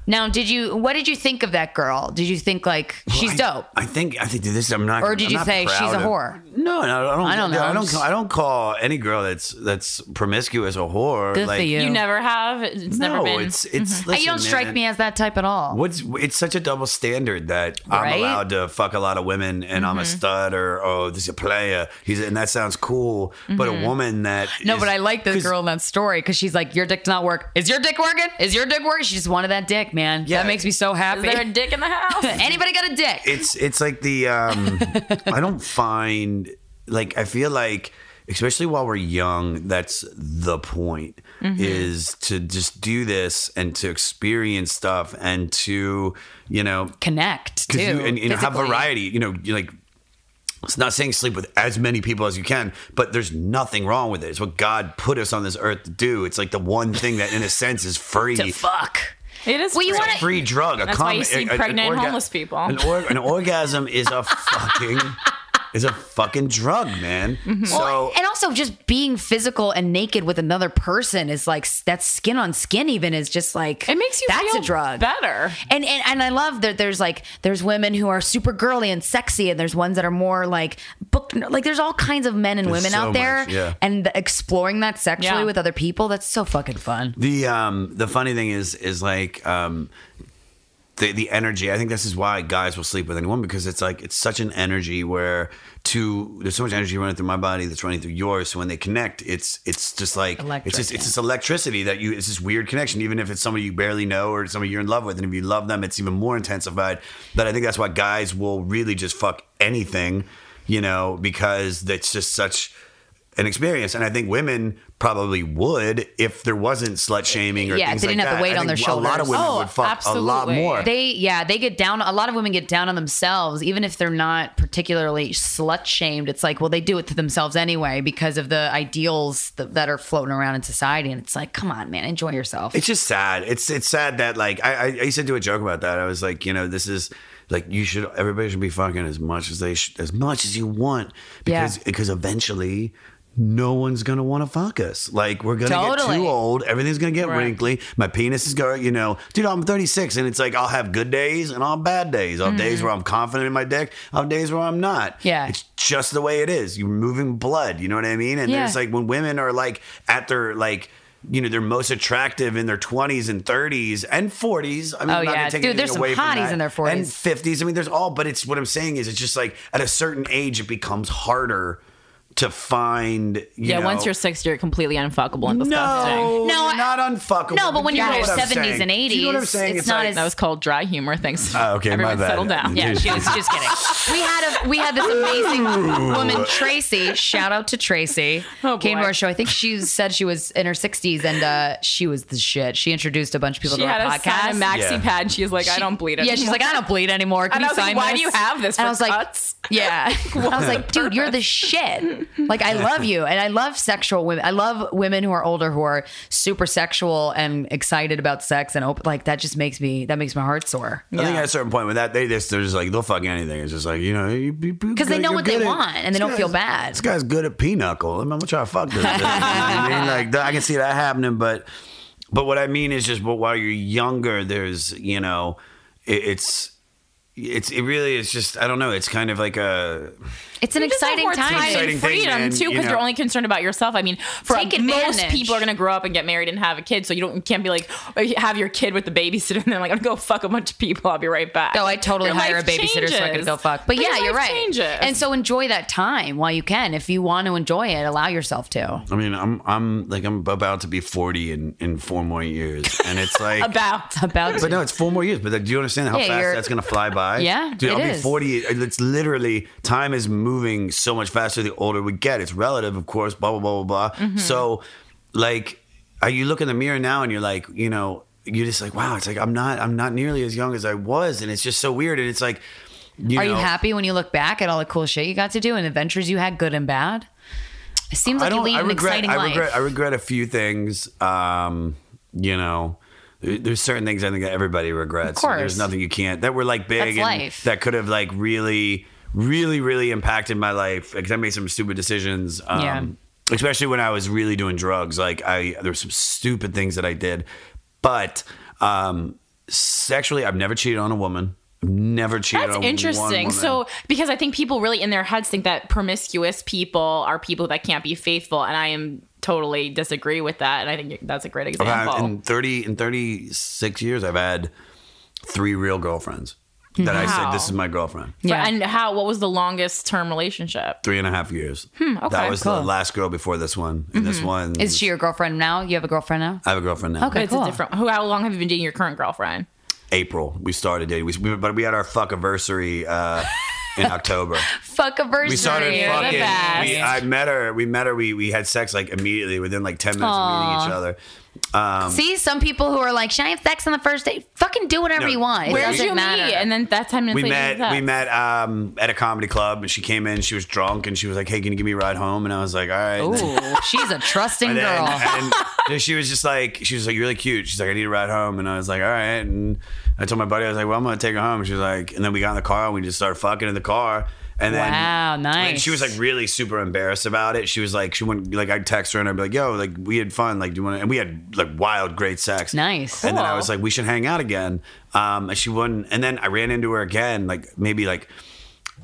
now, did you? What did you think of that girl? Did you think like she's I- dope? I think I think dude, this. I'm not. Or did I'm you not say proud she's a of- whore? No, no, I don't. I don't know. I don't. Just- I don't call any girl that's that's promiscuous a whore. Good for like, you. you never have, it's No, never been. it's it's. Mm-hmm. Hey, you don't listen, strike man, me as that type at all. What's it's such a double standard that Right? Mm-hmm. I'm allowed to fuck a lot of women and I'm a stud or oh this is a player he's and that sounds cool but a woman that Mm-hmm. no, is- but I like this 'cause- girl in that story because she's like, "Your dick's not work. Is your dick working? Is your dick working?" She just wanted that dick, man. Yeah. That makes me so Is happy. there a dick in the house? Anybody got a dick? it's it's like the um I don't find like I feel like especially while we're young that's the point Mm-hmm. is to just do this and to experience stuff and to you know Connect 'cause too. you, and, and have physically. variety you know you like it's not saying sleep with as many people as you can, but there's nothing wrong with it. It's what God put us on this earth to do. It's like the one thing that, in a sense, is free. to fuck. it is. Well, you free. wanna- a free drug. A That's why you see pregnant homeless people. An, org- an orgasm is a fucking is a fucking drug, man. Mm-hmm. So and also just being physical and naked with another person is like that's skin on skin even is just like It makes you that's feel a drug better. and, and and I love that there's like there's women who are super girly and sexy and there's ones that are more like book like there's all kinds of men and There's women so out there much, yeah. and the- exploring that sexually Yeah. with other people that's so fucking fun the um the funny thing is is like um the the energy. I think this is why guys will sleep with anyone because it's like it's such an energy where to there's so much energy running through my body that's running through yours. So when they connect, it's it's just like Electric, it's just yeah. it's this electricity that you it's this weird connection. Even if it's somebody you barely know or somebody you're in love with, and if you love them, it's even more intensified. But I think that's why guys will really just fuck anything, you know, because that's just such. an experience. And I think women probably would if there wasn't slut shaming or Yeah, if things they like didn't have the that. weight I on think their A lot of women shoulders. Oh, would fuck a lot absolutely. more. They yeah, they get down a lot of women get down on themselves even if they're not particularly slut shamed. It's like, well, they do it to themselves anyway because of the ideals th- that are floating around in society and it's like, come on, man, enjoy yourself. It's just sad. It's it's sad that like I, I I used to do a joke about that. I was like, you know, this is like you should everybody should be fucking as much as they sh- as much as you want because Yeah. because eventually no one's gonna want to fuck us. Like we're gonna get Totally. too old. Everything's gonna get wrinkly. My penis is going. You know, dude, I'm 36, and it's like I'll have good days and I'll have bad days. I'll have days where I'm confident in my dick. I'll have days where I'm not. Mm-hmm. Yeah. it's just the way it is. You're moving blood. You know what I mean? And Yeah. there's like when women are like at their like you know they're most attractive in their 20s and 30s and 40s. I mean, Oh, I'm not yeah. gonna take Dude, anything there's some away from hotties that. in their 40s. and 50s. I mean, there's all. But it's what I'm saying is it's just like at a certain age it becomes harder to find. You yeah, know, once you're 60, you're completely unfuckable and disgusting. No, no, you're I- not unfuckable. No, but when you you're know in what your I'm 70s and saying. Do you know what I'm 80s, saying? it's not like- as- That was called dry humor. Thanks. Oh, okay, my Everyone bad. settle down. Yeah, she was just kidding. We had a we had this amazing woman, Tracy. Shout out to Tracy. came to Oh, boy. our show. I think she said she was in her sixties, and uh, she was the shit. She introduced a bunch of people She to had our a sign, podcast. a maxi Yeah. pad. She's like, I don't bleed it. yeah, she's like, I don't bleed anymore. Can And you I was like, sign why this?" do you have this And I for was like, cuts? yeah. I was like, dude, you're the shit. Like, I love you, and I love sexual women. I love women who are older who are super sexual and excited about sex and open. Like, that just makes me that makes my heart sore. I think at a certain point with that, they just they're just like they'll fuck anything. It's just like you know, because they know what they want and they don't feel bad. This guy's good at pinochle. I'm, I'm gonna try to fuck this. bitch. You know what I mean, like I can see that happening, but but what I mean is just, but while you're younger, there's you know, it, it's it's it really is just I don't know. It's kind of like a It's an just have exciting more time time. Exciting and thing, freedom man, too, you because know. you are only concerned about yourself. I mean, for Take most advantage. people are going to grow up and get married and have a kid, so you don't you can't be like or you have your kid with the babysitter and then like I'm gonna go fuck a bunch of people. I'll be right back. No, Oh, I totally Your hire a life babysitter so I could changes. go fuck. But But, yeah, your you're life right. changes. And so enjoy that time while you can. If you want to enjoy it, allow yourself to. I mean I'm I'm like I'm about to be 40 in in four more years, and it's like About About But no, it's four more years. But do you understand how Yeah, fast you're- that's going to fly by? Yeah, dude, it I'll be is. forty. It's literally time is moving so much faster the older we get. It's relative, of course. Blah blah blah blah blah. Mm-hmm. So, like, are you look in the mirror now and you're like, you know, you're just like, wow. It's like I'm not, I'm not nearly as young as I was, and it's just so weird. And it's like, you Are you know, happy when you look back at all the cool shit you got to do and adventures you had, good and bad? It seems like you lead an exciting I life. regret. I regret a few things. Um, you know, there- there's certain things I think that everybody regrets. Of course. There's nothing you can't that were like big That's and life. that could have like really, really, really impacted my life because I made some stupid decisions. Um, Yeah. Especially when I was really doing drugs, like I there's some stupid things that I did, but um, sexually, I've never cheated on a woman. I've never cheated. That's on one interesting. woman. So, because I think people really in their heads think that promiscuous people are people that can't be faithful, and I am totally disagree with that. And I think that's a great I've had- example. in thirty in thirty six years, I've had three real girlfriends that I said Wow. this is my girlfriend. But- Yeah. And how? What was the longest term relationship? Three and a half years. Hmm, that was the last girl before this one. And this one Mm-hmm. Is she your girlfriend now? You have a girlfriend now? I have a girlfriend now. Okay. It's Cool. a different. Who? How long have you been dating your current girlfriend? April. We started dating. We, we- but we had our fuck anniversary uh, in October. Fuck a version. We started fucking. We, best. I met her. We met her. We we had sex like immediately within like ten minutes of meeting each other. Um, See, some people who are like, should I have sex on the first date? Fucking do whatever No, you want. It where doesn't you matter. meet? And then that time we met we met um, at a comedy club and she came in she was drunk and she was like hey can you give me a ride home and i was like all right And then- Ooh, she's a trusting And then, girl. and then she was just like, she was like, you're really cute. She's like, I need a ride home. And I was like, all right. And I told my buddy, I was like, well, I'm going to take her home. She was like, and then we got in the car and we just started fucking in the car. And then Wow, nice. and she was like really super embarrassed about it. She was like, she wouldn't like. I'd text her and I'd be like, "Yo, like we had fun. Like, do you want to?" And we had like wild, great sex. Nice. And then I was like, we should hang out again. Um, and she wouldn't. And then I ran into her again, like maybe like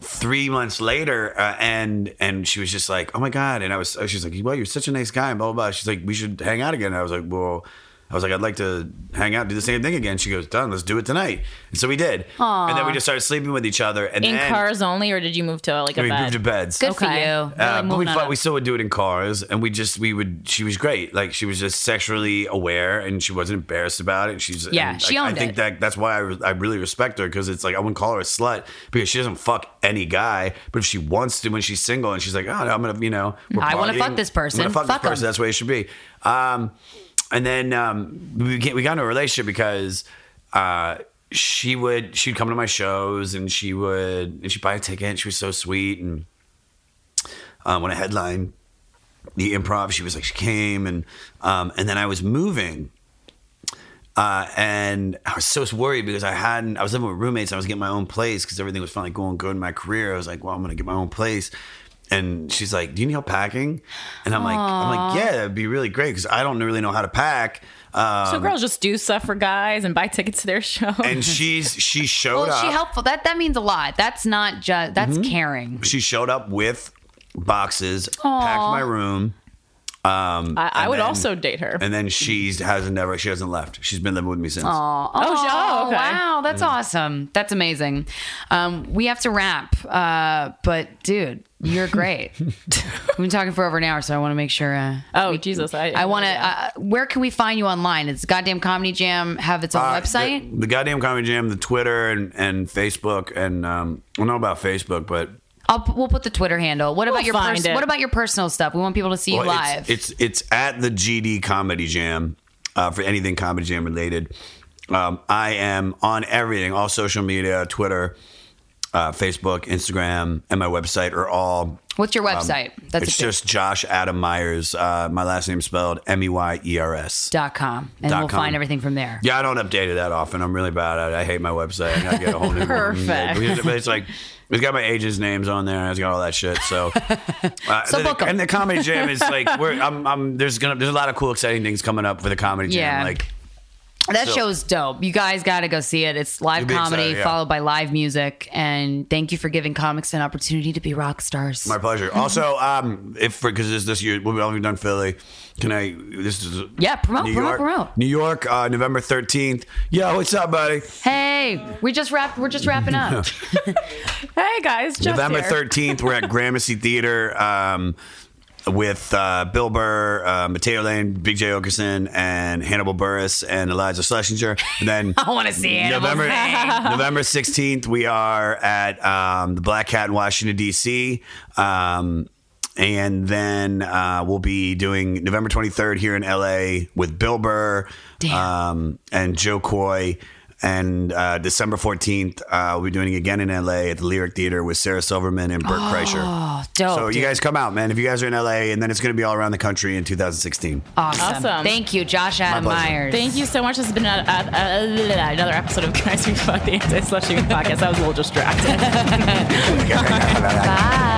three months later, uh, and and she was just like, "Oh my god!" And I was, she's like, "Well, you're such a nice guy." And blah blah. blah. She's like, "We should hang out again." And I was like, "Well." I was like, I'd like to hang out, do the same thing again. She goes, done. Let's do it tonight. And so we did. And then we just started sleeping with each other. And in then cars only, or did you move to like a we bed? moved to beds. Good for Okay. you. Uh, Really but we moving on thought up. we still would do it in cars, and we just we would. She was great. Like she was just sexually aware, and she wasn't embarrassed about it. She's Yeah, and, she like, owned I think it. that that's why I, re- I really respect her because it's like I wouldn't call her a slut because she doesn't fuck any guy, but if she wants to when she's single and she's like, oh, I'm gonna you know we're I wanna partying, fuck this I'm gonna person. fuck, Fuck 'em. this person. That's the way it should be. Um, and then um, we get, we got into a relationship because. Uh, she would she'd come to my shows and she would and she'd buy a ticket and she was so sweet and um, when I headlined the improv, she was like, she came and um, and then I was moving. Uh, and I was so worried because I hadn't, I was living with roommates. I was getting my own place because everything was finally going good in my career. I was like, well, I'm going to get my own place. And she's like, do you need help packing? And I'm like, I'm like, yeah, that'd be really great. Cause I don't really know how to pack. Um, So girls just do stuff for guys and buy tickets to their show. and she's, she showed Well, up. she helpful. That that means a lot. That's not just Mm-hmm. that's caring. she showed up with boxes, packed my room. Um, I, I and would then- also date her. And then she hasn't never she hasn't left. She's been living with me since. Oh, she- oh, okay. wow, that's Mm. awesome. That's amazing. Um, we have to wrap, uh, but dude, you're great. We've been talking for over an hour, so I want to make sure. Uh, Oh Jesus, I, I want to. Uh, where can we find you online? Does Goddamn Comedy Jam have its own Uh, website? The, the goddamn comedy jam, the Twitter and, and Facebook and um I don't know about Facebook, but I'll, p- we'll put the Twitter handle. What about your find pers- it. What about your personal stuff? We want people to see you well, live. It's, it's it's at the GD Comedy Jam uh, for anything comedy jam related. Um, I am on everything, all social media, Twitter, uh, Facebook, Instagram, and my website are all What's your website? that's um, it's a big- just Josh Adam Myers. Uh, my last name spelled M E Y E R S. dot com, and dot we'll com. find everything from there. Yeah, I don't update it that often. I'm really bad at it. I hate my website. I gotta get a whole new one. Perfect. But it's like it's got my agents' names on there. It's got all that shit. So, uh, So the- book 'em. and the comedy jam is like we're I'm, I'm there's gonna there's a lot of cool exciting things coming up for the comedy jam. Yeah. Like That So- show's dope. You guys got to go see it. It's live You'll be comedy excited, yeah. followed by live music. And thank you for giving comics an opportunity to be rock stars. my pleasure. Also, um, if because this this year we'll be done Philly. Can I? This is Yeah, promote, New promote, York, promote. New York, uh, November 13th. Yo, what's up, buddy? hey, we just wrapped. We're just wrapping up. Hey guys, just November here. 13th, we're at Gramercy Theater um, with uh, Bill Burr, uh, Mateo Lane, Big J. Okerson, and Hannibal Burris and Eliza Schlesinger. And then Oh, I want to see it. November November 16th, we are at um, the Black Cat in Washington, D.C. Um, and then uh, we'll be doing November 23rd here in LA with Bill Burr um, and Joe Coy. And uh, December 14th, uh, we'll be doing it again in LA at the Lyric Theater with Sarah Silverman and Burt Kreischer. Oh, Dope. So you guys come out, man. If you guys are in LA, and then it's going to be all around the country in 2016. awesome. Awesome. Thank you, Josh Adam pleasure. Myers. Thank you so much. This has been an- uh, uh, another episode of Guys We Fuck the Anti Slut Shaming Podcast. I was a little distracted. Bye.